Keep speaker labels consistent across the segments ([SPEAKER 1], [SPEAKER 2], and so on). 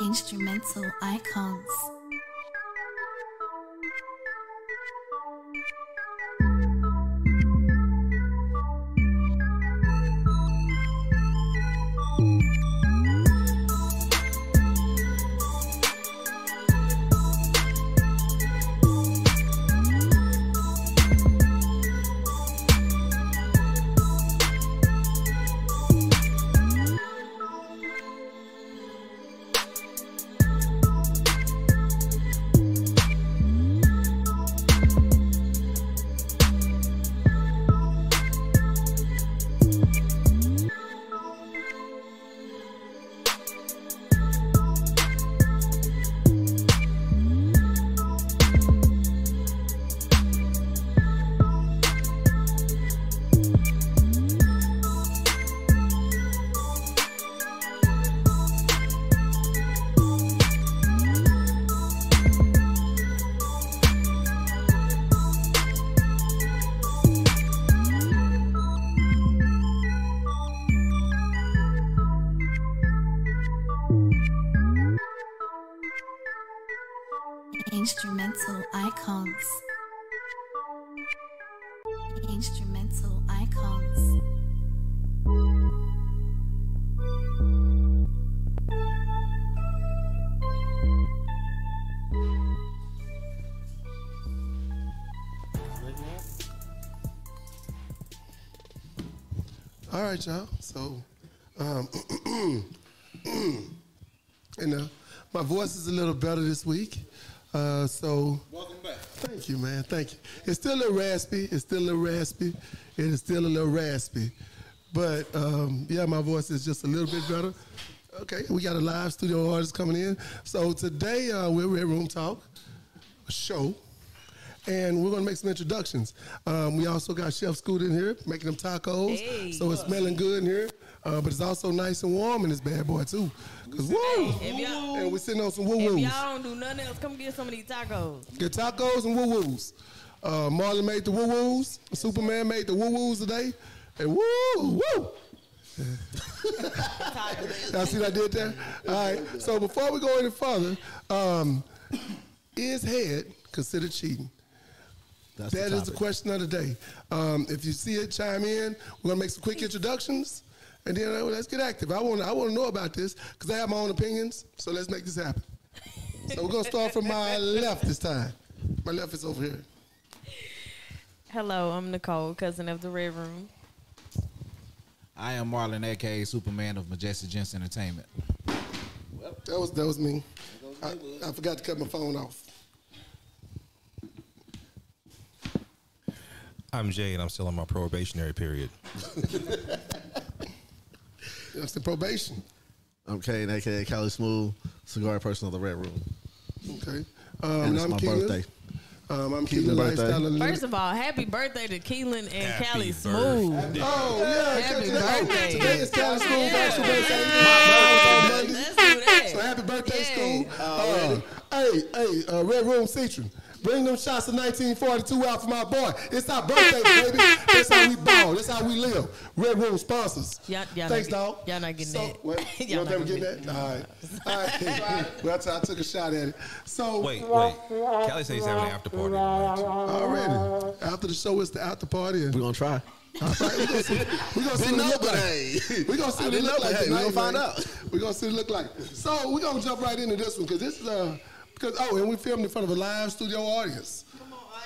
[SPEAKER 1] instrumental icons. Instrumental icons. Instrumental icons.
[SPEAKER 2] All right, y'all. So, um, you know, my voice is a little better this week. Uh, so,
[SPEAKER 3] Welcome back.
[SPEAKER 2] thank you, man. Thank you. It's still a little raspy. It's still a little raspy. It is still a little raspy. But um, yeah, my voice is just a little bit better. Okay, we got a live studio artist coming in. So today uh, we're at Room Talk, a show, and we're gonna make some introductions. Um, we also got Chef Scoot in here making them tacos,
[SPEAKER 4] Hey.
[SPEAKER 2] so it's smelling good in here. Uh, but it's also nice and warm in this bad boy too. Cause woo,
[SPEAKER 4] If y'all,
[SPEAKER 2] and we're sitting on some woo
[SPEAKER 4] if
[SPEAKER 2] woos.
[SPEAKER 4] y'all don't do nothing else, come get some of these tacos.
[SPEAKER 2] Good tacos and woo woos. Uh, Marlon made the woo woos. Superman made the woo woos today. And woo woo. Y'all see what I did there? All right. So before we go any further, um, is head considered cheating?
[SPEAKER 3] That's
[SPEAKER 2] That is the
[SPEAKER 3] question.
[SPEAKER 2] question of the day. Um, if you see it, chime in. We're gonna make some quick introductions, and then uh, let's get active. I want I want to know about this because I have my own opinions. So let's make this happen. So we're gonna start from my left this time. My left is over here.
[SPEAKER 4] Hello, I'm Nicole, cousin of the Red Room.
[SPEAKER 3] I am Marlon, aka Superman of Majestic Gents Entertainment.
[SPEAKER 2] That was that was me. I, I forgot to cut my phone off.
[SPEAKER 5] I'm Jay, and I'm still on my probationary period.
[SPEAKER 2] That's the probation.
[SPEAKER 6] I'm Kane, aka Cali Smooth, cigar person of the Red Room.
[SPEAKER 2] Okay.
[SPEAKER 6] and
[SPEAKER 2] Um,
[SPEAKER 6] it's
[SPEAKER 2] I'm
[SPEAKER 6] my
[SPEAKER 2] Keelan.
[SPEAKER 6] birthday.
[SPEAKER 2] Um, I'm
[SPEAKER 6] Keelan
[SPEAKER 2] Keelan
[SPEAKER 6] birthday.
[SPEAKER 2] Lifestyle. Elite.
[SPEAKER 4] First of all, happy birthday to Keelan and
[SPEAKER 5] Happy
[SPEAKER 4] Callie
[SPEAKER 5] birthday.
[SPEAKER 4] Smooth.
[SPEAKER 2] Oh yeah,
[SPEAKER 4] Happy
[SPEAKER 2] catch that. Oh,
[SPEAKER 4] birthday.
[SPEAKER 2] Today is Cali School Marshall
[SPEAKER 4] Yeah.
[SPEAKER 2] Birthday.
[SPEAKER 4] Let's do
[SPEAKER 2] So
[SPEAKER 4] that.
[SPEAKER 2] happy birthday,
[SPEAKER 4] Yeah.
[SPEAKER 2] school. Uh, hey, hey, uh, Red Room Citron. Bring them shots of 1942 out for my boy. It's our birthday, baby. That's how we ball. That's how we live. Red Room sponsors.
[SPEAKER 4] Y'all- y'all
[SPEAKER 2] Thanks,
[SPEAKER 4] not
[SPEAKER 2] dog.
[SPEAKER 4] get- y'all not getting
[SPEAKER 2] so,
[SPEAKER 4] that.
[SPEAKER 2] What?
[SPEAKER 4] Y'all
[SPEAKER 2] you don't
[SPEAKER 4] not
[SPEAKER 2] think I'm
[SPEAKER 4] getting
[SPEAKER 2] getting that? All right. All right. well, that's- I took a shot at it. So,
[SPEAKER 5] Wait, wait. Callie says he's having an after party tonight.
[SPEAKER 2] already, after the show, it's the after party.
[SPEAKER 6] We're gonna try.
[SPEAKER 2] We're going to see what it look like. We're gonna see what it look like.
[SPEAKER 6] We're gonna
[SPEAKER 2] tonight,
[SPEAKER 6] find
[SPEAKER 2] man.
[SPEAKER 6] out.
[SPEAKER 2] We're gonna see what it look like. So we're gonna jump right into this one because this is uh because oh and we filmed in front of a live studio audience.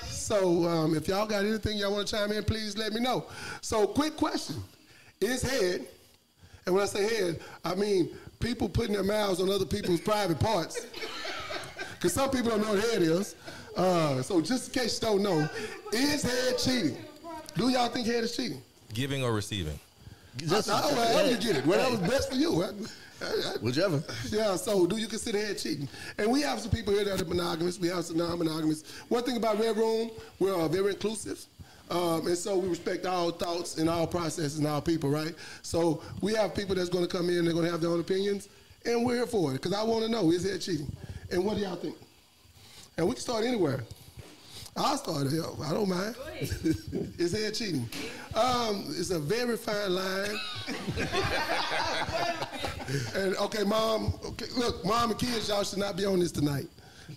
[SPEAKER 2] So um, if y'all got anything y'all want to chime in, please let me know. So quick question: Is head? And when I say head, I mean people putting their mouths on other people's private parts. Because some people don't know what head is. Uh, so just in case you don't know, is head cheating? Do y'all think head is cheating?
[SPEAKER 5] Giving or receiving?
[SPEAKER 2] Just I, I, however you get it. Whatever's best for you. I, I, I,
[SPEAKER 6] Whichever.
[SPEAKER 2] yeah, so do you consider head cheating? And we have some people here that are monogamous. We have some non-monogamous. One thing about Red Room, we're uh, very inclusive. Um, and so we respect all thoughts and all processes and all people, right? So we have people that's going to come in, they're going to have their own opinions, and we're here for it. Because I want to know, is head cheating? And what do y'all think? And we can start anywhere. I'll start it. yo, I don't mind. is head cheating? Um, it's a very fine line. And okay, mom, okay, look, mom and kids, y'all should not be on this tonight.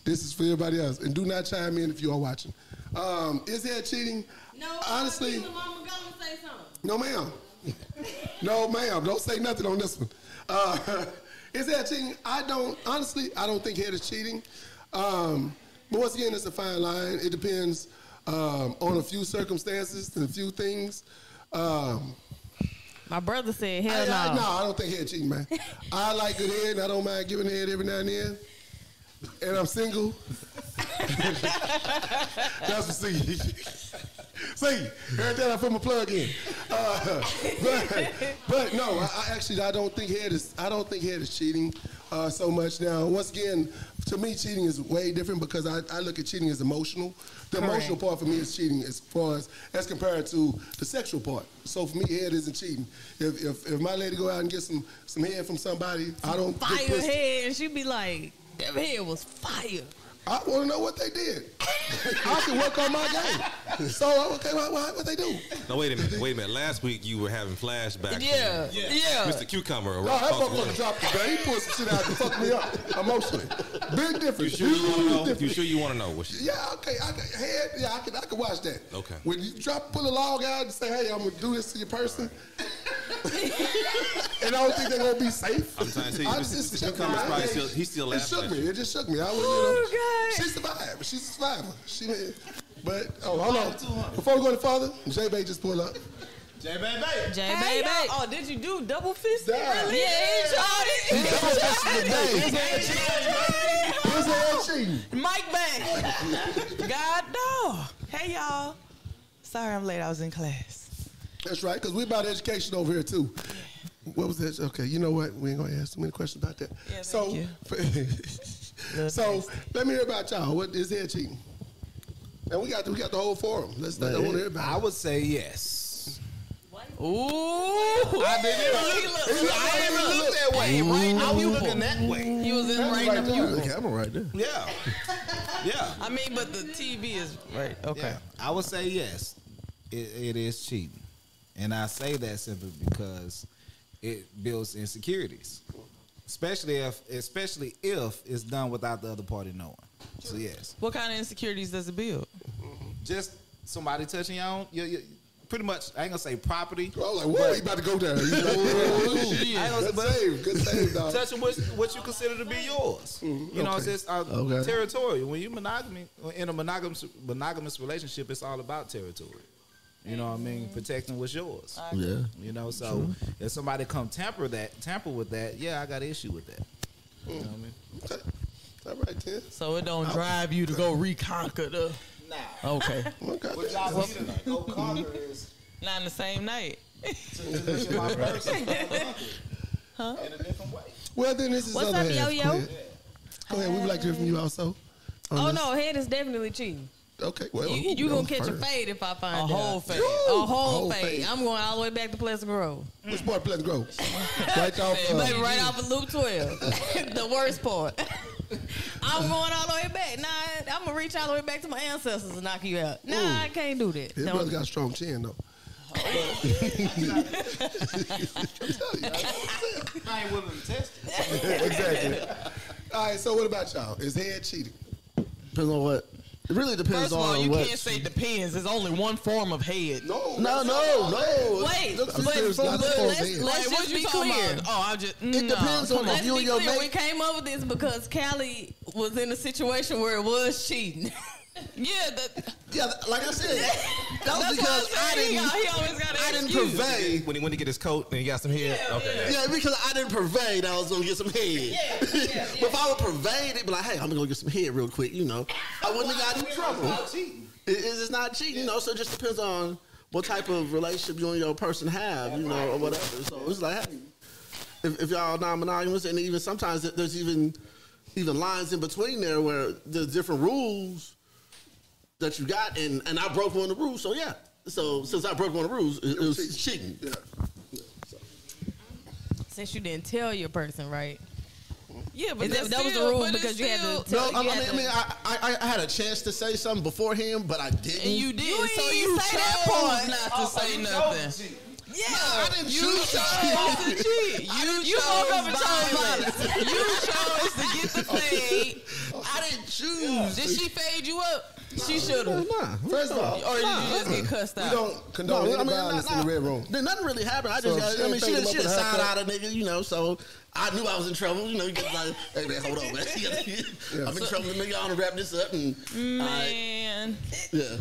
[SPEAKER 2] This is for everybody else. And do not chime in if you are watching. Um, is there cheating?
[SPEAKER 7] No,
[SPEAKER 2] Honestly,
[SPEAKER 7] Mama Montgomery say something.
[SPEAKER 2] no, ma'am. no, ma'am. Don't say nothing on this one. Uh, is that cheating? I don't. Honestly, I don't think head is cheating. Um, but once again, it's a fine line. It depends um, on a few circumstances and a few things. Um,
[SPEAKER 4] My brother said,
[SPEAKER 2] I,
[SPEAKER 4] hell
[SPEAKER 2] I,
[SPEAKER 4] no.
[SPEAKER 2] no, I don't think head cheating, man. I like good head, and I don't mind giving head every now and then. And I'm single. That's what see. see, every time I put my plug in. Uh, but, but no, I, I actually I don't think head is I don't think head is cheating uh, so much now. Once again, to me, cheating is way different because I, I look at cheating as emotional. The emotional part for me is cheating as far as as compared to the sexual part. So for me, head isn't cheating. If if, if my lady go out and get some some head from somebody, I don't get
[SPEAKER 4] fire
[SPEAKER 2] pussy.
[SPEAKER 4] head. And she be like, that head was fire.
[SPEAKER 2] I want to know what they did. I can work on my game. So okay, what, what, what they do?
[SPEAKER 5] No, wait a minute. Wait a minute. Last week you were having flashbacks.
[SPEAKER 4] Yeah,
[SPEAKER 5] from-
[SPEAKER 4] yeah.
[SPEAKER 5] Mr. Cucumber.
[SPEAKER 2] No, that motherfucker dropped the bag. He pulled some shit out to fuck me up emotionally. Big
[SPEAKER 5] You
[SPEAKER 2] difference.
[SPEAKER 5] sure you
[SPEAKER 2] Huge
[SPEAKER 5] want to know? You
[SPEAKER 2] difference.
[SPEAKER 5] sure you want to know? What she,
[SPEAKER 2] Yeah, okay. I can, head, yeah, I can, I can watch that.
[SPEAKER 5] Okay.
[SPEAKER 2] When you drop, pull a log out and say, "Hey, I'm gonna do this to your person," and I don't think they're gonna be safe.
[SPEAKER 5] I'm trying to tell you,
[SPEAKER 2] I
[SPEAKER 5] Mr.
[SPEAKER 2] just-
[SPEAKER 5] Mr. Cucumber's probably
[SPEAKER 2] I-
[SPEAKER 5] still- he's still laughing
[SPEAKER 2] It shook
[SPEAKER 5] at
[SPEAKER 2] me.
[SPEAKER 5] you.
[SPEAKER 2] It just shook me. I was,
[SPEAKER 4] Oh,
[SPEAKER 2] you know,
[SPEAKER 4] God.
[SPEAKER 2] she survived. She's a survivor. She, made- but oh, hold on. Before we go any further, J Bay just pulled up.
[SPEAKER 3] J baby.
[SPEAKER 4] J
[SPEAKER 7] Hey,
[SPEAKER 4] baby.
[SPEAKER 7] y'all. Oh, did you do double fist?
[SPEAKER 2] Damn.
[SPEAKER 7] Really? Yeah, he tried it.
[SPEAKER 2] That was just the day. Who's the head cheating?
[SPEAKER 7] Mike back.
[SPEAKER 8] God no. Hey y'all. Sorry I'm late. I was in class.
[SPEAKER 2] That's right, because we're about education over here too. What was that? Okay, you know what? We ain't gonna ask too many questions about that.
[SPEAKER 8] Yeah, thank
[SPEAKER 2] so,
[SPEAKER 8] you.
[SPEAKER 2] for- so
[SPEAKER 8] nasty.
[SPEAKER 2] let me hear about y'all. What is head cheating? And we got we got the whole forum. Let's I want to hear
[SPEAKER 3] I
[SPEAKER 2] about. it.
[SPEAKER 3] would say yes.
[SPEAKER 8] Ooh.
[SPEAKER 3] I didn't look. I didn't even look that way. Right now you looking that way.
[SPEAKER 8] You was in right,
[SPEAKER 2] right
[SPEAKER 8] number-
[SPEAKER 2] there.
[SPEAKER 6] The camera right there.
[SPEAKER 3] Yeah. Yeah.
[SPEAKER 8] I mean, but the TV is right. Okay.
[SPEAKER 3] Yeah, I would say yes. It, it is cheating, and I say that simply because it builds insecurities, especially if especially if it's done without the other party knowing. So yes,
[SPEAKER 8] What kind of insecurities does it build?
[SPEAKER 3] just somebody touching your own, your, your, pretty much. I ain't gonna say property.
[SPEAKER 2] I was like, whoa, you about to go down. You about to-
[SPEAKER 3] I ain't gonna say-
[SPEAKER 2] Good save, good save, dog.
[SPEAKER 3] touching what what you consider to be yours. You know, it's just uh,
[SPEAKER 6] Mm-hmm. Okay.
[SPEAKER 3] territorial. When you monogamy in a monogamous monogamous relationship, it's all about territory. You know what I mean? Protecting what's yours.
[SPEAKER 6] Yeah.
[SPEAKER 3] You know, so if somebody come tamper that tamper with that, yeah, I got an issue with that. You know what I mean?
[SPEAKER 2] Okay. All right, Ted.
[SPEAKER 8] So it don't drive you to go reconquer the.
[SPEAKER 3] Nah.
[SPEAKER 6] Oh.
[SPEAKER 8] Okay.
[SPEAKER 2] Okay.
[SPEAKER 3] Y'all see the no color is
[SPEAKER 8] Not in the same night.
[SPEAKER 3] my person. In a different way.
[SPEAKER 2] Well, then this is
[SPEAKER 4] What's
[SPEAKER 2] other
[SPEAKER 4] up,
[SPEAKER 2] half.
[SPEAKER 4] yo-yo?
[SPEAKER 2] Go ahead. Go ahead. We would like to hear from you also. on
[SPEAKER 4] Oh
[SPEAKER 2] this.
[SPEAKER 4] no, head is definitely cheating.
[SPEAKER 2] Okay. Well,
[SPEAKER 4] You, you
[SPEAKER 2] that
[SPEAKER 4] gonna
[SPEAKER 2] was
[SPEAKER 4] catch a
[SPEAKER 2] Oh, first.
[SPEAKER 4] fade if I find
[SPEAKER 8] A
[SPEAKER 4] out.
[SPEAKER 8] whole face.
[SPEAKER 4] A whole
[SPEAKER 2] Whole
[SPEAKER 4] fade.
[SPEAKER 2] fade.
[SPEAKER 4] I'm going all the way back to Pleasant Grove.
[SPEAKER 2] Mm. Which part of Pleasant Grove? right off.
[SPEAKER 4] Baby,
[SPEAKER 2] Uh,
[SPEAKER 4] right off of Loop 12. the worst part. I'm going all the way back. Nah, I'm gonna reach all the way back to my ancestors and knock you out. Nah, I can't do that.
[SPEAKER 2] his
[SPEAKER 4] No.
[SPEAKER 2] brother got a strong chin though.
[SPEAKER 3] I ain't willing to test it.
[SPEAKER 2] exactly. All right, so what about y'all? Is head cheating?
[SPEAKER 6] Depends on what. It really depends
[SPEAKER 8] First of
[SPEAKER 6] on
[SPEAKER 8] all, you
[SPEAKER 6] what.
[SPEAKER 8] can't say depends. There's only one form of head.
[SPEAKER 2] No,
[SPEAKER 6] no, no, no.
[SPEAKER 4] Wait,
[SPEAKER 2] I'm
[SPEAKER 4] but,
[SPEAKER 2] serious,
[SPEAKER 4] but
[SPEAKER 2] not the full
[SPEAKER 4] let's,
[SPEAKER 2] head.
[SPEAKER 4] let's
[SPEAKER 8] Like, what
[SPEAKER 4] just
[SPEAKER 8] you
[SPEAKER 4] be
[SPEAKER 8] talking
[SPEAKER 4] clear.
[SPEAKER 8] about? Oh, I just.
[SPEAKER 6] It depends on
[SPEAKER 4] Let's
[SPEAKER 6] if you
[SPEAKER 4] be
[SPEAKER 6] and your
[SPEAKER 4] clear.
[SPEAKER 6] mate.
[SPEAKER 4] We came over this because Callie was in a situation where it was cheating.
[SPEAKER 8] Yeah, that,
[SPEAKER 6] Yeah, like I said, that was
[SPEAKER 8] that's why
[SPEAKER 6] because I
[SPEAKER 8] I, said he,
[SPEAKER 6] didn't.
[SPEAKER 8] got- he always got an
[SPEAKER 6] I didn't
[SPEAKER 8] excuse.
[SPEAKER 6] purvey.
[SPEAKER 5] when he went to get his coat and he got some hair. okay.
[SPEAKER 6] Yeah, because I didn't pervade, I was gonna get some head. but if I would pervade, it'd be like, hey, I'm gonna go get some head real quick, you know. I wouldn't have got in trouble.
[SPEAKER 3] cheating.
[SPEAKER 6] It, it's just not cheating, you know. So it just depends on what type of relationship you and your person have, you know, or whatever. So it's like, hey, if, if y'all non-monogamous, and even sometimes there- there's even even lines in between there where there's different rules that you got, and and I broke one of the rules. So yeah, so since I broke one of the rules, it, it was cheating.
[SPEAKER 4] Since you didn't tell your person, right?
[SPEAKER 8] Yeah, but
[SPEAKER 4] Is that-
[SPEAKER 8] that's
[SPEAKER 4] that was the
[SPEAKER 8] still-
[SPEAKER 4] rule
[SPEAKER 8] but it's
[SPEAKER 4] because you had to
[SPEAKER 8] still-
[SPEAKER 4] tell-
[SPEAKER 6] No, I
[SPEAKER 4] you
[SPEAKER 6] mean,
[SPEAKER 4] had
[SPEAKER 6] I,
[SPEAKER 4] to-
[SPEAKER 6] mean I, I, I had a chance to say something before him, but I didn't.
[SPEAKER 8] And you did,
[SPEAKER 4] You
[SPEAKER 8] so
[SPEAKER 4] ain't
[SPEAKER 8] you
[SPEAKER 4] say
[SPEAKER 8] chose
[SPEAKER 4] that part.
[SPEAKER 8] not to say nothing.
[SPEAKER 4] Yeah.
[SPEAKER 2] I didn't choose to
[SPEAKER 8] chose to cheat. You,
[SPEAKER 4] you woke up and chose
[SPEAKER 8] violence. you chose to get the fade. I didn't choose.
[SPEAKER 4] Did she fade you up? She should have.
[SPEAKER 6] Nah,
[SPEAKER 2] First of all,
[SPEAKER 4] Or did you just get cussed
[SPEAKER 2] we
[SPEAKER 4] out?
[SPEAKER 2] don't condone any violence in the red room.
[SPEAKER 6] Then nothing really happened. I
[SPEAKER 2] So if
[SPEAKER 6] just,
[SPEAKER 2] she
[SPEAKER 6] I mean,
[SPEAKER 2] didn't
[SPEAKER 6] she
[SPEAKER 2] think
[SPEAKER 6] didn't, she
[SPEAKER 2] about
[SPEAKER 6] didn't
[SPEAKER 2] the
[SPEAKER 6] sign out
[SPEAKER 2] haircut-
[SPEAKER 6] a nigga, you know. So I knew I was in trouble, you know. Because like, hey man, hold on, man, I'm in trouble, nigga. I want to wrap this up and all right,
[SPEAKER 7] Man.
[SPEAKER 6] yeah.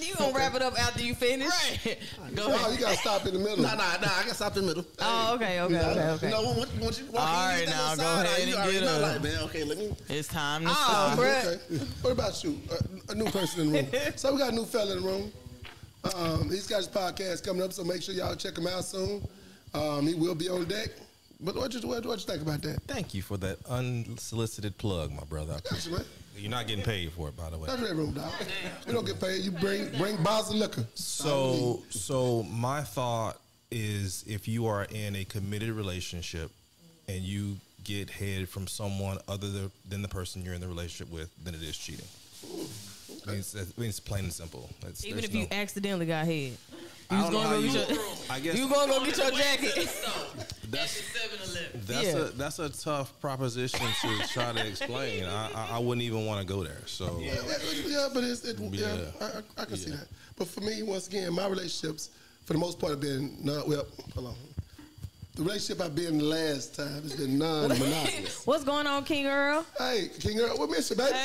[SPEAKER 4] You gonna wrap it up after you finish?
[SPEAKER 7] Right.
[SPEAKER 4] Go ahead.
[SPEAKER 2] No, you gotta stop in the middle.
[SPEAKER 6] Nah, nah, nah. I got stopped in the middle.
[SPEAKER 4] Oh, okay, okay,
[SPEAKER 6] You
[SPEAKER 4] okay,
[SPEAKER 6] know,
[SPEAKER 4] okay.
[SPEAKER 6] You know, when, when, when you walk
[SPEAKER 8] All
[SPEAKER 6] in,
[SPEAKER 8] right,
[SPEAKER 6] you get that
[SPEAKER 8] now,
[SPEAKER 6] little
[SPEAKER 8] go
[SPEAKER 6] side
[SPEAKER 8] ahead
[SPEAKER 6] eye,
[SPEAKER 8] and
[SPEAKER 6] you already
[SPEAKER 8] get
[SPEAKER 6] know,
[SPEAKER 8] up.
[SPEAKER 6] like, man, okay, let me.
[SPEAKER 8] It's time to
[SPEAKER 4] Oh,
[SPEAKER 8] stop.
[SPEAKER 4] bruh.
[SPEAKER 2] Okay. What about you? A, a new person in the room. So we got a new fella in the room. Um, he's got his podcast coming up, so make sure y'all check him out soon. Um, he will be on deck. But what you, what, what you think about that?
[SPEAKER 5] Thank you for that unsolicited plug, my brother. I
[SPEAKER 2] That's
[SPEAKER 5] appreciate
[SPEAKER 2] right.
[SPEAKER 5] it. You're not getting paid for it, by the way.
[SPEAKER 2] That's red room, dog. We don't get paid. You bring bring bottles of liquor.
[SPEAKER 5] So, so my thought is, if you are in a committed relationship and you get head from someone other than- than the person you're in the relationship with, then it is cheating. I mean, it's, I mean, it's plain and simple. It's,
[SPEAKER 4] Even
[SPEAKER 5] there's
[SPEAKER 4] if you
[SPEAKER 5] no-
[SPEAKER 4] accidentally got hit, you
[SPEAKER 5] I
[SPEAKER 4] was
[SPEAKER 5] don't know
[SPEAKER 4] gonna go
[SPEAKER 5] how
[SPEAKER 4] get
[SPEAKER 5] you-
[SPEAKER 4] your.
[SPEAKER 5] I guess
[SPEAKER 4] You gonna go get your jacket?
[SPEAKER 5] that's
[SPEAKER 7] Eleven.
[SPEAKER 5] that's
[SPEAKER 4] Yeah.
[SPEAKER 5] a that's a tough proposition to try to explain. I, I, I wouldn't even want to go there. So
[SPEAKER 2] Yeah, yeah, but it's, it, yeah,
[SPEAKER 5] Yeah.
[SPEAKER 2] I, I- I can see
[SPEAKER 5] Yeah.
[SPEAKER 2] that. But for me, once again, my relationships, for the most part, have been non. Well, hold on. The relationship I've been last time has been non-monogamous.
[SPEAKER 4] What's going on, King Earl?
[SPEAKER 2] hey, King Earl, what miss you, baby?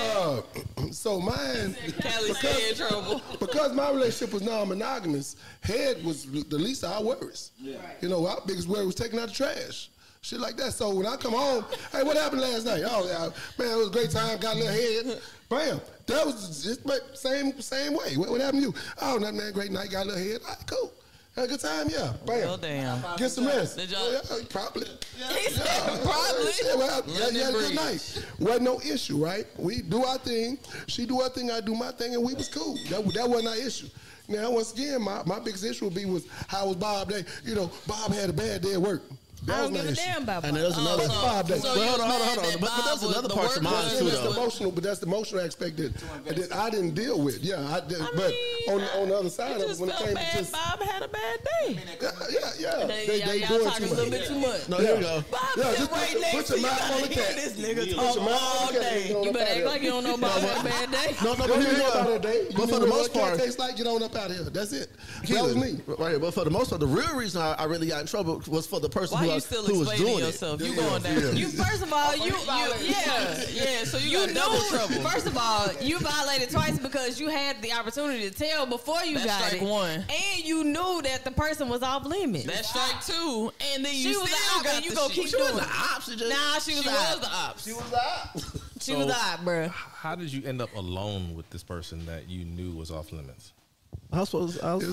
[SPEAKER 2] Uh, so mine,
[SPEAKER 7] Callie stay in trouble.
[SPEAKER 2] because my relationship was non-monogamous, head was the least of our worries. You know, our biggest worry was taking out the trash. Shit like that. So when I come home, hey, what happened last night? Oh, yeah, man, it was a great time. Got a little head. Bam. That was just but same same way. What, what happened to you? Oh, nothing, man. Great night. Got a little head. All right, cool. Had a good time. Yeah. Bam.
[SPEAKER 8] Well, damn.
[SPEAKER 2] Get some rest.
[SPEAKER 7] Did y'all-
[SPEAKER 2] Yeah, probably.
[SPEAKER 4] He said
[SPEAKER 2] Yeah,
[SPEAKER 4] probably.
[SPEAKER 2] shit, well, yeah,
[SPEAKER 7] Let
[SPEAKER 2] yeah,
[SPEAKER 7] it
[SPEAKER 2] good
[SPEAKER 7] breathe.
[SPEAKER 2] night. Wasn't no issue, right? We do our thing. She do her thing. I do my thing, and we was cool. That, that wasn't our issue. Now, once again, my, my biggest issue would be was how was Bob day? You know, Bob had a bad day at work. That
[SPEAKER 4] I
[SPEAKER 2] was
[SPEAKER 4] don't
[SPEAKER 2] my
[SPEAKER 4] give a
[SPEAKER 2] issue.
[SPEAKER 4] damn about
[SPEAKER 6] And there's
[SPEAKER 4] Bob.
[SPEAKER 6] another.
[SPEAKER 2] That's five days.
[SPEAKER 7] So
[SPEAKER 6] But
[SPEAKER 7] you
[SPEAKER 6] hold on, hold on,
[SPEAKER 7] mad
[SPEAKER 6] hold on.
[SPEAKER 7] that
[SPEAKER 6] But, but that's
[SPEAKER 7] Bob was
[SPEAKER 6] another
[SPEAKER 7] the
[SPEAKER 6] part to
[SPEAKER 7] work
[SPEAKER 6] mine
[SPEAKER 7] was-
[SPEAKER 6] too,
[SPEAKER 2] That's the
[SPEAKER 6] though.
[SPEAKER 2] emotional, but that's the emotional aspect that, that I didn't deal with. Yeah, I did, but
[SPEAKER 7] mean,
[SPEAKER 2] on on the other side
[SPEAKER 7] I
[SPEAKER 2] of it,
[SPEAKER 7] just
[SPEAKER 2] when it
[SPEAKER 7] felt
[SPEAKER 2] came to
[SPEAKER 7] bad.
[SPEAKER 2] just
[SPEAKER 7] Bob had a bad day.
[SPEAKER 2] yeah, yeah, yeah. They,
[SPEAKER 7] They,
[SPEAKER 2] they,
[SPEAKER 7] y'all, y'all
[SPEAKER 2] doing
[SPEAKER 7] talking
[SPEAKER 2] too
[SPEAKER 7] a little
[SPEAKER 2] much.
[SPEAKER 7] bit too much.
[SPEAKER 6] No, here we go.
[SPEAKER 7] Bob
[SPEAKER 2] Yeah,
[SPEAKER 7] sat
[SPEAKER 2] just
[SPEAKER 7] right
[SPEAKER 2] put-
[SPEAKER 7] next
[SPEAKER 2] put
[SPEAKER 7] to
[SPEAKER 2] your
[SPEAKER 7] you.
[SPEAKER 2] mouth on the
[SPEAKER 7] Gotta
[SPEAKER 2] cat.
[SPEAKER 7] hear This nigga
[SPEAKER 2] Put your
[SPEAKER 7] talk
[SPEAKER 2] mouth on
[SPEAKER 7] all
[SPEAKER 2] the cat.
[SPEAKER 7] day.
[SPEAKER 2] Get on
[SPEAKER 4] You
[SPEAKER 2] up out
[SPEAKER 4] better act
[SPEAKER 2] of
[SPEAKER 4] like
[SPEAKER 2] here.
[SPEAKER 4] you don't know Bob had a bad day.
[SPEAKER 6] No, no,
[SPEAKER 2] But
[SPEAKER 6] but here we
[SPEAKER 2] about
[SPEAKER 6] go.
[SPEAKER 2] a day.
[SPEAKER 6] But for the most part,
[SPEAKER 2] tastes like you don't know about here. That's it. That was
[SPEAKER 6] Keelan,
[SPEAKER 2] me.
[SPEAKER 6] Right here, but for the most part, the real reason I, I really got in trouble was for the person
[SPEAKER 7] Why
[SPEAKER 6] who,
[SPEAKER 7] you
[SPEAKER 6] was-
[SPEAKER 7] still
[SPEAKER 6] who was
[SPEAKER 7] explaining
[SPEAKER 6] doing
[SPEAKER 7] yourself?
[SPEAKER 6] it.
[SPEAKER 7] You going down?
[SPEAKER 4] You first of all, you, you
[SPEAKER 7] yeah,
[SPEAKER 4] yeah.
[SPEAKER 7] yeah. So you,
[SPEAKER 4] You
[SPEAKER 7] got double trouble.
[SPEAKER 4] knew. First of all, you violated twice because you had the opportunity to tell before you
[SPEAKER 7] That's
[SPEAKER 4] got
[SPEAKER 7] strike
[SPEAKER 4] it.
[SPEAKER 7] one.
[SPEAKER 4] and you knew that the person was off limits.
[SPEAKER 7] That's strike two, and then you
[SPEAKER 4] She
[SPEAKER 7] still
[SPEAKER 4] was out,
[SPEAKER 7] got
[SPEAKER 4] and you
[SPEAKER 7] the
[SPEAKER 4] gonna
[SPEAKER 7] shit.
[SPEAKER 4] keep
[SPEAKER 6] She was
[SPEAKER 4] doing
[SPEAKER 6] the
[SPEAKER 4] it.
[SPEAKER 6] ops. She just,
[SPEAKER 4] nah, she
[SPEAKER 7] She
[SPEAKER 4] was
[SPEAKER 7] was
[SPEAKER 4] out.
[SPEAKER 7] the ops.
[SPEAKER 6] was the ops.
[SPEAKER 4] She was
[SPEAKER 5] So-
[SPEAKER 4] out, bruh.
[SPEAKER 5] how did you end up alone with this person that you knew was off limits?
[SPEAKER 6] I was supposed to. I was,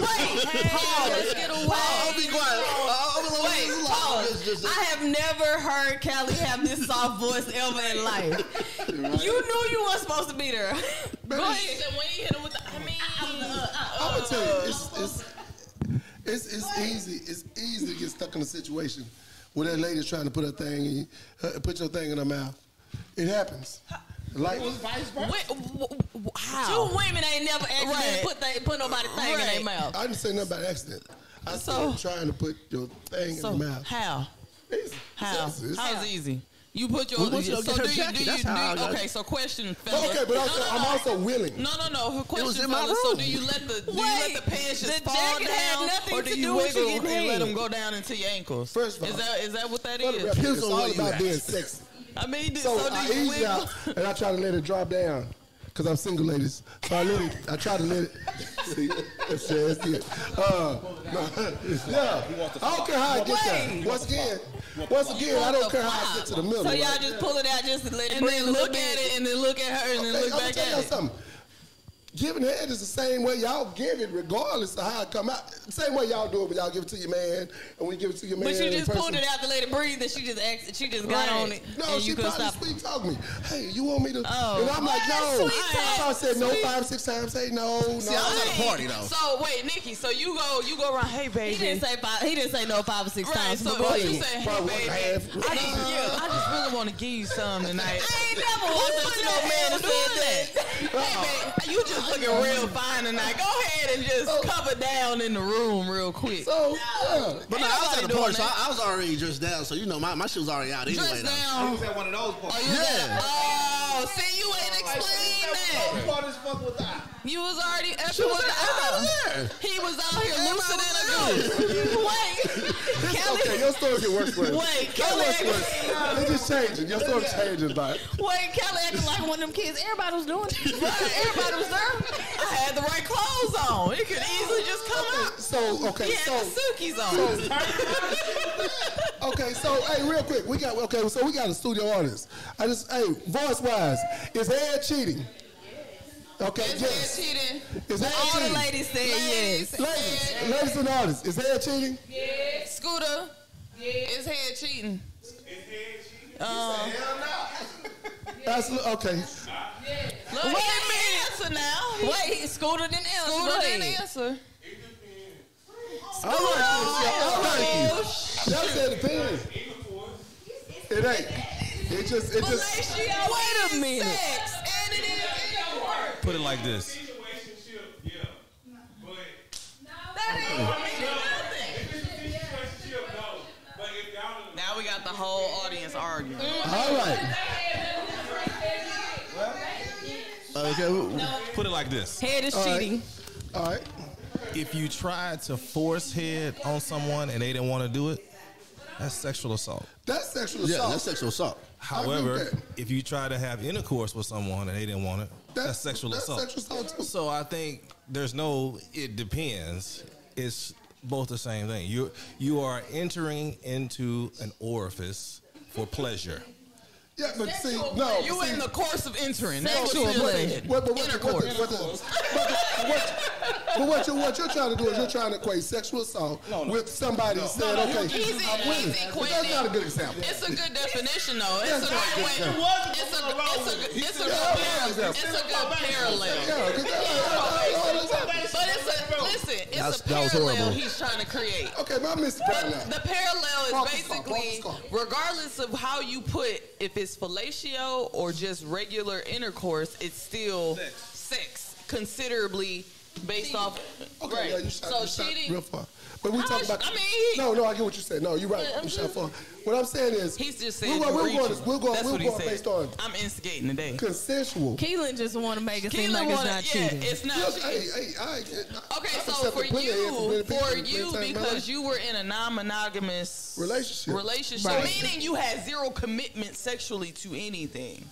[SPEAKER 4] Let's get
[SPEAKER 6] I'll be
[SPEAKER 4] away.
[SPEAKER 6] quiet. I'll be like,
[SPEAKER 4] Wait,
[SPEAKER 6] like,
[SPEAKER 4] pause.
[SPEAKER 6] it's just-
[SPEAKER 4] I have never heard Callie have this soft voice ever in life. You knew you weren't supposed to be there.
[SPEAKER 7] Go ahead. And when you hit him with the, I mean, uh,
[SPEAKER 2] I'm gonna tell you, it's it's it's, it's easy. It's easy to get stuck in a situation where that lady's trying to put her thing, in, uh, put your thing in her mouth. It happens. Like
[SPEAKER 4] Wait, w- w- how?
[SPEAKER 7] two uh, women ain't never actually
[SPEAKER 4] Right.
[SPEAKER 7] put they put nobody thing in
[SPEAKER 4] Right.
[SPEAKER 7] their mouth.
[SPEAKER 2] I didn't say nothing about accident. I
[SPEAKER 7] Oh. So-
[SPEAKER 2] said trying to put your thing
[SPEAKER 7] So
[SPEAKER 2] in her mouth.
[SPEAKER 7] how?
[SPEAKER 2] Easy.
[SPEAKER 7] How?
[SPEAKER 2] It's easy. It's
[SPEAKER 7] How's easy? You put your
[SPEAKER 6] We want you to
[SPEAKER 7] so
[SPEAKER 6] get her
[SPEAKER 7] do you
[SPEAKER 6] jacket.
[SPEAKER 7] do you
[SPEAKER 6] That's
[SPEAKER 7] do
[SPEAKER 6] how I
[SPEAKER 7] you,
[SPEAKER 6] got
[SPEAKER 7] okay?
[SPEAKER 6] it.
[SPEAKER 7] So question, fellas.
[SPEAKER 2] Okay, but
[SPEAKER 7] No,
[SPEAKER 2] also,
[SPEAKER 7] no, no.
[SPEAKER 2] I'm also willing.
[SPEAKER 7] No, no, no. Her question
[SPEAKER 6] was in my
[SPEAKER 7] fellas. So
[SPEAKER 6] room.
[SPEAKER 7] do you let the do you
[SPEAKER 4] Wait,
[SPEAKER 7] let the pants just
[SPEAKER 4] the
[SPEAKER 7] fall
[SPEAKER 4] jacket had
[SPEAKER 7] down,
[SPEAKER 4] nothing
[SPEAKER 7] or
[SPEAKER 4] to
[SPEAKER 7] do
[SPEAKER 4] do
[SPEAKER 7] you
[SPEAKER 4] with you
[SPEAKER 7] wiggle and
[SPEAKER 4] getting
[SPEAKER 7] let
[SPEAKER 4] paid.
[SPEAKER 7] them go down into your ankles?
[SPEAKER 2] First of all-
[SPEAKER 7] is that is that what that
[SPEAKER 2] It's,
[SPEAKER 7] is?
[SPEAKER 6] Depends on
[SPEAKER 2] all
[SPEAKER 6] where you
[SPEAKER 2] about
[SPEAKER 6] at.
[SPEAKER 2] being sexy.
[SPEAKER 7] I mean, so,
[SPEAKER 2] So,
[SPEAKER 7] so
[SPEAKER 2] I
[SPEAKER 7] do you
[SPEAKER 2] ease
[SPEAKER 7] wiggle?
[SPEAKER 2] out and I try to let it drop down because I'm single, ladies. So I let it. I try to let it. See, that's, that's it. Uh, no, yeah, I don't care how I get there. Once again, once again, I don't care how I get to the middle.
[SPEAKER 4] So y'all
[SPEAKER 2] right?
[SPEAKER 4] just pull it out just to let it
[SPEAKER 7] And
[SPEAKER 4] breathe
[SPEAKER 7] then
[SPEAKER 4] a little
[SPEAKER 7] look
[SPEAKER 4] bit.
[SPEAKER 7] at it, and then look at her, and then
[SPEAKER 2] Hey,
[SPEAKER 7] look
[SPEAKER 2] I'm gonna
[SPEAKER 7] back
[SPEAKER 2] tell y'all
[SPEAKER 7] at it.
[SPEAKER 2] something. Giving head is the same way y'all give it, regardless of how it come out. Same way y'all do it when y'all give it to your man, and when you give it to your man.
[SPEAKER 4] But you
[SPEAKER 2] in
[SPEAKER 4] just
[SPEAKER 2] person.
[SPEAKER 4] pulled it out to let it breathe, and she just ex- she just got
[SPEAKER 7] Right.
[SPEAKER 4] on it,
[SPEAKER 2] No,
[SPEAKER 4] and
[SPEAKER 2] she
[SPEAKER 4] you couldn't
[SPEAKER 2] probably
[SPEAKER 4] stop.
[SPEAKER 2] sweet talked me. Hey, you want me to?
[SPEAKER 4] Oh.
[SPEAKER 2] and I'm like, no.
[SPEAKER 4] Well, sweet
[SPEAKER 2] So I
[SPEAKER 4] talk.
[SPEAKER 2] said no
[SPEAKER 4] Sweet-
[SPEAKER 2] five, six times. Hey, no, no.
[SPEAKER 6] See, I was at a party though.
[SPEAKER 7] So wait, Nikki. So you go, you go around. Hey,
[SPEAKER 4] He
[SPEAKER 7] baby.
[SPEAKER 4] didn't say five. He didn't say no five or six
[SPEAKER 7] right.
[SPEAKER 4] times.
[SPEAKER 7] So
[SPEAKER 4] but
[SPEAKER 7] if you
[SPEAKER 4] boy,
[SPEAKER 7] say, hey,
[SPEAKER 2] Probably one
[SPEAKER 7] baby.
[SPEAKER 2] half.
[SPEAKER 7] I just, yeah, I just really want to give you some tonight.
[SPEAKER 4] I ain't never
[SPEAKER 7] Who
[SPEAKER 4] walked up
[SPEAKER 7] put
[SPEAKER 4] to
[SPEAKER 7] that
[SPEAKER 4] no man
[SPEAKER 7] hell
[SPEAKER 4] and said that.
[SPEAKER 7] doing that? Hey, babe, you just was looking real fine tonight. Go ahead and just cover down in the room real quick.
[SPEAKER 2] So, yeah.
[SPEAKER 6] But no,
[SPEAKER 7] Ain't
[SPEAKER 6] I
[SPEAKER 7] nobody
[SPEAKER 6] was at the
[SPEAKER 7] doing
[SPEAKER 6] party, so
[SPEAKER 7] that.
[SPEAKER 6] I, I was already dressed down. So you know, my, my shit was already out anyway.
[SPEAKER 7] Dress
[SPEAKER 6] though.
[SPEAKER 7] down.
[SPEAKER 3] was at one of those parties.
[SPEAKER 6] Yeah.
[SPEAKER 7] Oh, see, you ain't explained that.
[SPEAKER 3] Parties fuck with that.
[SPEAKER 7] You was already up
[SPEAKER 6] She was like,
[SPEAKER 7] out.
[SPEAKER 6] I was there.
[SPEAKER 7] He was out here looser than a goose. Wait,
[SPEAKER 2] okay,
[SPEAKER 7] Kelly.
[SPEAKER 2] your story can work for us.
[SPEAKER 7] Wait,
[SPEAKER 2] That
[SPEAKER 7] Kelly.
[SPEAKER 2] works for us. It's just changing. Your story changes, but
[SPEAKER 4] Wait, Kelly acting like one of them kids. Everybody was doing it.
[SPEAKER 7] Right, everybody was there. I had the right clothes on. It could easily just come out.
[SPEAKER 2] so okay,
[SPEAKER 7] He had
[SPEAKER 2] so
[SPEAKER 7] the Suki's on.
[SPEAKER 2] Okay, so hey, real quick, we got okay, so we got a studio audience. I just hey, voice wise, is Ed cheating? Okay,
[SPEAKER 7] Is
[SPEAKER 2] yes.
[SPEAKER 7] that cheating?
[SPEAKER 2] Is Ed
[SPEAKER 7] All the
[SPEAKER 2] cheating?
[SPEAKER 7] ladies said yes.
[SPEAKER 2] Ladies, ladies and artists, is Ed cheating?
[SPEAKER 7] Scooter is head cheating.
[SPEAKER 2] That's okay.
[SPEAKER 7] Look, Wait a minute. answer now. Wait, Scooter didn't answer. Scooter didn't answer.
[SPEAKER 2] All
[SPEAKER 7] Oh,
[SPEAKER 2] right, Michelle, all right. That's that opinion. It ain't. It just, it just.
[SPEAKER 7] Wait a minute. Sex, and it is
[SPEAKER 5] Put it like this.
[SPEAKER 7] Now we got the whole audience arguing.
[SPEAKER 2] All right.
[SPEAKER 6] Okay, w- w-
[SPEAKER 5] Put it like this.
[SPEAKER 4] Head is cheating.
[SPEAKER 2] All right.
[SPEAKER 5] If you tried to force head on someone and they didn't want to do it, that's sexual assault.
[SPEAKER 2] That's sexual
[SPEAKER 6] yeah,
[SPEAKER 2] assault.
[SPEAKER 6] that's sexual assault.
[SPEAKER 2] I agree with
[SPEAKER 5] However,
[SPEAKER 2] that.
[SPEAKER 5] if you try to have intercourse with someone and they didn't want it, that's, sexual
[SPEAKER 2] that's
[SPEAKER 5] assault.
[SPEAKER 2] sexual assault too.
[SPEAKER 5] So I think there's no. It depends. It's both the same thing. You you are entering into an orifice for pleasure.
[SPEAKER 2] Yeah, but see, no.
[SPEAKER 7] you
[SPEAKER 2] see,
[SPEAKER 7] in the course of entering.
[SPEAKER 2] No,
[SPEAKER 7] That's
[SPEAKER 2] see,
[SPEAKER 7] what
[SPEAKER 2] but
[SPEAKER 7] you're
[SPEAKER 2] what-
[SPEAKER 7] saying.
[SPEAKER 2] what- but what- what-
[SPEAKER 7] Intercourse.
[SPEAKER 2] what- what- But what- but what you're what you're trying to do is you're trying to equate sexual assault with somebody saying, okay,
[SPEAKER 7] Easy,
[SPEAKER 2] I'm with
[SPEAKER 7] easy,
[SPEAKER 2] it. But
[SPEAKER 7] Quentin.
[SPEAKER 2] that's not a good example.
[SPEAKER 7] It's a good definition, though. It's a
[SPEAKER 2] Yeah.
[SPEAKER 7] good way. It's a it's a it's a good parallel. It's a good parallel.
[SPEAKER 2] Yeah, 'cause uh, that's not a good example.
[SPEAKER 7] But it's a listen. It's
[SPEAKER 6] That's-
[SPEAKER 7] a
[SPEAKER 6] that was
[SPEAKER 7] parallel
[SPEAKER 6] horrible.
[SPEAKER 7] he's trying to create.
[SPEAKER 2] uh, Okay, but I missed the point now.
[SPEAKER 7] The parallel
[SPEAKER 2] Walk
[SPEAKER 7] is
[SPEAKER 2] the scar,
[SPEAKER 7] basically,
[SPEAKER 2] walk the scar.
[SPEAKER 7] regardless of how you put, if it's fellatio or just regular intercourse, it's still sex, considerably based off.
[SPEAKER 2] Okay,
[SPEAKER 7] right.
[SPEAKER 2] yeah, you shot,
[SPEAKER 7] so
[SPEAKER 2] you shot
[SPEAKER 7] cheating.
[SPEAKER 2] real far. But we
[SPEAKER 7] I
[SPEAKER 2] talking
[SPEAKER 7] was-
[SPEAKER 2] about.
[SPEAKER 7] I mean, he-
[SPEAKER 2] no, no, I get what you said. No, you're right.
[SPEAKER 7] I'm
[SPEAKER 2] You shot
[SPEAKER 7] just-
[SPEAKER 2] far. What I'm saying is,
[SPEAKER 7] He's just
[SPEAKER 2] we
[SPEAKER 7] saying
[SPEAKER 2] were-
[SPEAKER 7] you
[SPEAKER 2] we were
[SPEAKER 7] reaching.
[SPEAKER 2] going to- we were going-
[SPEAKER 7] That's
[SPEAKER 2] we were
[SPEAKER 7] what he
[SPEAKER 2] going
[SPEAKER 7] said.
[SPEAKER 2] based on
[SPEAKER 7] I'm instigating today.
[SPEAKER 2] consensual.
[SPEAKER 4] Keelan just want to make it seem
[SPEAKER 7] Keelan
[SPEAKER 4] like it's
[SPEAKER 7] wanna-
[SPEAKER 4] not
[SPEAKER 7] yeah,
[SPEAKER 4] cheating.
[SPEAKER 7] it's not
[SPEAKER 2] Yes,
[SPEAKER 7] cheating.
[SPEAKER 2] hey, hey, I, I,
[SPEAKER 7] Okay,
[SPEAKER 2] I've
[SPEAKER 7] so
[SPEAKER 2] accepted
[SPEAKER 7] for
[SPEAKER 2] plenty of head from
[SPEAKER 7] you,
[SPEAKER 2] many people
[SPEAKER 7] for
[SPEAKER 2] many
[SPEAKER 7] you,
[SPEAKER 2] times in my life.
[SPEAKER 7] because you were in a non-monogamous
[SPEAKER 2] Relationship.
[SPEAKER 7] relationship,
[SPEAKER 4] Right.
[SPEAKER 7] meaning you had zero commitment sexually to anything.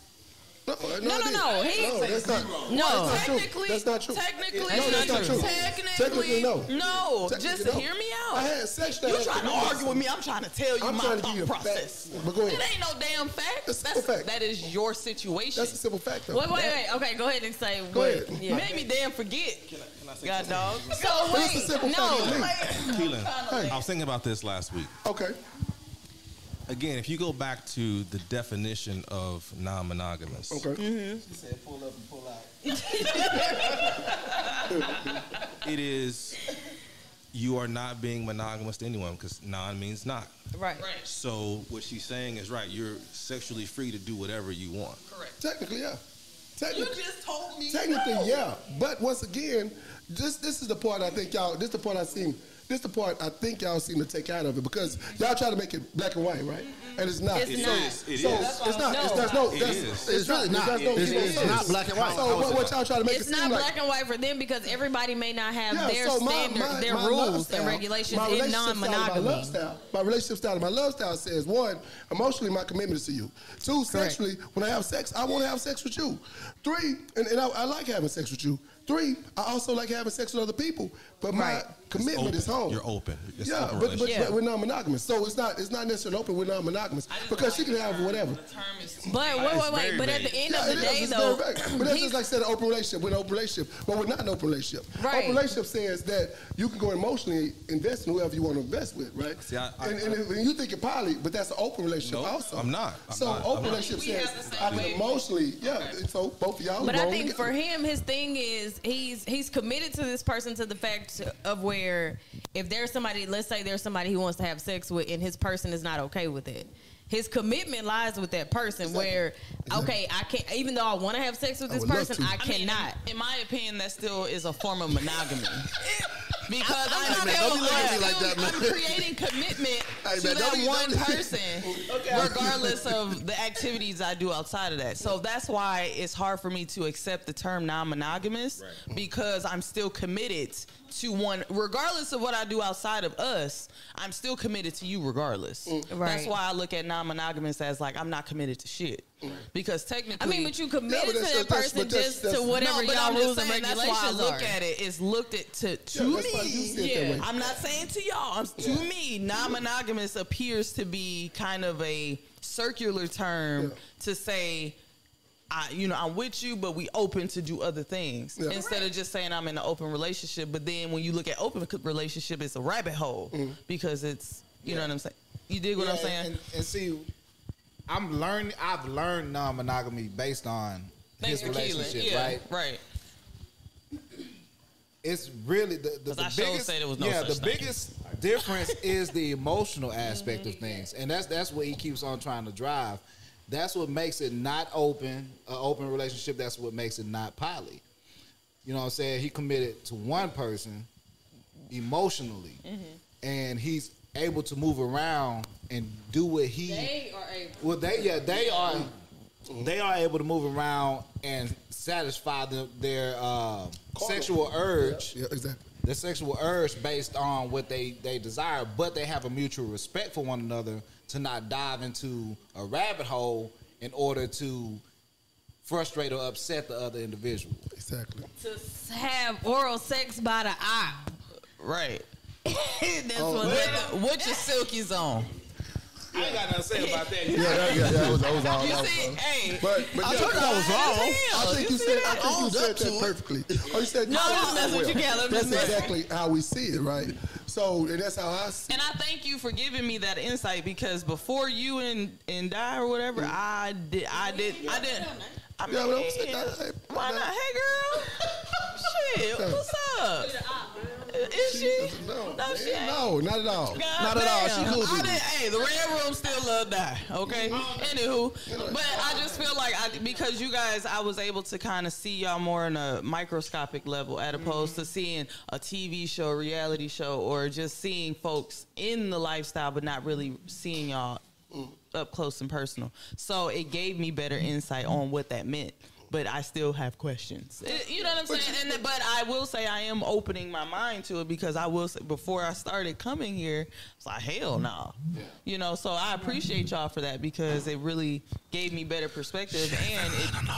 [SPEAKER 2] No,
[SPEAKER 4] No,
[SPEAKER 2] I
[SPEAKER 4] no,
[SPEAKER 2] didn't.
[SPEAKER 4] no, he-
[SPEAKER 2] no, that's not. that's
[SPEAKER 4] No.
[SPEAKER 2] not true.
[SPEAKER 7] technically,
[SPEAKER 2] That's not true.
[SPEAKER 7] Technically,
[SPEAKER 2] no, that's not true.
[SPEAKER 7] Technically,
[SPEAKER 2] Technically, no.
[SPEAKER 7] No,
[SPEAKER 2] Technically,
[SPEAKER 7] just
[SPEAKER 2] no.
[SPEAKER 7] hear me out.
[SPEAKER 2] I had sex. that
[SPEAKER 7] You
[SPEAKER 2] had
[SPEAKER 7] trying to
[SPEAKER 2] do
[SPEAKER 7] argue
[SPEAKER 2] with
[SPEAKER 7] with me? I'm trying to tell you
[SPEAKER 2] I'm
[SPEAKER 7] my
[SPEAKER 2] trying to
[SPEAKER 7] thought
[SPEAKER 2] give you a fact,
[SPEAKER 7] process.
[SPEAKER 2] but go ahead.
[SPEAKER 7] It ain't no damn fact.
[SPEAKER 2] It's a simple fact.
[SPEAKER 7] That is your situation.
[SPEAKER 2] That's a simple fact, though.
[SPEAKER 4] Wait, wait, wait. Okay, go ahead and say.
[SPEAKER 2] Go
[SPEAKER 4] what-
[SPEAKER 2] ahead.
[SPEAKER 4] Yeah.
[SPEAKER 7] Made me damn forget. God dog.
[SPEAKER 4] So
[SPEAKER 2] But it's a
[SPEAKER 4] wait,
[SPEAKER 2] simple
[SPEAKER 4] no.
[SPEAKER 2] fact to me.
[SPEAKER 5] Keelan, I was thinking about this last week.
[SPEAKER 2] Okay.
[SPEAKER 5] Again, if you go back to the definition of non-monogamous,
[SPEAKER 2] Okay.
[SPEAKER 5] it is you are not being monogamous to anyone because non means not.
[SPEAKER 4] Right.
[SPEAKER 7] Right.
[SPEAKER 5] So what she's saying is right. You're sexually free to do whatever you want.
[SPEAKER 7] Correct.
[SPEAKER 2] Technically, yeah.
[SPEAKER 7] You
[SPEAKER 2] Technically,
[SPEAKER 7] just told me.
[SPEAKER 2] technically,
[SPEAKER 7] no.
[SPEAKER 2] yeah. But once again, this this is the part I think y'all. This the part I seen. This the part I think y'all seem to take out of it because y'all try to make it black and white, right? And it's not.
[SPEAKER 4] It's
[SPEAKER 5] It
[SPEAKER 4] not.
[SPEAKER 5] is. It
[SPEAKER 2] So
[SPEAKER 5] is.
[SPEAKER 2] it's not. It's, there's no.
[SPEAKER 5] It
[SPEAKER 2] that's,
[SPEAKER 5] is.
[SPEAKER 2] It's,
[SPEAKER 6] It's really not.
[SPEAKER 2] There's no
[SPEAKER 6] It's-
[SPEAKER 2] zero
[SPEAKER 6] it's
[SPEAKER 2] sum.
[SPEAKER 6] not black and white.
[SPEAKER 2] So what, what y'all try to make
[SPEAKER 4] It's
[SPEAKER 2] it seem
[SPEAKER 4] not
[SPEAKER 2] like?
[SPEAKER 4] black and white for them because everybody may not have
[SPEAKER 2] Yeah,
[SPEAKER 4] their
[SPEAKER 2] so my-
[SPEAKER 4] standard,
[SPEAKER 2] my-
[SPEAKER 4] their
[SPEAKER 2] my
[SPEAKER 4] rules
[SPEAKER 2] lifestyle-
[SPEAKER 4] and regulations
[SPEAKER 2] my
[SPEAKER 4] in
[SPEAKER 2] relationship style and my
[SPEAKER 4] non-monogamy.
[SPEAKER 2] love style- My relationship style and my love style says one, emotionally, my commitment is to you. Two, sexually, when I have sex, I want to have sex with you. Three, and, and I, I like having sex with you. Three, I also like having sex with other people, but my
[SPEAKER 4] Right.
[SPEAKER 2] commitment
[SPEAKER 5] It's
[SPEAKER 2] is home.
[SPEAKER 5] open. You're open. It's
[SPEAKER 2] yeah,
[SPEAKER 5] open
[SPEAKER 2] but, but,
[SPEAKER 5] relationship.
[SPEAKER 2] but we're non-monogamous, so it's not it's not necessarily open. We're non-monogamous
[SPEAKER 7] I just
[SPEAKER 2] because she
[SPEAKER 7] like
[SPEAKER 2] can
[SPEAKER 7] the
[SPEAKER 2] have
[SPEAKER 7] term.
[SPEAKER 2] whatever.
[SPEAKER 7] The term is too
[SPEAKER 4] But
[SPEAKER 7] vague.
[SPEAKER 4] wait, wait, wait.
[SPEAKER 5] very
[SPEAKER 4] But at
[SPEAKER 5] vague.
[SPEAKER 4] the end
[SPEAKER 2] Yeah,
[SPEAKER 4] of the
[SPEAKER 2] it is.
[SPEAKER 4] day,
[SPEAKER 2] It's
[SPEAKER 4] though,
[SPEAKER 2] very vague. but that's
[SPEAKER 4] he's-
[SPEAKER 2] just like said an open relationship. We're an open relationship, but we're not an open relationship.
[SPEAKER 4] Right.
[SPEAKER 2] Open relationship says that you can go emotionally invest in whoever you want to invest with, right?
[SPEAKER 5] See, I- I-
[SPEAKER 2] and, and, and you think of poly, but that's an open relationship
[SPEAKER 5] No,
[SPEAKER 2] also.
[SPEAKER 5] I'm not. I'm
[SPEAKER 2] so
[SPEAKER 5] not.
[SPEAKER 2] open
[SPEAKER 5] I'm not.
[SPEAKER 2] relationship
[SPEAKER 7] We have
[SPEAKER 2] says
[SPEAKER 7] the same
[SPEAKER 2] I can
[SPEAKER 7] wavelength.
[SPEAKER 2] emotionally, yeah. So both of y'all.
[SPEAKER 4] But I
[SPEAKER 2] grown
[SPEAKER 4] think
[SPEAKER 2] together.
[SPEAKER 4] for him, his thing is he's he's committed to this person to the fact of where where if there's somebody, let's say there's somebody he wants to have sex with, and his person is not okay with it. His commitment lies with that person. Where okay, I can't. Even though I want to have sex with this
[SPEAKER 2] would love
[SPEAKER 4] person,
[SPEAKER 2] to.
[SPEAKER 4] I,
[SPEAKER 7] I mean,
[SPEAKER 4] cannot.
[SPEAKER 7] in, in my opinion, that still is a form of monogamy. because
[SPEAKER 4] I'm- I'm
[SPEAKER 7] I'm,
[SPEAKER 4] not-
[SPEAKER 7] still-
[SPEAKER 4] don't be looking at
[SPEAKER 7] I'm
[SPEAKER 4] me
[SPEAKER 6] like that,
[SPEAKER 7] still-
[SPEAKER 6] man.
[SPEAKER 7] I'm creating commitment
[SPEAKER 6] Hey,
[SPEAKER 7] to
[SPEAKER 6] man,
[SPEAKER 7] that
[SPEAKER 6] don't-
[SPEAKER 7] one
[SPEAKER 6] don't-
[SPEAKER 7] person, regardless of the activities I do outside of that. So that's why it's hard for me to accept the term non-monogamous because I'm still committed to one, regardless of what I do outside of us. I'm still committed to you, regardless.
[SPEAKER 6] Mm.
[SPEAKER 7] That's
[SPEAKER 4] Right.
[SPEAKER 7] why I look at non-monogamous as like I'm not committed to shit
[SPEAKER 6] Mm.
[SPEAKER 7] because technically,
[SPEAKER 4] I mean, but you
[SPEAKER 2] Yeah,
[SPEAKER 4] committed
[SPEAKER 2] but that's-
[SPEAKER 4] to that
[SPEAKER 2] that's-
[SPEAKER 4] person
[SPEAKER 2] but that's-
[SPEAKER 4] just
[SPEAKER 2] that's-
[SPEAKER 4] to whatever
[SPEAKER 7] no, but
[SPEAKER 4] y'all
[SPEAKER 7] I'm just
[SPEAKER 4] rules and
[SPEAKER 7] saying
[SPEAKER 4] regulations
[SPEAKER 7] That's why I look
[SPEAKER 4] are.
[SPEAKER 7] at it. It's looked at to to
[SPEAKER 2] Yeah, that's why you see
[SPEAKER 7] me.
[SPEAKER 2] it that way.
[SPEAKER 7] I'm not saying to y'all. I'm, to me, non-monogamous appears to be kind of a circular term
[SPEAKER 2] Yeah.
[SPEAKER 7] to say. I, you know, I'm with you, but we open to do other things
[SPEAKER 2] Yeah.
[SPEAKER 7] instead of just saying I'm in an open relationship. But then when you look at open co- relationship, it's a rabbit hole
[SPEAKER 2] Mm-hmm.
[SPEAKER 7] because it's, you know what I'm saying. You dig what I'm
[SPEAKER 3] Yeah,
[SPEAKER 7] saying?
[SPEAKER 3] And, and see, I'm learning. I've learned non-monogamy based on
[SPEAKER 7] Thanks
[SPEAKER 3] his
[SPEAKER 7] for Keelan.
[SPEAKER 3] relationship,
[SPEAKER 7] Yeah,
[SPEAKER 3] right?
[SPEAKER 7] Right.
[SPEAKER 3] It's really the the,
[SPEAKER 7] 'Cause
[SPEAKER 3] the
[SPEAKER 7] I sure
[SPEAKER 3] biggest.
[SPEAKER 7] said there was no
[SPEAKER 3] yeah,
[SPEAKER 7] such
[SPEAKER 3] the
[SPEAKER 7] thing.
[SPEAKER 3] biggest difference is the emotional aspect
[SPEAKER 7] Mm-hmm.
[SPEAKER 3] of things, and that's that's what he keeps on trying to drive. That's what makes it not open, an open relationship. That's what makes it not poly. You know what I'm saying? He committed to one person emotionally, and he's able to move around and do what he
[SPEAKER 4] are able.
[SPEAKER 3] Well, they yeah they are they are able to move around and satisfy the, their uh, sexual urge,
[SPEAKER 2] Yeah, exactly.
[SPEAKER 3] their sexual urge based on what they they desire, but they have a mutual respect for one another to not dive into a rabbit hole in order to frustrate or upset the other individual.
[SPEAKER 2] Exactly.
[SPEAKER 4] To have oral sex by the eye.
[SPEAKER 7] Right.
[SPEAKER 4] That's
[SPEAKER 2] Oh,
[SPEAKER 4] what.
[SPEAKER 7] With, with your silky zone.
[SPEAKER 3] I ain't got nothing to say about that.
[SPEAKER 9] Yeah, that, yeah, that was, that was
[SPEAKER 2] Oh,
[SPEAKER 9] all.
[SPEAKER 7] You
[SPEAKER 9] that was
[SPEAKER 7] see,
[SPEAKER 9] all.
[SPEAKER 7] hey,
[SPEAKER 9] But, but
[SPEAKER 7] I
[SPEAKER 9] yeah,
[SPEAKER 7] told you I was wrong.
[SPEAKER 2] I think you, said I think you
[SPEAKER 9] Owned
[SPEAKER 2] said
[SPEAKER 9] up to
[SPEAKER 2] that
[SPEAKER 9] it.
[SPEAKER 2] perfectly. Oh, you said
[SPEAKER 7] No, I'm just messing with you, Caleb. I'm
[SPEAKER 2] That's
[SPEAKER 7] just messing.
[SPEAKER 2] exactly how we see it, right? So, and that's how I see.
[SPEAKER 7] And I thank you for giving me that insight because before you and and die or whatever, I did, I did, I didn't. I mean,
[SPEAKER 2] Yeah, but I'm saying, I- I-
[SPEAKER 7] why not? Hey, girl. Shit, what's up? Is she?
[SPEAKER 2] it. No,
[SPEAKER 7] No, she ain't.
[SPEAKER 2] no, not at all.
[SPEAKER 7] God
[SPEAKER 2] Oh, not at all.
[SPEAKER 7] damn.
[SPEAKER 2] She cool.
[SPEAKER 7] I
[SPEAKER 2] with
[SPEAKER 7] did,
[SPEAKER 2] it.
[SPEAKER 7] hey, the red room still love die. Okay.
[SPEAKER 2] Mm-hmm.
[SPEAKER 7] Anywho, but I just feel like I because you guys, I was able to kind of see y'all more on a microscopic level,
[SPEAKER 2] Mm-hmm.
[SPEAKER 7] as opposed to seeing a TV show, reality show, or just seeing folks in the lifestyle, but not really seeing y'all up close and personal. So it gave me better insight on what that meant. But I still have questions. Eh, You know what I'm saying? And th- but I will say I am opening my mind to it because I will say before I started coming here, it's like hell no. You know, so I appreciate y'all for that because it really gave me better perspective and it,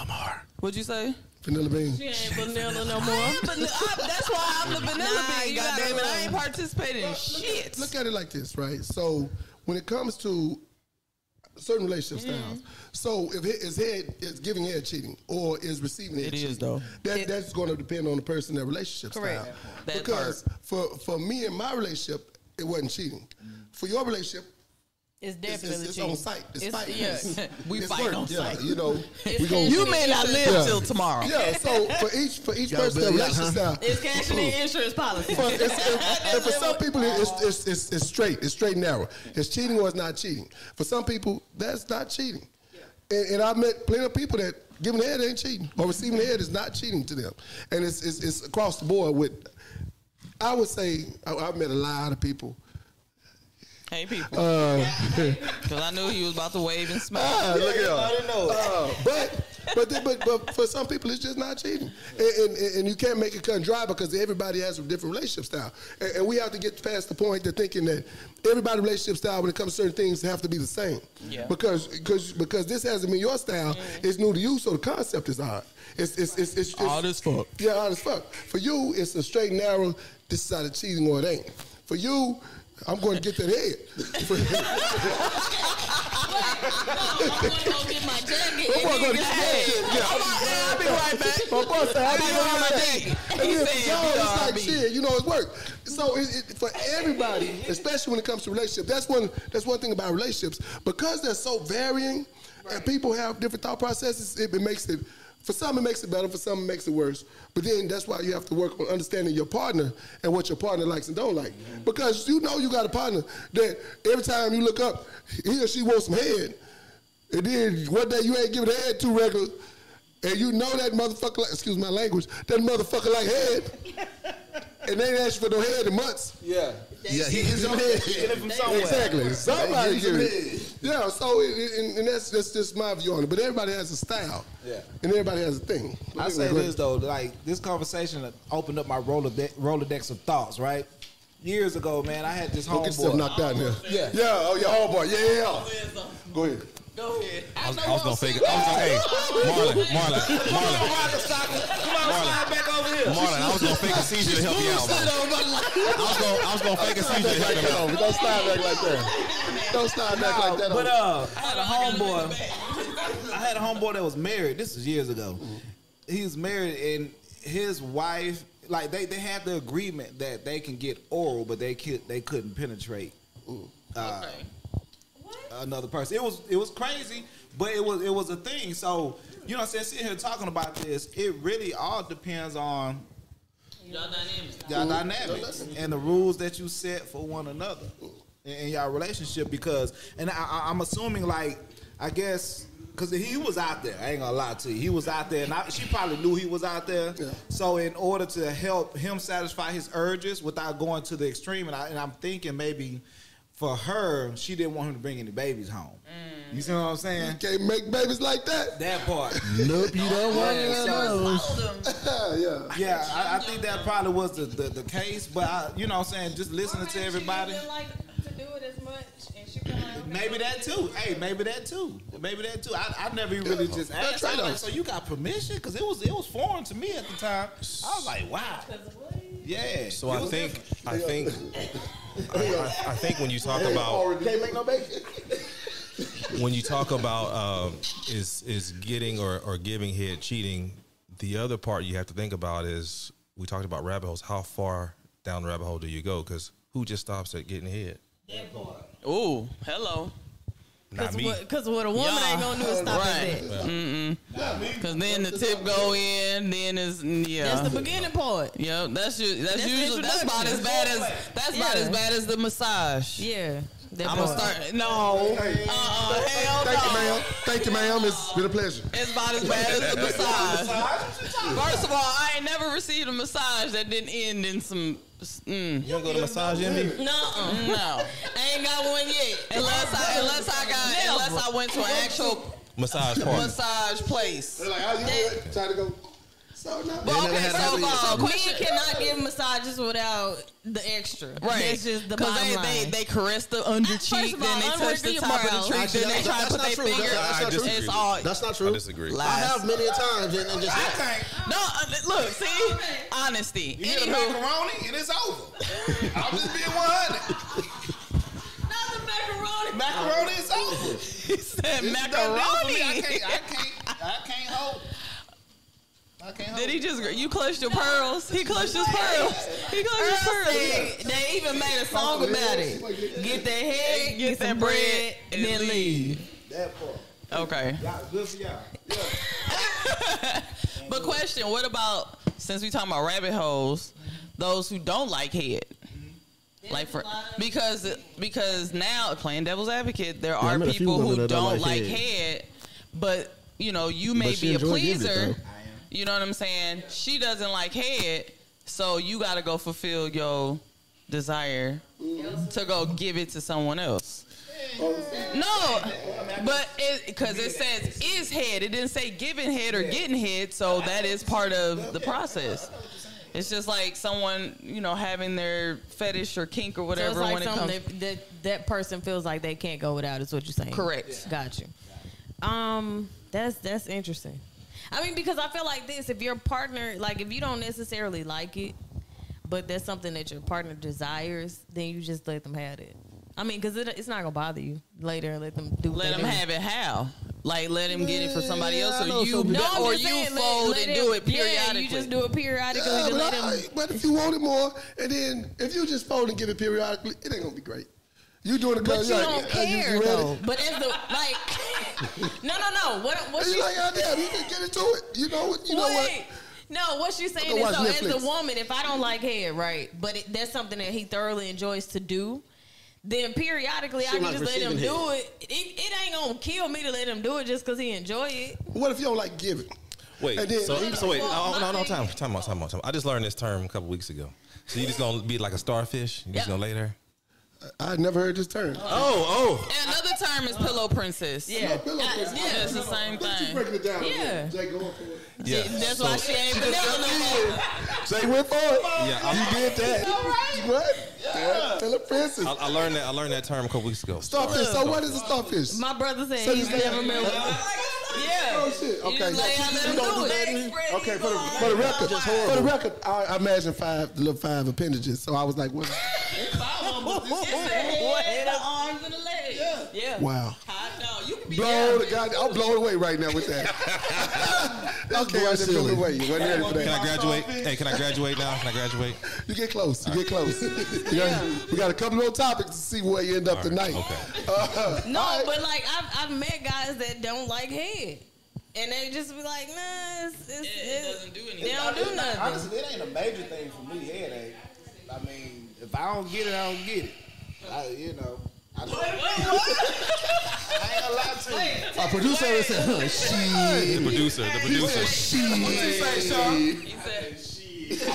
[SPEAKER 7] what'd you say?
[SPEAKER 2] Vanilla bean.
[SPEAKER 4] She ain't vanilla no more.
[SPEAKER 7] I am vanilla. I, that's why I'm the vanilla
[SPEAKER 4] Nah,
[SPEAKER 7] bean.
[SPEAKER 4] you gotta
[SPEAKER 7] Goddamn it, I
[SPEAKER 4] run.
[SPEAKER 7] ain't participating in
[SPEAKER 2] Look
[SPEAKER 7] shit.
[SPEAKER 2] At, look at it like this, right? So when it comes to certain relationship
[SPEAKER 4] Mm-hmm.
[SPEAKER 2] styles, so if it is head is giving head cheating or is receiving head
[SPEAKER 7] It is,
[SPEAKER 2] cheating,
[SPEAKER 7] though.
[SPEAKER 2] That, that's going to depend on the person, their relationship
[SPEAKER 4] Correct.
[SPEAKER 2] style.
[SPEAKER 7] That
[SPEAKER 2] because for for me and my relationship, it wasn't cheating.
[SPEAKER 7] Mm-hmm.
[SPEAKER 2] For your relationship.
[SPEAKER 4] It's
[SPEAKER 2] It's,
[SPEAKER 4] definitely
[SPEAKER 2] it's, it's
[SPEAKER 4] cheating.
[SPEAKER 2] on site. It's,
[SPEAKER 4] It's-
[SPEAKER 2] fighting.
[SPEAKER 4] yeah.
[SPEAKER 2] It's-
[SPEAKER 7] We
[SPEAKER 2] it's
[SPEAKER 7] fight
[SPEAKER 2] work.
[SPEAKER 7] on
[SPEAKER 2] yeah,
[SPEAKER 7] site.
[SPEAKER 2] You know, we
[SPEAKER 4] cashing
[SPEAKER 2] gon'
[SPEAKER 4] in
[SPEAKER 7] You may not
[SPEAKER 4] insurance-
[SPEAKER 7] live
[SPEAKER 2] Yeah.
[SPEAKER 7] till tomorrow. Uh-huh.
[SPEAKER 2] yeah. So for each for each person, their
[SPEAKER 9] build up,
[SPEAKER 2] relationship style.
[SPEAKER 4] It's cashing in insurance policy.
[SPEAKER 2] for, it's, it's- and for some people, it's, it's, it's, it's straight. It's straight and narrow. It's cheating or it's not cheating. For some people, that's not cheating. And, and I've met plenty of people that giving head ain't cheating or receiving head is not cheating to them. And it's, it's, it's across the board with, I would say, I, I've met a lot of people.
[SPEAKER 7] Hey people, because I knew he was about to wave and smile.
[SPEAKER 2] Ah, look at
[SPEAKER 3] I didn't know.
[SPEAKER 7] Oh.
[SPEAKER 2] Uh, but but then- but but for some people it's just not cheating, and and, and you can't make it cut and dry because everybody has a different relationship style, and, and we have to get past the point of thinking that everybody relationship style when it comes to certain things have to be the same.
[SPEAKER 7] Yeah.
[SPEAKER 2] Because because because this hasn't been your style, it's new to you, so the concept is odd. It's it's it's, it's, it's
[SPEAKER 7] Odd as fuck.
[SPEAKER 2] Yeah, odd as fuck. For you, it's a straight and narrow. This is how the cheating or it ain't. For you. I'm going to get that head. For-
[SPEAKER 4] I'm gonna go get my jacket.
[SPEAKER 2] I'm going to get
[SPEAKER 4] and then-
[SPEAKER 2] that head. Yeah.
[SPEAKER 7] I'll be right back.
[SPEAKER 2] My boss said, I
[SPEAKER 7] Be
[SPEAKER 2] didn't
[SPEAKER 7] on my
[SPEAKER 2] know
[SPEAKER 7] dick.
[SPEAKER 2] that.
[SPEAKER 7] He
[SPEAKER 2] And then
[SPEAKER 7] said,
[SPEAKER 2] y'all, it's like
[SPEAKER 7] "BRB."
[SPEAKER 2] shit, you know, it's work. So it, it, for everybody, especially when it comes to relationships, that's one that's one thing about relationships because they're so varying, and people have different thought processes. It, it makes it For some, it makes it better. For some, it makes it worse. But then that's why you have to work on understanding your partner and what your partner likes and don't like.
[SPEAKER 7] Mm-hmm.
[SPEAKER 2] Because you know you got a partner that every time you look up, he or she wants some head. And then one day you ain't giving head two regular, and you know that motherfucker, like, excuse my language, that motherfucker like head. And they ain't asked for no head in months.
[SPEAKER 9] Yeah. Yeah, he is on
[SPEAKER 3] from
[SPEAKER 9] head.
[SPEAKER 3] somewhere.
[SPEAKER 2] Exactly. Somebody
[SPEAKER 9] They give
[SPEAKER 2] give
[SPEAKER 9] you
[SPEAKER 2] it. Yeah, so it, it- and, and that's, that's just my view on it. But everybody has a style.
[SPEAKER 9] Yeah.
[SPEAKER 2] And everybody has a thing.
[SPEAKER 3] I say this though, like this conversation opened up my Rolodex, Rolodex of thoughts, right? Years ago, man, I had this
[SPEAKER 2] Don't get yourself
[SPEAKER 3] homeboy.
[SPEAKER 2] knocked out in here.
[SPEAKER 9] Yeah.
[SPEAKER 2] Yeah, oh, yeah, homeboy. Yeah, yeah, yeah. Go ahead.
[SPEAKER 7] Go ahead.
[SPEAKER 5] I was, I was gonna fake it. I was gonna, hey, Marlon, Marlon, Marlon, Marlon,
[SPEAKER 3] back over here.
[SPEAKER 5] Marlon, I was gonna fake a seizure to help you out. man. I was gonna, I was gonna fake a seizure to help him out.
[SPEAKER 9] Don't don't slide back like that. Don't slide back like that.
[SPEAKER 3] But
[SPEAKER 9] on-
[SPEAKER 3] uh, I had a homeboy. I had a homeboy that was married. This was years ago. He was married, and his wife, like they, they had the agreement that they can get oral, but they could they couldn't penetrate uh, another person. It was it was crazy, but it was it was a thing. So you know, what I'm saying sitting here talking about this, it really all depends on y'all
[SPEAKER 9] Mm-hmm.
[SPEAKER 3] dynamics and the rules that you set for one another in, in y'all relationship because and I, I, I'm assuming like I guess because he was out there I ain't gonna lie to you he was out there and I, she probably knew he was out there so in order to help him satisfy his urges without going to the extreme and, I, and I'm thinking maybe for her she didn't want him to bring any babies home you see what I'm
[SPEAKER 9] uh,
[SPEAKER 3] saying
[SPEAKER 2] Can't make babies like that.
[SPEAKER 3] that part
[SPEAKER 9] Nope, you don't want
[SPEAKER 3] Yeah,
[SPEAKER 9] none
[SPEAKER 3] so-
[SPEAKER 9] of those.
[SPEAKER 2] yeah.
[SPEAKER 3] yeah I, I think that probably was the, the, the case but I, you know what I'm saying just listening to everybody Maybe that too. Hey, maybe that too. Maybe that too. I, I never really just asked. I was like, so you got permission? Because it was it was foreign to me at the time. I was like, wow. Yeah.
[SPEAKER 5] So
[SPEAKER 3] It
[SPEAKER 5] I
[SPEAKER 3] was
[SPEAKER 5] think,
[SPEAKER 3] different.
[SPEAKER 5] I think, I, I, I think when you talk about
[SPEAKER 9] Can't make no bacon.
[SPEAKER 5] when you talk about um, is is getting or, or giving head cheating, the other part you have to think about is we talked about rabbit holes. How far down the rabbit hole do you go? Because who just stops at getting head?
[SPEAKER 7] Ooh, hello.
[SPEAKER 5] Not me.
[SPEAKER 4] Because what, a woman ain't gonna do is stop at
[SPEAKER 7] Right.
[SPEAKER 4] that.
[SPEAKER 2] Oh.
[SPEAKER 7] Cause then the tip go in, then it's yeah.
[SPEAKER 4] That's the beginning part.
[SPEAKER 7] Yep, that's you. That's,
[SPEAKER 4] That's the
[SPEAKER 7] usually that's about as bad as that's about
[SPEAKER 4] Yeah.
[SPEAKER 7] as bad as the massage.
[SPEAKER 4] Yeah. That
[SPEAKER 7] I'm gonna
[SPEAKER 4] part.
[SPEAKER 7] start. No, uh, hell
[SPEAKER 2] Thank you,
[SPEAKER 7] no.
[SPEAKER 2] ma'am. Thank you, ma'am. It's been a pleasure.
[SPEAKER 7] It's about as bad as the massage.
[SPEAKER 2] uh,
[SPEAKER 7] First of all, I ain't never received a massage that didn't end in some. Mm,
[SPEAKER 5] You don't go to massage envy.
[SPEAKER 4] No.
[SPEAKER 7] no,
[SPEAKER 4] I ain't got one yet.
[SPEAKER 7] unless I unless I got unless I went to an actual
[SPEAKER 5] Massage party.
[SPEAKER 7] massage place.
[SPEAKER 2] Like, how you doing? Try to go. So now.
[SPEAKER 7] But okay, so uh,
[SPEAKER 4] Men
[SPEAKER 7] question,
[SPEAKER 4] cannot give massages without the extra.
[SPEAKER 7] right?
[SPEAKER 4] That's just the
[SPEAKER 7] 'Cause
[SPEAKER 4] bottom
[SPEAKER 7] they,
[SPEAKER 4] line.
[SPEAKER 7] They, they caress the under
[SPEAKER 4] First
[SPEAKER 7] cheek,
[SPEAKER 4] of all,
[SPEAKER 7] then they touch the
[SPEAKER 4] unworthy
[SPEAKER 7] top of
[SPEAKER 4] eyebrows.
[SPEAKER 7] the cheek,
[SPEAKER 6] Actually,
[SPEAKER 7] then they
[SPEAKER 6] that's-
[SPEAKER 7] try to
[SPEAKER 6] that's
[SPEAKER 7] put
[SPEAKER 6] not
[SPEAKER 7] their
[SPEAKER 6] true. That's-
[SPEAKER 7] finger.
[SPEAKER 5] that's not true.
[SPEAKER 7] It's all
[SPEAKER 6] That's not true.
[SPEAKER 5] I disagree.
[SPEAKER 7] lies.
[SPEAKER 6] I have many a times and, and just
[SPEAKER 3] I can't.
[SPEAKER 7] No, uh, look, see, honesty.
[SPEAKER 3] You get a
[SPEAKER 7] Anywho,
[SPEAKER 3] macaroni and it's over. I'm just being 100.
[SPEAKER 4] Not the macaroni.
[SPEAKER 3] Macaroni is over.
[SPEAKER 7] he said
[SPEAKER 3] Macaroni.
[SPEAKER 7] macaroni.
[SPEAKER 3] I can't. I can't. I can't hold. I can't hold.
[SPEAKER 7] Did he just? You clutched your pearls. He clutched his pearls. He clutched his
[SPEAKER 4] Earl
[SPEAKER 7] pearls.
[SPEAKER 4] said They even made a song about it. Get that head, get,
[SPEAKER 7] that
[SPEAKER 4] that bread, and then leave.
[SPEAKER 3] That part.
[SPEAKER 7] Okay.
[SPEAKER 3] Y'all, good for y'all.
[SPEAKER 7] But question, what about since we talking about rabbit holes, those who don't like head?
[SPEAKER 4] Mm-hmm.
[SPEAKER 7] Like for because because now playing devil's advocate, there
[SPEAKER 6] I
[SPEAKER 7] are
[SPEAKER 6] met a few
[SPEAKER 7] people who
[SPEAKER 6] women that
[SPEAKER 7] don't,
[SPEAKER 6] don't
[SPEAKER 7] like
[SPEAKER 6] like head.
[SPEAKER 7] head, but you know, you may
[SPEAKER 6] she
[SPEAKER 7] be a
[SPEAKER 6] enjoy giving it,
[SPEAKER 7] pleaser.
[SPEAKER 6] though.
[SPEAKER 7] You know what I'm saying? She doesn't like head, so you gotta go fulfill your desire to go give it to someone else. No, but it because it says is head. It didn't say giving head or getting head, so that is part of the process. It's just like someone you know having their fetish or kink or
[SPEAKER 4] So it's
[SPEAKER 7] whatever
[SPEAKER 4] like
[SPEAKER 7] when it
[SPEAKER 4] something
[SPEAKER 7] comes.
[SPEAKER 4] that, that that person feels like they can't go without. Is what you're saying?
[SPEAKER 7] Correct.
[SPEAKER 4] Got you. Um, that's that's interesting. I mean, because I feel like this: if your partner, like, if you don't necessarily like it, but that's something that your partner desires, then you just let them have it. I mean, because it, it's not gonna bother you later. Let them do. what
[SPEAKER 7] let
[SPEAKER 4] they
[SPEAKER 7] him
[SPEAKER 4] do.
[SPEAKER 7] have it how? Like let him get it for somebody else,
[SPEAKER 9] Yeah, I know
[SPEAKER 7] or you
[SPEAKER 9] some
[SPEAKER 4] No, I'm
[SPEAKER 7] or
[SPEAKER 4] just
[SPEAKER 7] you
[SPEAKER 4] saying, let-
[SPEAKER 7] fold
[SPEAKER 4] let
[SPEAKER 7] and
[SPEAKER 4] him-
[SPEAKER 7] do it periodically.
[SPEAKER 4] Yeah, you just do it periodically
[SPEAKER 2] Yeah,
[SPEAKER 4] to
[SPEAKER 2] but,
[SPEAKER 4] let
[SPEAKER 2] I-
[SPEAKER 4] him.
[SPEAKER 2] but if you want it more, and then if you just fold and give it periodically, it ain't gonna be great. You doing it
[SPEAKER 4] But
[SPEAKER 2] because
[SPEAKER 4] you
[SPEAKER 2] like,
[SPEAKER 4] don't
[SPEAKER 2] uh, you- you
[SPEAKER 4] care
[SPEAKER 2] ready?
[SPEAKER 4] though. But as the like, No, no, no. What? What
[SPEAKER 2] It's
[SPEAKER 4] she?
[SPEAKER 2] like, God damn, you can get into it. You know what? You know what?
[SPEAKER 4] Wait. No, what she's saying
[SPEAKER 2] Go
[SPEAKER 4] is, so
[SPEAKER 2] watch Netflix.
[SPEAKER 4] as a woman, if I don't like hair, right, but it, that's something that he thoroughly enjoys to do, then periodically I
[SPEAKER 6] She
[SPEAKER 4] can
[SPEAKER 6] like
[SPEAKER 4] just let him
[SPEAKER 6] receiving
[SPEAKER 4] do it. it. It ain't gonna kill me to let him do it just because he enjoy it.
[SPEAKER 2] What if you don't like giving?
[SPEAKER 5] Wait,
[SPEAKER 2] And then-
[SPEAKER 5] so, so wait,
[SPEAKER 4] Well,
[SPEAKER 5] no, no, no,
[SPEAKER 4] my
[SPEAKER 5] time,
[SPEAKER 4] thing-
[SPEAKER 5] time out, time out, time out. I just learned this term a couple weeks ago. So you just gonna be like a starfish? You just
[SPEAKER 4] Yeah.
[SPEAKER 5] gonna lay there?
[SPEAKER 2] I never heard this term.
[SPEAKER 5] Oh, oh.
[SPEAKER 7] And another term is pillow princess.
[SPEAKER 4] Yeah.
[SPEAKER 2] Pillow princess.
[SPEAKER 7] Yeah, it's the same
[SPEAKER 2] Let's just
[SPEAKER 7] thing.
[SPEAKER 2] break it down.
[SPEAKER 4] Yeah.
[SPEAKER 2] Jay, go on for it.
[SPEAKER 5] Yeah.
[SPEAKER 7] That's why she ain't vanilla no more.
[SPEAKER 2] Jay went for it.
[SPEAKER 5] Yeah, I,
[SPEAKER 2] Did that. What? Yeah. Tell a princess.
[SPEAKER 5] I, I learned that I learned that term a couple weeks ago.
[SPEAKER 2] Starfish. So what is a starfish?
[SPEAKER 4] My brother said
[SPEAKER 2] So
[SPEAKER 4] he's
[SPEAKER 2] just let-
[SPEAKER 4] never been. with-
[SPEAKER 2] Oh
[SPEAKER 4] Yeah.
[SPEAKER 2] shit.
[SPEAKER 4] You
[SPEAKER 2] Okay.
[SPEAKER 4] just lay out, let him
[SPEAKER 6] don't do
[SPEAKER 4] do
[SPEAKER 6] that
[SPEAKER 4] it.
[SPEAKER 6] to me.
[SPEAKER 9] Okay, for the,
[SPEAKER 2] For the record, for the record, I, I imagine five, the little five appendages. So I was like, what?
[SPEAKER 7] Head, the arms, and the legs.
[SPEAKER 4] Yeah.
[SPEAKER 2] Wow.
[SPEAKER 7] Hot dog. You can be
[SPEAKER 2] Blow the god! I'm blown away right now with that. okay, I just blew
[SPEAKER 9] silly.
[SPEAKER 2] away. You wasn't ready for
[SPEAKER 5] Can I
[SPEAKER 2] that.
[SPEAKER 5] graduate? Hey, can I graduate now? Can I graduate?
[SPEAKER 2] You get close. You get close. You got, we got a couple more topics to see where you end up tonight. Uh,
[SPEAKER 5] Okay.
[SPEAKER 4] No,
[SPEAKER 2] All right.
[SPEAKER 4] but like I've, I've met guys that don't like head, and they just be like, nah, it's, it's,
[SPEAKER 7] It
[SPEAKER 4] it's-
[SPEAKER 7] doesn't do
[SPEAKER 4] they
[SPEAKER 7] anything.
[SPEAKER 4] don't do nothing.
[SPEAKER 3] Honestly, it ain't a major thing for me. Headache. I mean, if I don't get it, I don't get it. I, you know. I don't- I ain't gonna lie to you.
[SPEAKER 9] Our producer is said, huh, she.
[SPEAKER 5] The producer, the producer.
[SPEAKER 7] He said,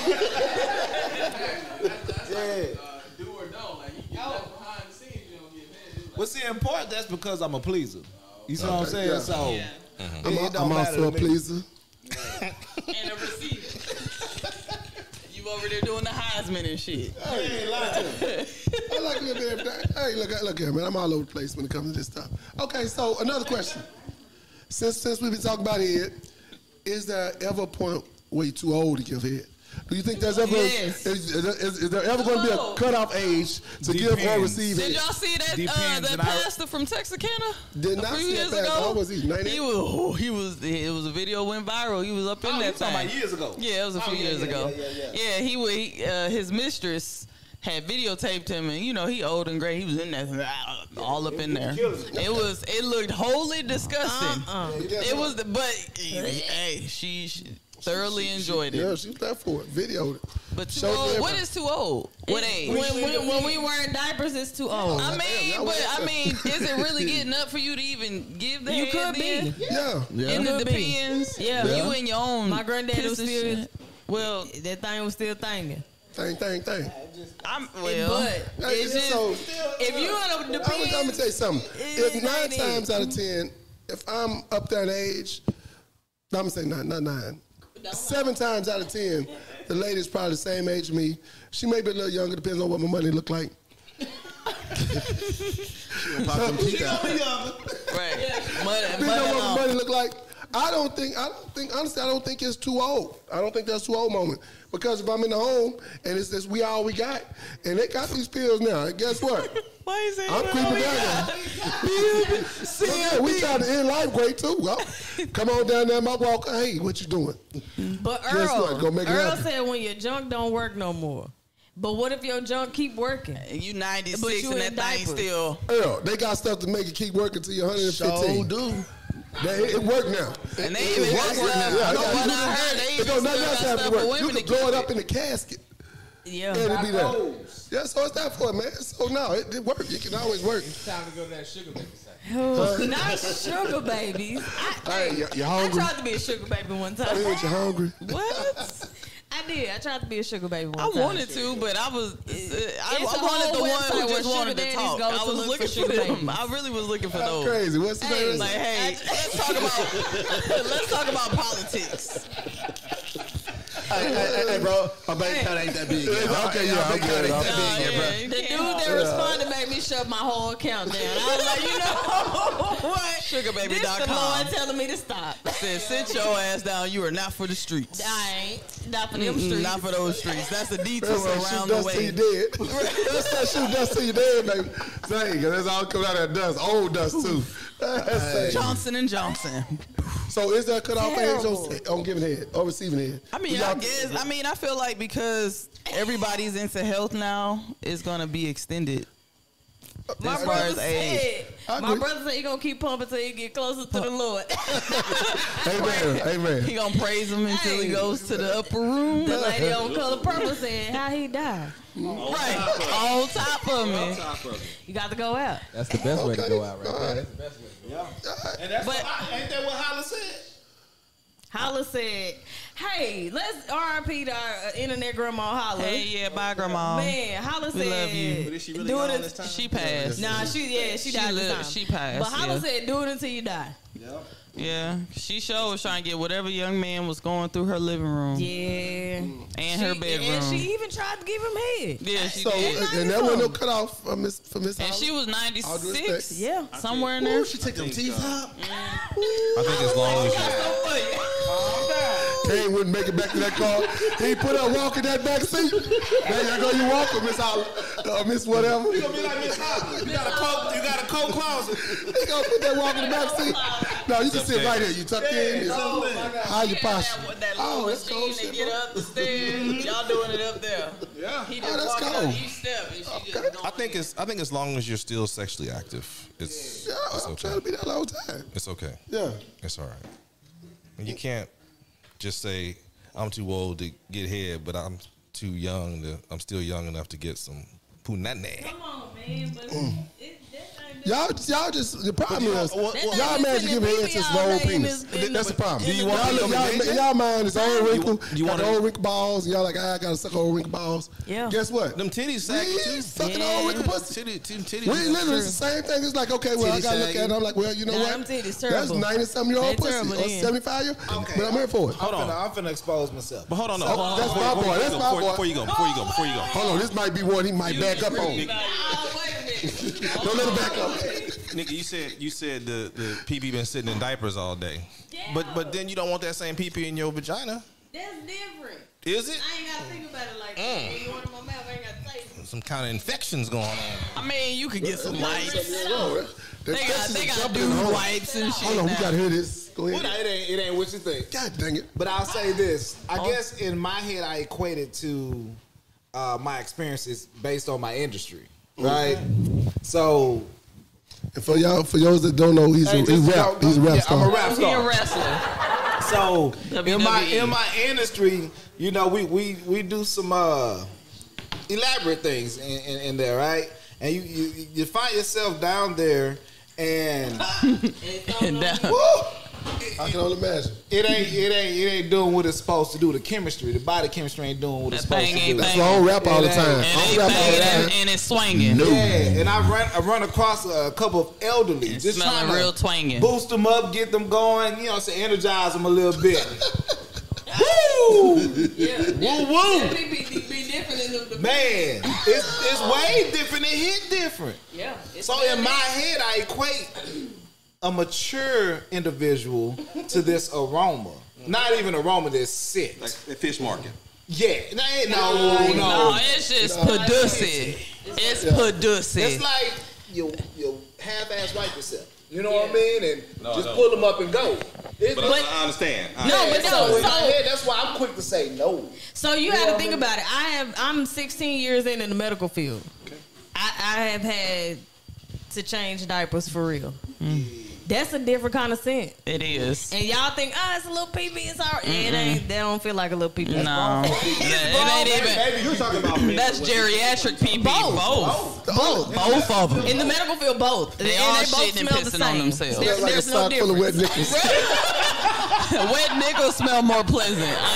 [SPEAKER 3] Yeah.
[SPEAKER 10] do or don't. Like, you get left behind the scenes, you don't get mad. It's like,
[SPEAKER 3] What's in part? That's because I'm a pleaser. You see what I'm saying?
[SPEAKER 2] yeah.
[SPEAKER 3] So
[SPEAKER 2] I'm,
[SPEAKER 3] it don't
[SPEAKER 2] I'm
[SPEAKER 3] matter
[SPEAKER 2] also a
[SPEAKER 3] to me.
[SPEAKER 2] pleaser.
[SPEAKER 7] and a receiver. you over there doing the Heisman and shit.
[SPEAKER 2] I like a little bit of everything. Hey, look, look here, man. I'm all over the place when it comes to this stuff. Okay, so another question. Since since we've been talking about head, is there ever a point where you're too old to give head? Do you think there's ever
[SPEAKER 7] Yes.
[SPEAKER 2] is, is, there- is there ever going to be
[SPEAKER 7] No.
[SPEAKER 2] a cutoff age to give or
[SPEAKER 3] Depends.
[SPEAKER 2] receive
[SPEAKER 7] Did
[SPEAKER 2] head?
[SPEAKER 7] y'all see that uh,
[SPEAKER 3] Depends,
[SPEAKER 7] that
[SPEAKER 3] and I-
[SPEAKER 7] pastor from Texarkana?
[SPEAKER 2] Did
[SPEAKER 7] a
[SPEAKER 2] not
[SPEAKER 7] few
[SPEAKER 2] see that
[SPEAKER 7] years
[SPEAKER 2] pastor.
[SPEAKER 7] ago.
[SPEAKER 2] How was he? 90?
[SPEAKER 7] He was. oh, he was. It was a video went viral. He was up in
[SPEAKER 3] Oh, you
[SPEAKER 7] that
[SPEAKER 3] talking
[SPEAKER 7] thing.
[SPEAKER 3] about years ago? Oh,
[SPEAKER 7] Yeah, it was a few
[SPEAKER 3] yeah,
[SPEAKER 7] years
[SPEAKER 3] yeah,
[SPEAKER 7] ago.
[SPEAKER 3] yeah, yeah,
[SPEAKER 7] he would. He, uh, his mistress had videotaped him, and you know he old and gray. He was in there, all up in there. It was. It looked wholly disgusting. It was. The, but hey, she, she thoroughly enjoyed it.
[SPEAKER 2] Yeah, she was there for it. Videoed it.
[SPEAKER 7] But too
[SPEAKER 2] Showed
[SPEAKER 7] old. What
[SPEAKER 2] everybody.
[SPEAKER 7] is too old? What age?
[SPEAKER 4] When, when, when we wearing diapers, it's too old.
[SPEAKER 7] I
[SPEAKER 2] Damn,
[SPEAKER 7] mean,
[SPEAKER 2] y'all
[SPEAKER 7] but
[SPEAKER 2] went
[SPEAKER 7] I
[SPEAKER 2] there.
[SPEAKER 7] mean, is it really getting up for you to even give the
[SPEAKER 4] You
[SPEAKER 7] head
[SPEAKER 4] could
[SPEAKER 7] then?
[SPEAKER 4] be.
[SPEAKER 2] Yeah.
[SPEAKER 9] Yeah.
[SPEAKER 7] And it
[SPEAKER 4] Could be.
[SPEAKER 7] depends.
[SPEAKER 4] Yeah.
[SPEAKER 7] You in your own.
[SPEAKER 4] My granddad
[SPEAKER 7] piss
[SPEAKER 4] was
[SPEAKER 7] and
[SPEAKER 4] still-
[SPEAKER 7] shit. Well,
[SPEAKER 4] That thing was still thinking.
[SPEAKER 2] Thing, thing, thing.
[SPEAKER 7] I'm well.
[SPEAKER 4] But
[SPEAKER 2] Hey,
[SPEAKER 4] it's just,
[SPEAKER 2] so-
[SPEAKER 4] if you in a
[SPEAKER 2] I'm, I'm gonna
[SPEAKER 4] depends,
[SPEAKER 2] tell you something. If
[SPEAKER 4] it
[SPEAKER 2] nine
[SPEAKER 4] ain't it.
[SPEAKER 2] times out of ten, if I'm up there in age, no, I'm gonna say nine, not nine. Seven times out of ten, the lady's probably the same age as me. She may be a little younger, depends on what my money look like.
[SPEAKER 7] right. Mud-
[SPEAKER 2] Depends
[SPEAKER 7] mud
[SPEAKER 2] on what my
[SPEAKER 7] along.
[SPEAKER 2] money look like. I don't think I don't think honestly I don't think it's too old. I don't think that's too old moment. Because if I'm in the home and it's this we all we got and they got these pills now, and guess what?
[SPEAKER 7] Why is it?
[SPEAKER 2] I'm creeping down there. Yeah, we trying to end life great too. Well, come on down there, my walker. Hey, what you doing?
[SPEAKER 4] but
[SPEAKER 2] Guess what?
[SPEAKER 4] Earl,
[SPEAKER 2] Go make it
[SPEAKER 4] Earl
[SPEAKER 2] happen.
[SPEAKER 4] said when your junk don't work no more. But what if your junk keep working?
[SPEAKER 7] You 96
[SPEAKER 4] But you
[SPEAKER 7] and
[SPEAKER 4] in
[SPEAKER 7] that thing
[SPEAKER 4] diapers.
[SPEAKER 7] still.
[SPEAKER 2] Earl, they got stuff to make you keep working till you're
[SPEAKER 9] Show
[SPEAKER 2] 115.
[SPEAKER 9] do.
[SPEAKER 2] They- it, it worked now.
[SPEAKER 7] And they
[SPEAKER 2] It
[SPEAKER 7] even got
[SPEAKER 2] worked now.
[SPEAKER 7] stuff. From
[SPEAKER 2] Yeah,
[SPEAKER 7] what
[SPEAKER 2] you
[SPEAKER 7] I
[SPEAKER 2] can-
[SPEAKER 7] heard, they
[SPEAKER 2] it
[SPEAKER 7] even
[SPEAKER 2] don't- nothing
[SPEAKER 7] still
[SPEAKER 2] else
[SPEAKER 7] got
[SPEAKER 2] have to
[SPEAKER 7] stuff for
[SPEAKER 2] work. You can
[SPEAKER 7] women to
[SPEAKER 2] blow it
[SPEAKER 7] keep
[SPEAKER 2] up
[SPEAKER 7] it.
[SPEAKER 2] in the casket
[SPEAKER 4] Yeah.
[SPEAKER 2] and it'll be there. Yeah, so it's that for it, man. So no, it, it worked. It can always work.
[SPEAKER 10] time to go to that sugar baby site.
[SPEAKER 4] Not sugar babies. I,
[SPEAKER 2] Hey, y- you
[SPEAKER 4] I
[SPEAKER 2] hungry?
[SPEAKER 4] tried to be a sugar baby one
[SPEAKER 2] Hey,
[SPEAKER 4] time.
[SPEAKER 2] you hungry?
[SPEAKER 4] what? I did. I tried to be a sugar baby one
[SPEAKER 7] I
[SPEAKER 4] time.
[SPEAKER 7] wanted to, but I was. uh, I, I
[SPEAKER 4] a
[SPEAKER 7] wanted the
[SPEAKER 4] whole
[SPEAKER 7] one
[SPEAKER 4] website
[SPEAKER 7] who
[SPEAKER 4] where
[SPEAKER 7] just wanted
[SPEAKER 4] sugar
[SPEAKER 7] to
[SPEAKER 4] daddies
[SPEAKER 7] talk.
[SPEAKER 4] go
[SPEAKER 7] I
[SPEAKER 4] to
[SPEAKER 7] was
[SPEAKER 4] look for
[SPEAKER 7] looking for
[SPEAKER 4] sugar
[SPEAKER 7] them.
[SPEAKER 4] babies.
[SPEAKER 7] I really was looking for
[SPEAKER 2] That's
[SPEAKER 7] those.
[SPEAKER 2] crazy. What's the
[SPEAKER 4] Hey,
[SPEAKER 2] name?
[SPEAKER 7] Like, hey, let's talk about let's talk about politics.
[SPEAKER 9] Hey, hey, hey, bro. My bank account ain't that big. Yeah, okay, yeah, I'm good.
[SPEAKER 7] Uh, yeah, you
[SPEAKER 4] The dude
[SPEAKER 7] can't-
[SPEAKER 4] that responded made me shut my whole account down. I was like, you know what? This the
[SPEAKER 7] Sugarbaby.com.
[SPEAKER 4] Lord telling me to stop.
[SPEAKER 7] said, "Sit your ass down. You are not for the streets.
[SPEAKER 4] I ain't. Not for them
[SPEAKER 7] Mm-mm,
[SPEAKER 4] streets.
[SPEAKER 7] Not for those streets. That's a detour
[SPEAKER 2] That's that shoot
[SPEAKER 7] around the
[SPEAKER 2] dust till you
[SPEAKER 7] way."
[SPEAKER 2] dead. That's that shoot dust till you dead, baby. Say, because that's all comes out of that dust. Old dust, too. Say.
[SPEAKER 7] Johnson and Johnson.
[SPEAKER 2] So is there a cutoff age
[SPEAKER 4] Terrible.
[SPEAKER 2] on, on giving head or receiving head?
[SPEAKER 7] I mean,
[SPEAKER 2] We
[SPEAKER 7] I
[SPEAKER 2] got-
[SPEAKER 7] guess. I mean, I feel like because everybody's into health now, it's gonna be extended My
[SPEAKER 4] My
[SPEAKER 7] brother
[SPEAKER 4] brother
[SPEAKER 7] said-
[SPEAKER 4] said,
[SPEAKER 2] I
[SPEAKER 4] my
[SPEAKER 2] agree.
[SPEAKER 4] brother said he gonna keep pumping till he get closer to the Lord.
[SPEAKER 2] Amen.
[SPEAKER 7] He
[SPEAKER 2] Amen.
[SPEAKER 7] gonna praise him until he
[SPEAKER 4] Hey.
[SPEAKER 7] goes to the upper room.
[SPEAKER 4] the lady on color purple said how he died.
[SPEAKER 7] Right. On top of me.
[SPEAKER 4] You got to go out.
[SPEAKER 11] That's the best way to go out right there. That's the best way.
[SPEAKER 3] And that's
[SPEAKER 4] But-
[SPEAKER 3] what, ain't that what Holla said?
[SPEAKER 4] Holla said, "Hey, let's R.I.P. to our uh, internet grandma Holla."
[SPEAKER 7] Hey, yeah, bye, grandma.
[SPEAKER 4] Man, Holla
[SPEAKER 7] We
[SPEAKER 4] said,
[SPEAKER 7] love you. But
[SPEAKER 10] Is she really
[SPEAKER 4] "Do
[SPEAKER 10] gone
[SPEAKER 4] it-
[SPEAKER 10] this time?
[SPEAKER 7] She passed.
[SPEAKER 4] Nah, she yeah, she,
[SPEAKER 7] She
[SPEAKER 4] died. this
[SPEAKER 7] lived-
[SPEAKER 4] time.
[SPEAKER 7] she passed,
[SPEAKER 4] But Holla
[SPEAKER 7] yeah.
[SPEAKER 4] said, "Do it until you die."
[SPEAKER 7] Yeah, she sure was trying to get whatever young man was going through her living room
[SPEAKER 4] Yeah,
[SPEAKER 7] and her
[SPEAKER 4] She-
[SPEAKER 7] bedroom.
[SPEAKER 4] and she even tried to give him head.
[SPEAKER 7] yeah, she
[SPEAKER 2] So,
[SPEAKER 7] did.
[SPEAKER 2] and, and that wasn't no cutoff for Miss for Miss
[SPEAKER 7] And
[SPEAKER 2] Holla.
[SPEAKER 7] she was
[SPEAKER 2] All due respect.
[SPEAKER 7] 96,
[SPEAKER 4] Yeah,
[SPEAKER 7] somewhere in there.
[SPEAKER 9] She take them teeth out.
[SPEAKER 5] I think as long as you,
[SPEAKER 2] Kane wouldn't make it back to that car. He put up walk in that back seat. There you go, you walk with Miss Holla, uh, Miss whatever. He gonna
[SPEAKER 9] You got a coke. You got a coke closet.
[SPEAKER 2] put that walk in the back seat. No, you can sit right here. You tucked in. How you posture? Oh, that's cold shit. bro.
[SPEAKER 7] up the stairs. Y'all doing it up there.
[SPEAKER 9] Yeah.
[SPEAKER 7] He
[SPEAKER 2] Oh, that's walked up cold. each
[SPEAKER 7] step and she
[SPEAKER 5] I think it's I think as long as you're still sexually active, it's
[SPEAKER 2] Yeah, I'm
[SPEAKER 5] okay.
[SPEAKER 2] trying to be there the whole time.
[SPEAKER 5] it's okay.
[SPEAKER 2] Yeah.
[SPEAKER 5] It's all right. And you can't just say I'm too old to get head, but I'm too young to. I'm still young enough to get some punane.
[SPEAKER 4] Come on, man, but it, that
[SPEAKER 2] Y'all, y'all just the problem is
[SPEAKER 4] thing
[SPEAKER 2] y'all
[SPEAKER 4] is
[SPEAKER 2] managed to
[SPEAKER 4] in
[SPEAKER 2] give
[SPEAKER 4] the
[SPEAKER 2] head to
[SPEAKER 4] movie
[SPEAKER 2] his
[SPEAKER 4] all
[SPEAKER 2] own
[SPEAKER 4] day in
[SPEAKER 2] penis.
[SPEAKER 4] this- in
[SPEAKER 2] That's the
[SPEAKER 4] the-
[SPEAKER 2] problem.
[SPEAKER 4] Do you wanna
[SPEAKER 2] y'all,
[SPEAKER 5] become a
[SPEAKER 2] y'all,
[SPEAKER 5] ninja?
[SPEAKER 2] y'all mind is all wrinkle.
[SPEAKER 5] you
[SPEAKER 2] got
[SPEAKER 5] wanna-
[SPEAKER 2] the old wrinkle balls. And y'all like, ah, I gotta suck old wrinkle balls.
[SPEAKER 4] Yeah.
[SPEAKER 2] Guess what?
[SPEAKER 5] Them titties sag
[SPEAKER 2] We
[SPEAKER 5] too.
[SPEAKER 2] sucking old wrinkle pussy.
[SPEAKER 5] Titty, titty, titties.
[SPEAKER 2] We literally it's the same thing. It's like, okay, well, I
[SPEAKER 9] Titty
[SPEAKER 2] gotta look
[SPEAKER 9] sagging.
[SPEAKER 2] at it. I'm like, well, you know
[SPEAKER 4] Nah,
[SPEAKER 2] what?
[SPEAKER 4] them titties
[SPEAKER 2] That's
[SPEAKER 4] terrible.
[SPEAKER 2] ninety something year old
[SPEAKER 4] They
[SPEAKER 2] pussy
[SPEAKER 4] terrible
[SPEAKER 2] or
[SPEAKER 4] then.
[SPEAKER 2] seventy five year. But I'm here for it.
[SPEAKER 5] Hold on.
[SPEAKER 3] I'm finna expose myself.
[SPEAKER 5] But hold on, no.
[SPEAKER 2] Oh,
[SPEAKER 5] hold on,
[SPEAKER 2] that's
[SPEAKER 5] before-
[SPEAKER 2] my
[SPEAKER 5] before
[SPEAKER 2] boy,
[SPEAKER 5] you
[SPEAKER 2] that's
[SPEAKER 5] go,
[SPEAKER 2] my
[SPEAKER 5] before,
[SPEAKER 2] boy.
[SPEAKER 5] Before you go, before you go, before you go.
[SPEAKER 2] Hold on, this might be one he might back up on.
[SPEAKER 4] Oh,
[SPEAKER 2] Don't let him back up.
[SPEAKER 5] Nigga, you said you said the the PP been sitting in diapers all day, but but then you don't want that same PP in your vagina,
[SPEAKER 4] that's different.
[SPEAKER 5] is it?
[SPEAKER 4] I ain't gotta think about it like that. You want my mouth? I ain't gotta taste it.
[SPEAKER 5] Some kind of infections going on.
[SPEAKER 7] I mean, you could get some lights.
[SPEAKER 2] They
[SPEAKER 7] They got, they got dude wipes and shit.
[SPEAKER 2] Hold on, we
[SPEAKER 7] now.
[SPEAKER 2] gotta hear this. Go
[SPEAKER 3] It
[SPEAKER 2] ahead.
[SPEAKER 3] ain't, it ain't what you think.
[SPEAKER 2] God dang it.
[SPEAKER 3] But I'll say this. I guess in my head, I equate it to uh, my experiences based on my industry, right? So
[SPEAKER 2] And for y'all, for those that don't know, he's a,
[SPEAKER 3] Hey,
[SPEAKER 2] he's
[SPEAKER 3] just-
[SPEAKER 2] rap, he's a rap
[SPEAKER 3] yeah,
[SPEAKER 2] star.
[SPEAKER 3] I'm a rap
[SPEAKER 7] He a
[SPEAKER 3] star.
[SPEAKER 7] wrestler.
[SPEAKER 3] So in my
[SPEAKER 7] WWE.
[SPEAKER 3] in my industry, you know, we we we do some uh, elaborate things in, in, in there, right? And you, you you find yourself down there, and
[SPEAKER 7] And, uh,
[SPEAKER 2] I can only imagine.
[SPEAKER 3] it ain't it ain't it ain't doing what it's supposed to do. The chemistry, the body chemistry ain't doing what it's
[SPEAKER 7] That thing
[SPEAKER 3] supposed to
[SPEAKER 7] ain't
[SPEAKER 3] do.
[SPEAKER 7] bang.
[SPEAKER 2] So I don't rap all the
[SPEAKER 3] It
[SPEAKER 2] time. I
[SPEAKER 3] ain't-
[SPEAKER 7] and they
[SPEAKER 2] don't rap all the
[SPEAKER 7] banging
[SPEAKER 2] time.
[SPEAKER 7] and it's swinging.
[SPEAKER 3] Yeah, and I run I run across a, couple of elderly just
[SPEAKER 7] smelling
[SPEAKER 3] trying to
[SPEAKER 7] real twangin'.
[SPEAKER 3] boost them up, get them going, you know, so energize them a little bit. Woo! Woo woo!
[SPEAKER 4] Be, be, be different in the
[SPEAKER 3] Man, it's, it's way different. It hit different.
[SPEAKER 4] yeah. it's
[SPEAKER 3] So in my head, I equate a mature individual to this aroma. Not even aroma, this scent.
[SPEAKER 5] Like the fish market.
[SPEAKER 3] Yeah, no, ain't no, no.
[SPEAKER 7] No, it's just Padusi. It's Padusi.
[SPEAKER 3] It's like you you half-ass wipe yourself. You know what I mean? And just pull them up and go. It's,
[SPEAKER 5] But,
[SPEAKER 7] But-
[SPEAKER 5] I, I understand. I,
[SPEAKER 7] No, but
[SPEAKER 3] so
[SPEAKER 7] no.
[SPEAKER 3] in my
[SPEAKER 7] So
[SPEAKER 3] head, that's why I'm quick to say no.
[SPEAKER 4] So you got to think about it. I have I'm 16 years in in the medical field. I, I have had to change diapers for real. Mm. That's a different kind of scent.
[SPEAKER 7] it is.
[SPEAKER 4] And y'all think, oh, it's a little pee pee. It's all right. It ain't. That don't feel like a little pee pee.
[SPEAKER 7] No, it ain't even.
[SPEAKER 3] Baby, you talking about
[SPEAKER 7] That's geriatric PP. Both.
[SPEAKER 2] Oh,
[SPEAKER 7] Both of them.
[SPEAKER 4] In the medical field, both.
[SPEAKER 7] They all shitting and pissing on themselves.
[SPEAKER 4] There-
[SPEAKER 2] it's like a
[SPEAKER 4] there's no
[SPEAKER 2] sock full of wet
[SPEAKER 4] difference.
[SPEAKER 2] nickels.
[SPEAKER 7] Wet nickels smell more pleasant. I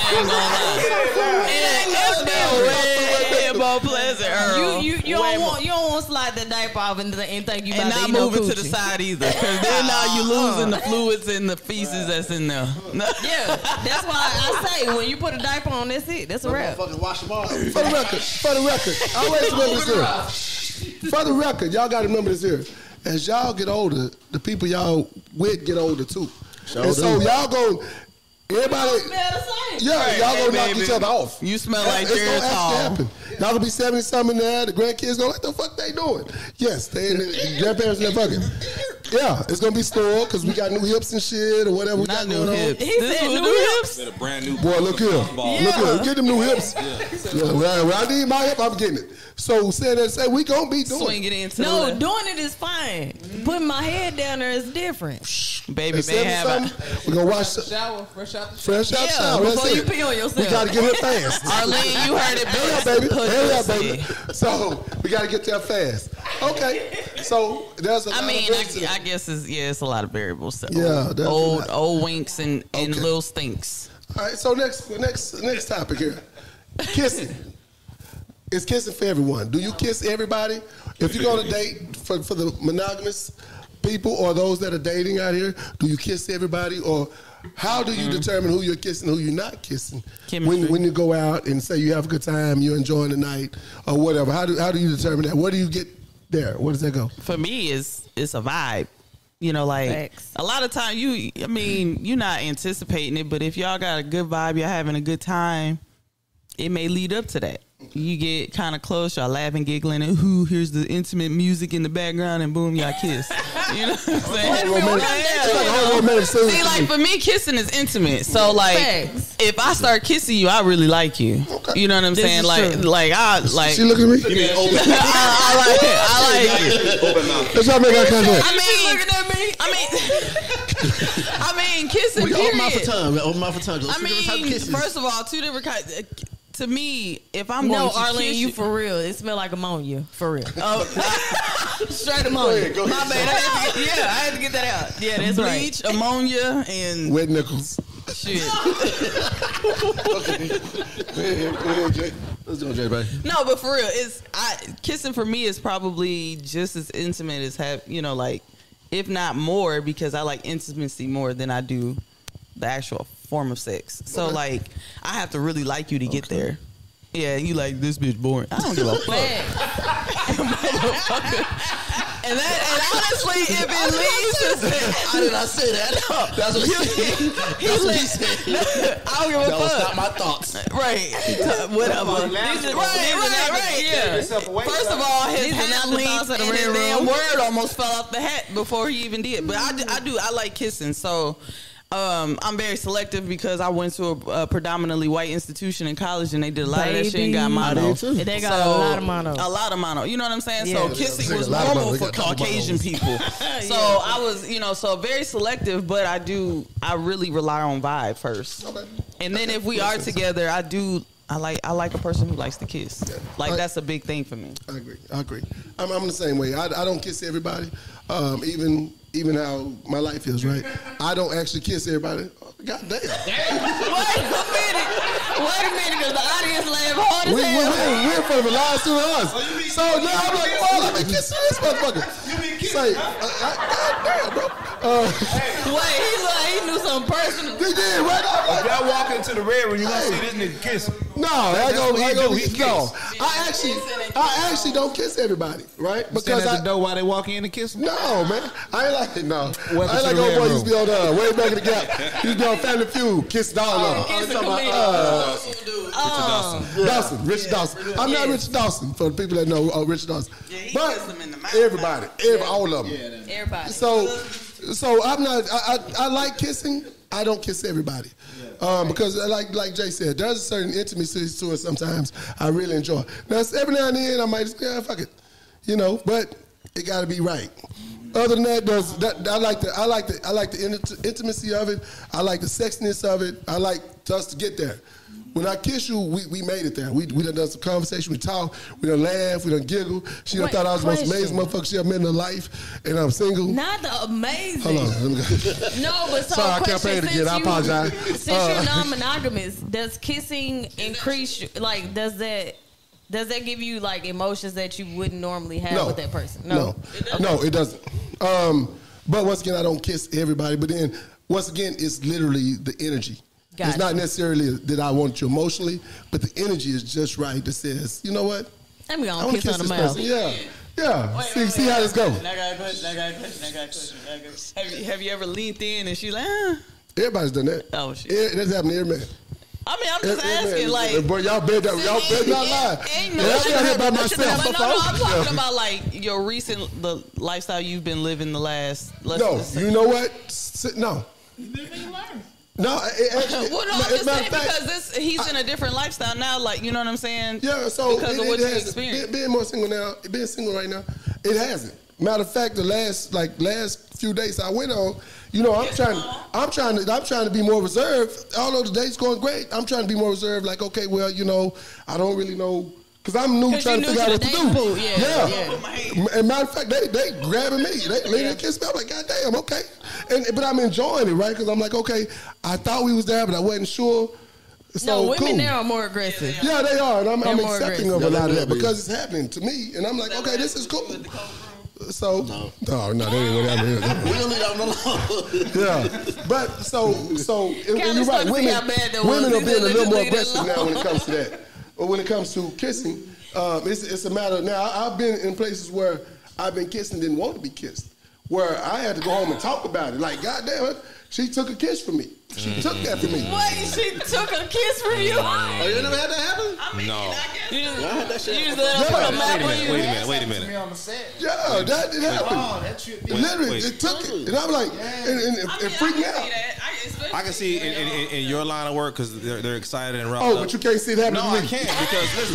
[SPEAKER 7] ain't gonna lie. It, it smell way more pleasant, Earl.
[SPEAKER 4] You, you, you
[SPEAKER 7] Way
[SPEAKER 4] don't
[SPEAKER 7] more.
[SPEAKER 4] want you don't want to slide the diaper off and, th- and think you about
[SPEAKER 7] And
[SPEAKER 4] to
[SPEAKER 7] not
[SPEAKER 4] eat no
[SPEAKER 7] moving to the
[SPEAKER 4] coochie.
[SPEAKER 7] side either, because then now you losing the fluids and the feces that's in there.
[SPEAKER 4] Yeah, that's why I say when you put a diaper on, that's it. That's a wrap.
[SPEAKER 9] Fucking wash them off.
[SPEAKER 2] For the record, for the record, I always remember this here. For the record, y'all gotta remember this here. As y'all get older, the people y'all with get older too. and so
[SPEAKER 9] do.
[SPEAKER 2] y'all go, everybody, yeah, y'all gonna knock each other off.
[SPEAKER 7] You smell like
[SPEAKER 2] it's gonna actually
[SPEAKER 7] Geritol.
[SPEAKER 2] happen. Y'all gonna be seventy something there. The grandkids go, what the fuck they doing? Yes, they the grandparents in there fucking. Yeah, it's gonna be slow because we got new hips and shit or whatever we got going on.
[SPEAKER 7] This was new hips.
[SPEAKER 10] Got a brand new
[SPEAKER 2] Boy, look here. Look here. Get them new hips.
[SPEAKER 10] Yeah.
[SPEAKER 2] Yeah, when, I, when I need my hip, I'm getting it. So saying that, say we gonna be doing.
[SPEAKER 7] Swing
[SPEAKER 2] it.
[SPEAKER 7] it into the
[SPEAKER 4] No,
[SPEAKER 7] left.
[SPEAKER 4] doing it is fine. Putting my head down there is different.
[SPEAKER 7] baby,
[SPEAKER 2] At
[SPEAKER 7] they
[SPEAKER 2] 7
[SPEAKER 7] have a,
[SPEAKER 2] something, we gonna watch the
[SPEAKER 10] shower, fresh out the shower.
[SPEAKER 2] fresh out
[SPEAKER 4] Yeah,
[SPEAKER 2] shower. That's
[SPEAKER 4] before you
[SPEAKER 2] it.
[SPEAKER 4] pee on yourself.
[SPEAKER 2] We gotta get it fast.
[SPEAKER 7] Arlene, you heard it
[SPEAKER 2] Hell
[SPEAKER 7] best.
[SPEAKER 2] yeah, baby. Hell yeah,
[SPEAKER 7] Pussy.
[SPEAKER 2] baby. So we gotta get there fast. Okay. So there's a lot
[SPEAKER 7] I
[SPEAKER 2] of
[SPEAKER 7] mean,
[SPEAKER 2] risks to
[SPEAKER 7] I, I guess it's yeah, it's a lot of variables. So.
[SPEAKER 2] Yeah, definitely.
[SPEAKER 7] old old winks and, and
[SPEAKER 2] Okay.
[SPEAKER 7] little stinks.
[SPEAKER 2] All right, so next next next topic here. Kissing. it's kissing for everyone. Do you kiss everybody? If you go on a date for, for the monogamous people or those that are dating out here, do you kiss everybody or how do you determine who you're kissing, who you're not kissing? When,
[SPEAKER 7] Chemistry.
[SPEAKER 2] when you go out and say you have a good time, you're enjoying the night or whatever. How do how do you determine that? Where do you get there? Where does that go?
[SPEAKER 7] For me, it's it's a vibe. You know, like
[SPEAKER 4] Facts.
[SPEAKER 7] a lot of time you, I mean, you're not anticipating it, but if y'all got a good vibe, y'all having a good time, it may lead up to that. You get kind of close, y'all laughing, giggling, and who hears the intimate music in the background, and boom, y'all kiss. You know what I'm saying?
[SPEAKER 2] romantic-
[SPEAKER 7] Yeah,
[SPEAKER 2] it's like a
[SPEAKER 7] you
[SPEAKER 2] whole
[SPEAKER 7] know.
[SPEAKER 2] romantic scene
[SPEAKER 7] See,
[SPEAKER 2] to
[SPEAKER 7] like
[SPEAKER 2] me.
[SPEAKER 7] for me, kissing is intimate. So like,
[SPEAKER 4] Facts.
[SPEAKER 7] if I start kissing you, I really like you. You know what I'm
[SPEAKER 4] This
[SPEAKER 7] saying?
[SPEAKER 4] is
[SPEAKER 7] Like,
[SPEAKER 4] true.
[SPEAKER 7] like I like.
[SPEAKER 2] She look at me?
[SPEAKER 7] I, I like. I like.
[SPEAKER 2] Let's try to make eye contact.
[SPEAKER 7] I mean, looking at me. I mean, I mean, kissing.
[SPEAKER 6] We open mouth for
[SPEAKER 7] Period.
[SPEAKER 6] tongue. We open mouth for tongue. Those
[SPEAKER 7] I
[SPEAKER 6] two different type of
[SPEAKER 7] mean,
[SPEAKER 6] kisses.
[SPEAKER 7] first of all, two different kinds. uh, To me, if I'm
[SPEAKER 4] No,
[SPEAKER 7] going to
[SPEAKER 4] Arlene,
[SPEAKER 7] kiss
[SPEAKER 4] you for real. It smell like ammonia. For real.
[SPEAKER 7] Oh,
[SPEAKER 4] Straight ammonia.
[SPEAKER 7] my bad. I had to get, yeah, I had to get that out. Yeah, that's
[SPEAKER 4] Right.
[SPEAKER 7] bleach, ammonia, and
[SPEAKER 2] Wet nickels.
[SPEAKER 7] shit.
[SPEAKER 9] Let's do it, Jay, baby.
[SPEAKER 7] No, but for real, it's I kissing for me is probably just as intimate as have you know, like if not more, because I like intimacy more than I do the actual form of sex. So like I have to really like you to get there. Yeah, you like this bitch boring. I don't give a fuck. And that and honestly, if it leads to sex,
[SPEAKER 9] How did I say that? That's what he said. That's what he said.
[SPEAKER 7] I don't give a
[SPEAKER 9] That was not
[SPEAKER 7] fuck.
[SPEAKER 9] my thoughts.
[SPEAKER 7] Right. Whatever. These are- Right, right, right. Yeah. First of all, his
[SPEAKER 4] These are not
[SPEAKER 7] hand
[SPEAKER 4] the
[SPEAKER 7] leaked
[SPEAKER 4] thoughts of the
[SPEAKER 7] and his
[SPEAKER 4] red
[SPEAKER 7] damn
[SPEAKER 4] room.
[SPEAKER 7] word almost fell off the hat before he even did. But I, do- I do. I like kissing. So um, I'm very selective because I went to a, a predominantly white institution in college and they did a lot of that shit and got
[SPEAKER 4] Baby.
[SPEAKER 7] mono.
[SPEAKER 4] I did too. They got a lot of mono.
[SPEAKER 7] A lot of mono. You know what I'm saying?
[SPEAKER 4] Yeah.
[SPEAKER 7] So kissing
[SPEAKER 2] They
[SPEAKER 7] was
[SPEAKER 2] got a lot of mono.
[SPEAKER 7] normal
[SPEAKER 2] They
[SPEAKER 7] for
[SPEAKER 2] got a couple
[SPEAKER 7] Caucasian
[SPEAKER 2] monos.
[SPEAKER 7] people. So I was, you know, so very selective, but I do, I really rely on vibe first. And then if we are together, I do. I like I like a person who likes to kiss. Like
[SPEAKER 2] Like-
[SPEAKER 7] that's a big thing for me.
[SPEAKER 2] I agree. I agree. I'm, I'm the same way. I, I don't kiss everybody, um, even even how my life is. Right. I don't actually kiss everybody. God damn.
[SPEAKER 7] Wait a minute. Wait a minute, because the audience laughed hard
[SPEAKER 2] We, we, we, we're in front of a live student us. so now I'm like, oh, let me kiss this motherfucker. You
[SPEAKER 10] kissing,
[SPEAKER 2] Say, uh, uh, God damn, bro. Uh,
[SPEAKER 7] Wait, he look like he knew something personal.
[SPEAKER 2] we did right. I'm like,
[SPEAKER 12] Y'all walk into the red room, you gonna see this nigga kissing.
[SPEAKER 2] no, I go,
[SPEAKER 12] what he
[SPEAKER 2] I go,
[SPEAKER 12] do. He
[SPEAKER 2] no. I actually, I actually don't kiss everybody, right?
[SPEAKER 3] Stand
[SPEAKER 2] Because
[SPEAKER 3] at the
[SPEAKER 2] I.
[SPEAKER 3] door while they walk in and kiss them.
[SPEAKER 2] No, man. I ain't like it, no.
[SPEAKER 3] Welcome
[SPEAKER 2] I ain't
[SPEAKER 3] to
[SPEAKER 2] like
[SPEAKER 3] the
[SPEAKER 2] old boy
[SPEAKER 3] red
[SPEAKER 2] used to be on uh, way back in the gap. Used to be on Family Feud, kissing all of
[SPEAKER 7] Oh,
[SPEAKER 2] them.
[SPEAKER 4] It's a comedian.
[SPEAKER 2] uh, Dawson, Richard Dawson. I'm not Richard Dawson for the people that know uh, Richard Dawson.
[SPEAKER 7] he
[SPEAKER 2] but
[SPEAKER 7] kissed him in the mouth.
[SPEAKER 2] everybody, every, all of them.
[SPEAKER 4] Um, Everybody.
[SPEAKER 2] So, so I'm not. I, I, I like kissing. I don't kiss everybody, um, because uh, like like Jay said, there's a certain intimacy to it. Sometimes I really enjoy. Now it's every now and then I might just yeah fuck it, you know. But it got to be right. Other than that, there's that, I like the I like the I like the int- intimacy of it. I like the sexiness of it. I like us to get there. When I kiss you, we, we made it there. We, we done done some conversation, we talk, we done laugh, we done giggle. She done
[SPEAKER 4] Wait,
[SPEAKER 2] thought I was the most
[SPEAKER 4] question.
[SPEAKER 2] amazing motherfucker she ever met in her life, and I'm single.
[SPEAKER 4] Not the amazing.
[SPEAKER 2] Hold on. Let me go.
[SPEAKER 4] No, but so
[SPEAKER 2] Sorry, I
[SPEAKER 4] question,
[SPEAKER 2] can't pay it
[SPEAKER 4] since
[SPEAKER 2] again. I
[SPEAKER 4] you-
[SPEAKER 2] apologize.
[SPEAKER 4] Since
[SPEAKER 2] Uh,
[SPEAKER 4] you're non-monogamous, does kissing increase? your- Like, does that does that give you like emotions that you wouldn't normally have
[SPEAKER 2] No.
[SPEAKER 4] with that person?
[SPEAKER 2] No. No, it doesn't. Um, but once again, I don't kiss everybody. But then, once again, it's literally the energy. It's
[SPEAKER 4] Gotcha.
[SPEAKER 2] not necessarily that I want you emotionally, but the energy is just right that says, you know what?
[SPEAKER 4] Let me
[SPEAKER 2] I
[SPEAKER 4] go
[SPEAKER 2] want
[SPEAKER 4] and
[SPEAKER 2] to
[SPEAKER 4] kiss,
[SPEAKER 2] kiss
[SPEAKER 4] on the
[SPEAKER 2] this
[SPEAKER 4] mouth.
[SPEAKER 2] person. Yeah. Yeah. see see how this goes.
[SPEAKER 7] I got a question. I got a question. I got a question. I got a question. Have you, have you ever leaned in and she like, ah.
[SPEAKER 2] Everybody's done that.
[SPEAKER 7] Oh, shit.
[SPEAKER 2] Eh, That's happened to every man.
[SPEAKER 7] I mean, I'm just
[SPEAKER 2] Hey, hey, man,
[SPEAKER 7] asking, like,
[SPEAKER 2] boy, y'all bet that- y'all bet not lie.
[SPEAKER 7] Ain't
[SPEAKER 2] Yeah, I got
[SPEAKER 7] shouldn't
[SPEAKER 2] hit by
[SPEAKER 7] happen. That
[SPEAKER 2] myself.
[SPEAKER 7] shouldn't happen. But no, no, I'm
[SPEAKER 2] Yeah.
[SPEAKER 7] talking about like your recent the lifestyle you've been living the last. Let's
[SPEAKER 2] No, you know what? S- No, no. it- it actually-
[SPEAKER 7] well, no,
[SPEAKER 2] ma-
[SPEAKER 7] I'm just
[SPEAKER 2] matter
[SPEAKER 7] saying
[SPEAKER 2] of fact,
[SPEAKER 7] because this he's in a different lifestyle now. Like, you know what I'm saying?
[SPEAKER 2] Yeah, so
[SPEAKER 7] because
[SPEAKER 2] it-
[SPEAKER 7] of what
[SPEAKER 2] it
[SPEAKER 7] you
[SPEAKER 2] has-
[SPEAKER 7] experienced.
[SPEAKER 2] Being, being more single now, being single right now, it hasn't. Matter of fact, the last like last few dates I went on, you know, I'm trying, I'm trying to, I'm trying to be more reserved. Although the date's going great, I'm trying to be more reserved. Like, okay, well, you know, I don't really know. Cause I'm new
[SPEAKER 7] 'Cause
[SPEAKER 2] trying to
[SPEAKER 7] you
[SPEAKER 2] figure
[SPEAKER 7] new
[SPEAKER 2] out what
[SPEAKER 7] to
[SPEAKER 2] to
[SPEAKER 7] the
[SPEAKER 2] do.
[SPEAKER 7] dating pool, yeah,
[SPEAKER 2] M- And matter of fact, they they grabbing me. They leaning and kiss me. I'm like, God damn, okay. And but I'm enjoying it, right? Because I'm like, okay, I thought we was there, but I wasn't sure. So
[SPEAKER 4] no, women
[SPEAKER 2] cool.
[SPEAKER 4] there are more aggressive.
[SPEAKER 2] Yeah, they are, and I'm, I'm
[SPEAKER 4] They're more
[SPEAKER 2] accepting of
[SPEAKER 4] aggressive.
[SPEAKER 2] a
[SPEAKER 4] No,
[SPEAKER 2] lot of
[SPEAKER 4] they
[SPEAKER 2] that
[SPEAKER 4] will be.
[SPEAKER 2] because it's happening to me, and I'm like, okay, this is cool. So no, no, that ain't what happened.
[SPEAKER 6] We don't leave them alone.
[SPEAKER 2] yeah, but so so and- and
[SPEAKER 6] Kinda
[SPEAKER 2] you're right.
[SPEAKER 6] starting to see
[SPEAKER 2] Women,
[SPEAKER 6] how bad that
[SPEAKER 2] women
[SPEAKER 6] was.
[SPEAKER 2] are being a little more
[SPEAKER 6] Leave it
[SPEAKER 2] aggressive now when it
[SPEAKER 6] alone.
[SPEAKER 2] comes to that. But when it comes to kissing, um, it's, it's a matter. Now I- I've been in places where I've been kissed and didn't want to be kissed, where I had to go home and talk about it. Like, God damn it, she took a kiss from me. She took that from me.
[SPEAKER 7] What? She took a kiss from you?
[SPEAKER 6] Oh, you never had that happen?
[SPEAKER 5] No.
[SPEAKER 7] You just,
[SPEAKER 6] I had that shit.
[SPEAKER 7] you just let her
[SPEAKER 2] Yeah.
[SPEAKER 7] put a mouth
[SPEAKER 5] Wait a
[SPEAKER 7] on
[SPEAKER 5] minute,
[SPEAKER 7] you.
[SPEAKER 5] wait a minute, wait a minute.
[SPEAKER 12] on the set.
[SPEAKER 2] Yeah, that did happen.
[SPEAKER 12] Oh, that shit.
[SPEAKER 5] Wait,
[SPEAKER 2] Literally,
[SPEAKER 5] wait.
[SPEAKER 2] it took it, and I'm like, and, and, and,
[SPEAKER 7] I mean, I
[SPEAKER 2] freaked me
[SPEAKER 7] can
[SPEAKER 2] out.
[SPEAKER 7] see that. I can- especially-
[SPEAKER 5] I can see in, in, in, in your line of work because they're, they're excited and
[SPEAKER 2] Oh,
[SPEAKER 5] riled
[SPEAKER 2] but
[SPEAKER 5] up.
[SPEAKER 2] you can't see it happening
[SPEAKER 5] No,
[SPEAKER 2] to
[SPEAKER 5] I
[SPEAKER 2] me.
[SPEAKER 5] can't because listen,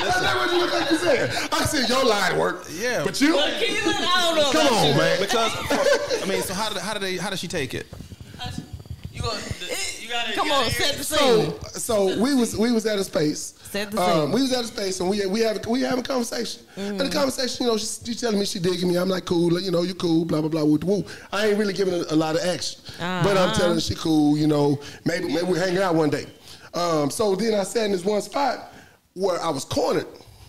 [SPEAKER 2] That's not what you look like you said. I said your line worked.
[SPEAKER 5] Yeah.
[SPEAKER 2] But you,
[SPEAKER 7] Look, Keelan, I don't know
[SPEAKER 2] come
[SPEAKER 7] about
[SPEAKER 2] on,
[SPEAKER 7] you.
[SPEAKER 2] Oh, man.
[SPEAKER 5] because I mean, so how did how did they how did she take it?
[SPEAKER 7] You, gonna, you gotta
[SPEAKER 4] Come on, set the scene.
[SPEAKER 2] So, so we was we was at a space. Um,
[SPEAKER 4] Set the scene.
[SPEAKER 2] we was at a space, and we we have we having a conversation. And
[SPEAKER 4] Mm.
[SPEAKER 2] the conversation, you know, she, she telling me she digging me. I'm like, cool, you know, you cool, blah blah blah, woo woo. I ain't really giving a, a lot of action, but I'm
[SPEAKER 4] Uh-huh.
[SPEAKER 2] telling her she cool. You know, maybe maybe we're hanging out one day. Um, so then I sat in this one spot where I was cornered.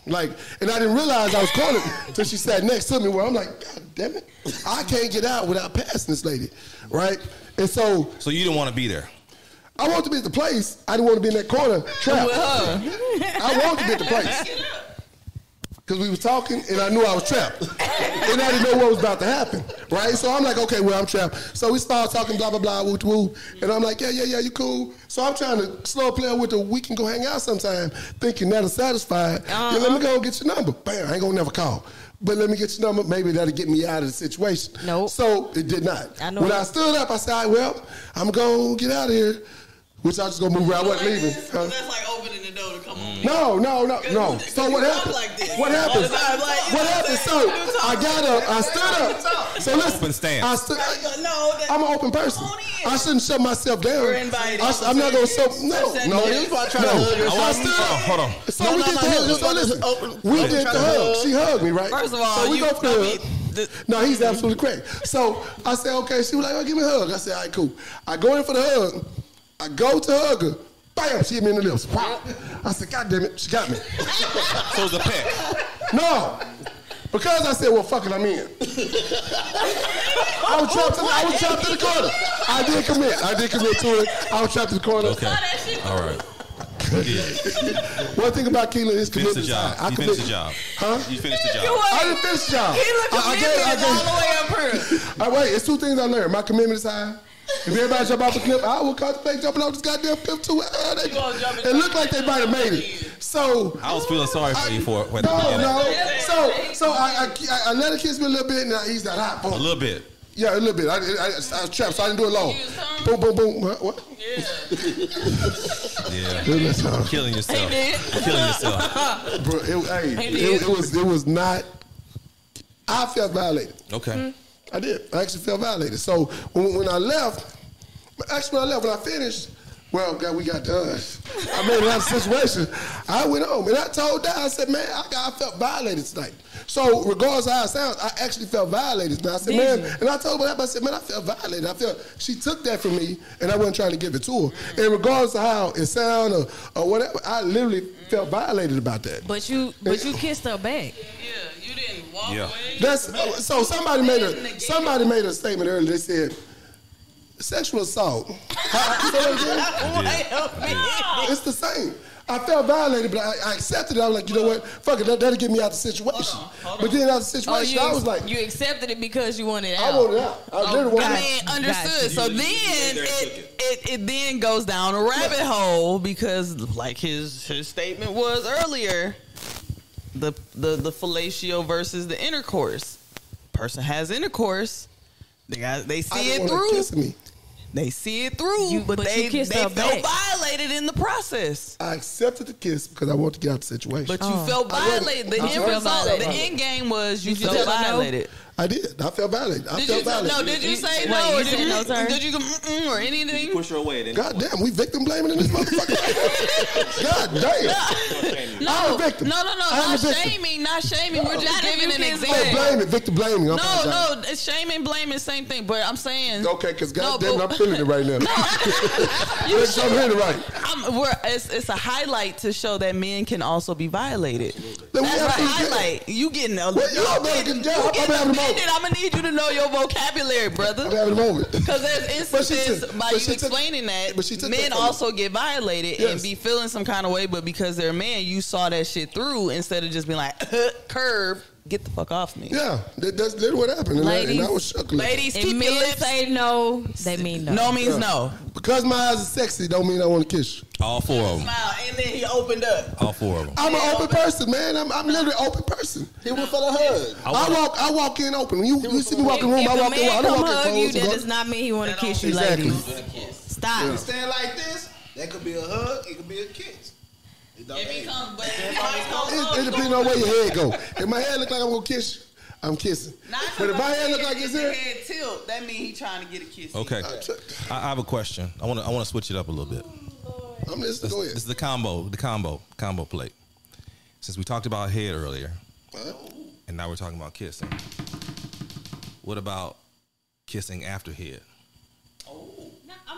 [SPEAKER 2] Like, and I didn't realize I was cornered until she sat next to me. Where I'm like, God damn it, I can't get out without passing this lady, right? And so
[SPEAKER 5] So you didn't want to be there.
[SPEAKER 2] I want to be at the place. I didn't want to be in that corner trap. I want to be at the place. Because we was talking and I knew I was trapped. and I didn't know what was about to happen. Right? So I'm like, okay, well, I'm trapped. So we start talking, blah, blah, blah, woo, woo. And I'm like, yeah, yeah, yeah, you cool. So I'm trying to slow play with the we can go hang out sometime, thinking that'll satisfy. it. Yeah,
[SPEAKER 4] Uh-huh.
[SPEAKER 2] let me go get your number. Bam, I ain't gonna never call. But let me get your number. Maybe that'll get me out of the situation.
[SPEAKER 4] Nope.
[SPEAKER 2] So it did not.
[SPEAKER 4] I know
[SPEAKER 2] when
[SPEAKER 4] it.
[SPEAKER 2] I stood up, I said, "All right, well, I'm gonna get out of here. Which I just gonna move around. I wasn't leaving. Huh?
[SPEAKER 7] That's like opening the door to come on.
[SPEAKER 2] No, no, no, no.
[SPEAKER 7] Cause
[SPEAKER 2] So
[SPEAKER 7] you
[SPEAKER 2] what
[SPEAKER 7] talk
[SPEAKER 2] happened?
[SPEAKER 7] like this
[SPEAKER 2] What
[SPEAKER 7] all
[SPEAKER 2] happened?
[SPEAKER 7] the time, like, you
[SPEAKER 2] What
[SPEAKER 7] know what
[SPEAKER 2] happened?
[SPEAKER 7] I'm
[SPEAKER 2] So
[SPEAKER 7] saying? You talk.
[SPEAKER 2] I got up. I stood up. So
[SPEAKER 5] Open
[SPEAKER 2] listen.
[SPEAKER 5] stance.
[SPEAKER 2] I stood.
[SPEAKER 7] No, that-
[SPEAKER 2] I'm an open person. I shouldn't shut myself down.
[SPEAKER 7] We're invited.
[SPEAKER 2] I, am not gonna shut. No,
[SPEAKER 7] Upset
[SPEAKER 2] no.
[SPEAKER 7] me.
[SPEAKER 6] This is why I try to hug
[SPEAKER 2] no. I
[SPEAKER 6] your
[SPEAKER 5] I want,
[SPEAKER 2] stood
[SPEAKER 5] oh,
[SPEAKER 2] up.
[SPEAKER 5] hold on.
[SPEAKER 2] So
[SPEAKER 6] No,
[SPEAKER 2] we
[SPEAKER 6] no,
[SPEAKER 2] did
[SPEAKER 6] no,
[SPEAKER 2] the
[SPEAKER 6] no,
[SPEAKER 2] hug. So
[SPEAKER 6] no, no,
[SPEAKER 2] listen,
[SPEAKER 7] Oh,
[SPEAKER 6] just open-
[SPEAKER 2] we
[SPEAKER 6] open,
[SPEAKER 2] did
[SPEAKER 6] try
[SPEAKER 2] the
[SPEAKER 6] to
[SPEAKER 2] hug.
[SPEAKER 6] hug.
[SPEAKER 2] She hugged me, right?
[SPEAKER 7] First of all,
[SPEAKER 2] so we
[SPEAKER 7] you-
[SPEAKER 2] go for the
[SPEAKER 7] I
[SPEAKER 2] hug.
[SPEAKER 7] mean, the-
[SPEAKER 2] No, he's absolutely correct. So I said, okay. She was like, oh, give me a hug. I said, all right, cool. I go in for the hug. I go to hug her. Bam, she hit me in the lips. Wow. I said, God damn it, she got me.
[SPEAKER 5] So it was a peck.
[SPEAKER 2] No. Because I said, well, fuck it, I'm in. I was trapped in, I was trapped in the corner. I did commit. I did commit to it. I was trapped in the corner.
[SPEAKER 5] Okay. All right.
[SPEAKER 2] One thing about Keelan is commitment.
[SPEAKER 5] Finish the
[SPEAKER 2] is
[SPEAKER 5] job.
[SPEAKER 2] high. I
[SPEAKER 5] you
[SPEAKER 2] commit.
[SPEAKER 5] finished the job.
[SPEAKER 2] Huh?
[SPEAKER 5] You finished the
[SPEAKER 7] You
[SPEAKER 5] job.
[SPEAKER 7] are-
[SPEAKER 2] I didn't finish the job.
[SPEAKER 7] He looked
[SPEAKER 2] I, I gave, I
[SPEAKER 7] committed all the way up here.
[SPEAKER 2] gave- I- wait, it's two things I learned. My commitment is high. If everybody jump off a cliff, I will contemplate jumping off this goddamn cliff too. Uh, they-
[SPEAKER 7] gonna jump and
[SPEAKER 2] it
[SPEAKER 7] try
[SPEAKER 2] looked
[SPEAKER 7] to
[SPEAKER 2] like they might have made it. So
[SPEAKER 5] I was feeling sorry for you for for the
[SPEAKER 2] no,
[SPEAKER 5] beginning.
[SPEAKER 2] no. So, so I, I, I let her kiss me a little bit, and I eased that hot.
[SPEAKER 5] A
[SPEAKER 2] Boom.
[SPEAKER 5] little bit.
[SPEAKER 2] Yeah, a little bit. I, I, I was trapped, so I didn't do it long. Boom, boom, boom. What? what?
[SPEAKER 5] Yeah.
[SPEAKER 2] It was, uh,
[SPEAKER 5] Killing yourself.
[SPEAKER 7] did.
[SPEAKER 5] You're killing yourself.
[SPEAKER 2] bro, it, hey,
[SPEAKER 7] It
[SPEAKER 2] it,
[SPEAKER 7] is.
[SPEAKER 2] it was, it was not. I felt violated.
[SPEAKER 5] Okay.
[SPEAKER 2] I did. I actually felt violated. So when, when I left, actually when I left, when I finished, well, God, we got done. I made it out of the situation. I went home and I told that I said, man, I, got, I felt violated tonight. So regardless of how it sounds, I actually felt violated. And I said, man, and I told her that, but I said, man, I felt violated. I felt she took that from me, and I wasn't trying to give it to her. And regardless of how it sounded or, or whatever, I literally felt violated about that.
[SPEAKER 4] But you, but you kissed her back.
[SPEAKER 7] Yeah, you didn't walk
[SPEAKER 5] Yeah.
[SPEAKER 7] away.
[SPEAKER 2] That's so somebody made a somebody made a statement earlier. They said Sexual assault. How- say that again? It's the same. I felt violated, but I, I accepted it. I was like, you know what? Fuck it, that, that'll get me out the situation. But then out the
[SPEAKER 4] Oh,
[SPEAKER 2] situation,
[SPEAKER 4] you,
[SPEAKER 2] I was like,
[SPEAKER 4] you accepted it because you wanted out.
[SPEAKER 2] I wanted out. I literally wanted
[SPEAKER 7] I
[SPEAKER 2] out.
[SPEAKER 7] mean,
[SPEAKER 4] Gotcha.
[SPEAKER 7] understood. So then it, it it then goes down a rabbit hole because, like his his statement was earlier, the the the fellatio versus the intercourse. Person has intercourse. They got they see it through. They see it through,
[SPEAKER 4] You-
[SPEAKER 7] but,
[SPEAKER 4] but
[SPEAKER 7] they
[SPEAKER 4] you
[SPEAKER 7] they
[SPEAKER 4] kissed
[SPEAKER 7] felt
[SPEAKER 4] her back.
[SPEAKER 7] violated in the process.
[SPEAKER 2] I accepted the kiss because I wanted to get out the situation.
[SPEAKER 7] But you felt violated. The end result, the end game was you, felt violated.
[SPEAKER 2] I did. I felt violated. I
[SPEAKER 7] Did
[SPEAKER 2] felt
[SPEAKER 7] you
[SPEAKER 2] violated.
[SPEAKER 7] no? Did you say
[SPEAKER 4] Wait,
[SPEAKER 7] no?
[SPEAKER 4] you
[SPEAKER 7] or did
[SPEAKER 4] said
[SPEAKER 7] you
[SPEAKER 4] no, sir?
[SPEAKER 7] did you go mm-mm or anything?
[SPEAKER 10] Push her away. Then
[SPEAKER 2] God damn, we victim blaming in this motherfucker. God damn.
[SPEAKER 7] No,
[SPEAKER 2] I'm a victim.
[SPEAKER 7] no, no, no,
[SPEAKER 2] I'm a
[SPEAKER 7] not
[SPEAKER 2] victim.
[SPEAKER 7] shaming, not shaming. We're just
[SPEAKER 4] Not if
[SPEAKER 7] giving
[SPEAKER 4] you
[SPEAKER 7] an
[SPEAKER 4] can
[SPEAKER 2] Oh,
[SPEAKER 7] example.
[SPEAKER 2] blame it, victim blaming. I
[SPEAKER 7] No,
[SPEAKER 2] apologize.
[SPEAKER 7] no, it's shame and blame is same thing. But I'm saying,
[SPEAKER 2] Okay, because
[SPEAKER 7] No,
[SPEAKER 2] God damn it,
[SPEAKER 7] but-
[SPEAKER 2] I'm feeling it right now.
[SPEAKER 7] you
[SPEAKER 2] I'm
[SPEAKER 7] should,
[SPEAKER 2] hearing it right.
[SPEAKER 7] I'm, we're, it's, it's a highlight to show that men can also be violated.
[SPEAKER 2] Then we
[SPEAKER 7] That's a
[SPEAKER 2] have to-
[SPEAKER 7] highlight. You getting a
[SPEAKER 2] Well, y'all better get down. I'm having a moment.
[SPEAKER 7] I'm gonna need you to know your vocabulary,
[SPEAKER 2] I'm
[SPEAKER 7] brother.
[SPEAKER 2] having a moment.
[SPEAKER 7] Because there's
[SPEAKER 2] But she
[SPEAKER 7] instances
[SPEAKER 2] took-
[SPEAKER 7] by
[SPEAKER 2] but she
[SPEAKER 7] you
[SPEAKER 2] took-
[SPEAKER 7] explaining that
[SPEAKER 2] but she took that
[SPEAKER 7] men
[SPEAKER 2] from me.
[SPEAKER 7] also get violated
[SPEAKER 2] Yes.
[SPEAKER 7] and be feeling some kind of way, but because they're a man, you saw that shit through instead of just being like curve, get the fuck off me.
[SPEAKER 2] Yeah, that, that's literally what happened. And, I, and I
[SPEAKER 4] Ladies,
[SPEAKER 2] was shook.
[SPEAKER 7] Ladies,
[SPEAKER 4] If
[SPEAKER 7] keep your
[SPEAKER 4] men
[SPEAKER 7] lips.
[SPEAKER 4] say no, they mean no.
[SPEAKER 7] No means no.
[SPEAKER 2] Because my eyes are sexy, don't mean I want to kiss you.
[SPEAKER 5] All four of them.
[SPEAKER 7] Smile, and then he opened up.
[SPEAKER 5] All four of them.
[SPEAKER 2] I'm an open person, man. I'm, I'm literally an open person.
[SPEAKER 6] He went for the hug.
[SPEAKER 2] I, walk I walk in open. When you, you see me
[SPEAKER 4] If,
[SPEAKER 2] walk in the room,
[SPEAKER 4] if
[SPEAKER 2] I
[SPEAKER 4] a
[SPEAKER 2] walk in
[SPEAKER 4] man
[SPEAKER 2] I don't
[SPEAKER 4] come
[SPEAKER 2] walk in
[SPEAKER 4] hug you,
[SPEAKER 2] clothes.
[SPEAKER 4] that
[SPEAKER 2] and
[SPEAKER 4] does
[SPEAKER 2] go-
[SPEAKER 4] not mean he want to kiss you,
[SPEAKER 2] Exactly.
[SPEAKER 4] ladies. Stop.
[SPEAKER 2] Yeah.
[SPEAKER 9] Stand like this, that could be a hug, it could be a kiss. It don't- hey,
[SPEAKER 7] but
[SPEAKER 2] It, it depends on where your head go. If my head look like I'm gonna kiss you, I'm kissing. But if my head look like it's here,
[SPEAKER 8] head tilt, that means he trying to get a kiss.
[SPEAKER 5] Okay. I, I have a question. I want to I want to switch it up a little bit.
[SPEAKER 2] I'm listening. Go ahead.
[SPEAKER 5] This is the combo, the combo, combo plate. Since we talked about head earlier, and now we're talking about kissing. What about kissing after head?
[SPEAKER 4] I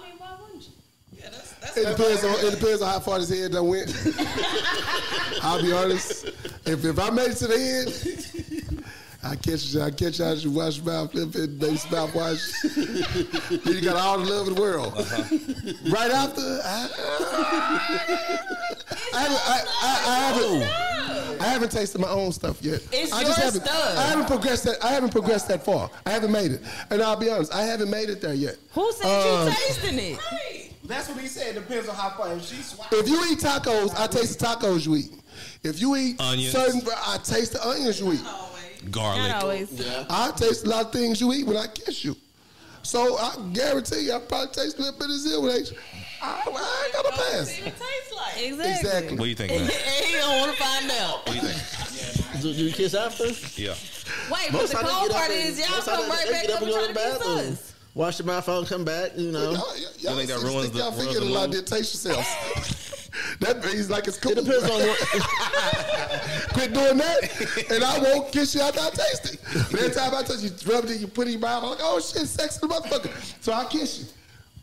[SPEAKER 4] mean, why wouldn't you?
[SPEAKER 2] It depends on it depends on how far this head done went. I'll be honest. If if I made it to the end, I catch you, I catch you out you wash your mouth, flip it, baby mouth wash. then you got all the love in the world. Right after, I, I, haven't- I, I, I haven't I haven't tasted my own stuff yet.
[SPEAKER 4] It's
[SPEAKER 2] I
[SPEAKER 4] your
[SPEAKER 2] haven't,
[SPEAKER 4] stuff.
[SPEAKER 2] I haven't progressed that I haven't progressed that far. I haven't made it. And I'll be honest, I haven't made it there yet.
[SPEAKER 4] Who said
[SPEAKER 2] Um,
[SPEAKER 4] you tasting it?
[SPEAKER 9] That's what he said. Depends on how far if she swipes.
[SPEAKER 2] If you eat tacos, I taste the tacos you eat. If you eat
[SPEAKER 5] Onions.
[SPEAKER 2] certain, br- I taste the onions you eat.
[SPEAKER 5] Garlic.
[SPEAKER 4] Not always.
[SPEAKER 2] I taste a lot of things you eat when I kiss you. So I guarantee you, I probably taste a little bit of zero. when I eat you. I, I ain't gonna pass.
[SPEAKER 4] Exactly.
[SPEAKER 2] Exactly.
[SPEAKER 5] What do you think, man?
[SPEAKER 7] And he don't want to find out.
[SPEAKER 5] What do you think?
[SPEAKER 9] Uh,
[SPEAKER 6] Do do you kiss after?
[SPEAKER 5] Yeah.
[SPEAKER 4] Wait, but
[SPEAKER 6] Most
[SPEAKER 4] the
[SPEAKER 6] times they get
[SPEAKER 4] cold
[SPEAKER 6] up
[SPEAKER 4] part
[SPEAKER 6] and-
[SPEAKER 4] is y'all
[SPEAKER 6] most times
[SPEAKER 4] come
[SPEAKER 6] they-
[SPEAKER 4] right
[SPEAKER 6] they
[SPEAKER 4] back
[SPEAKER 6] get
[SPEAKER 4] up and
[SPEAKER 6] go
[SPEAKER 4] try
[SPEAKER 6] to
[SPEAKER 4] to
[SPEAKER 6] the
[SPEAKER 4] kiss
[SPEAKER 6] bathroom.
[SPEAKER 4] us.
[SPEAKER 6] Wash your mouth out, come back. You know,
[SPEAKER 2] Y'all, y'all
[SPEAKER 5] think that
[SPEAKER 2] seem to
[SPEAKER 5] ruins
[SPEAKER 2] stick
[SPEAKER 5] the-
[SPEAKER 2] y'all
[SPEAKER 5] ruins
[SPEAKER 2] finger in a
[SPEAKER 5] the
[SPEAKER 2] lot
[SPEAKER 5] mood?
[SPEAKER 2] then taste yourselves. that means like it's cool.
[SPEAKER 6] it depends on what.
[SPEAKER 2] Quit doing that, and I won't kiss you after I taste it. But every time I touch you, rub it, in, you put it in your mouth. I'm like, oh shit, sexy motherfucker. So I kiss you.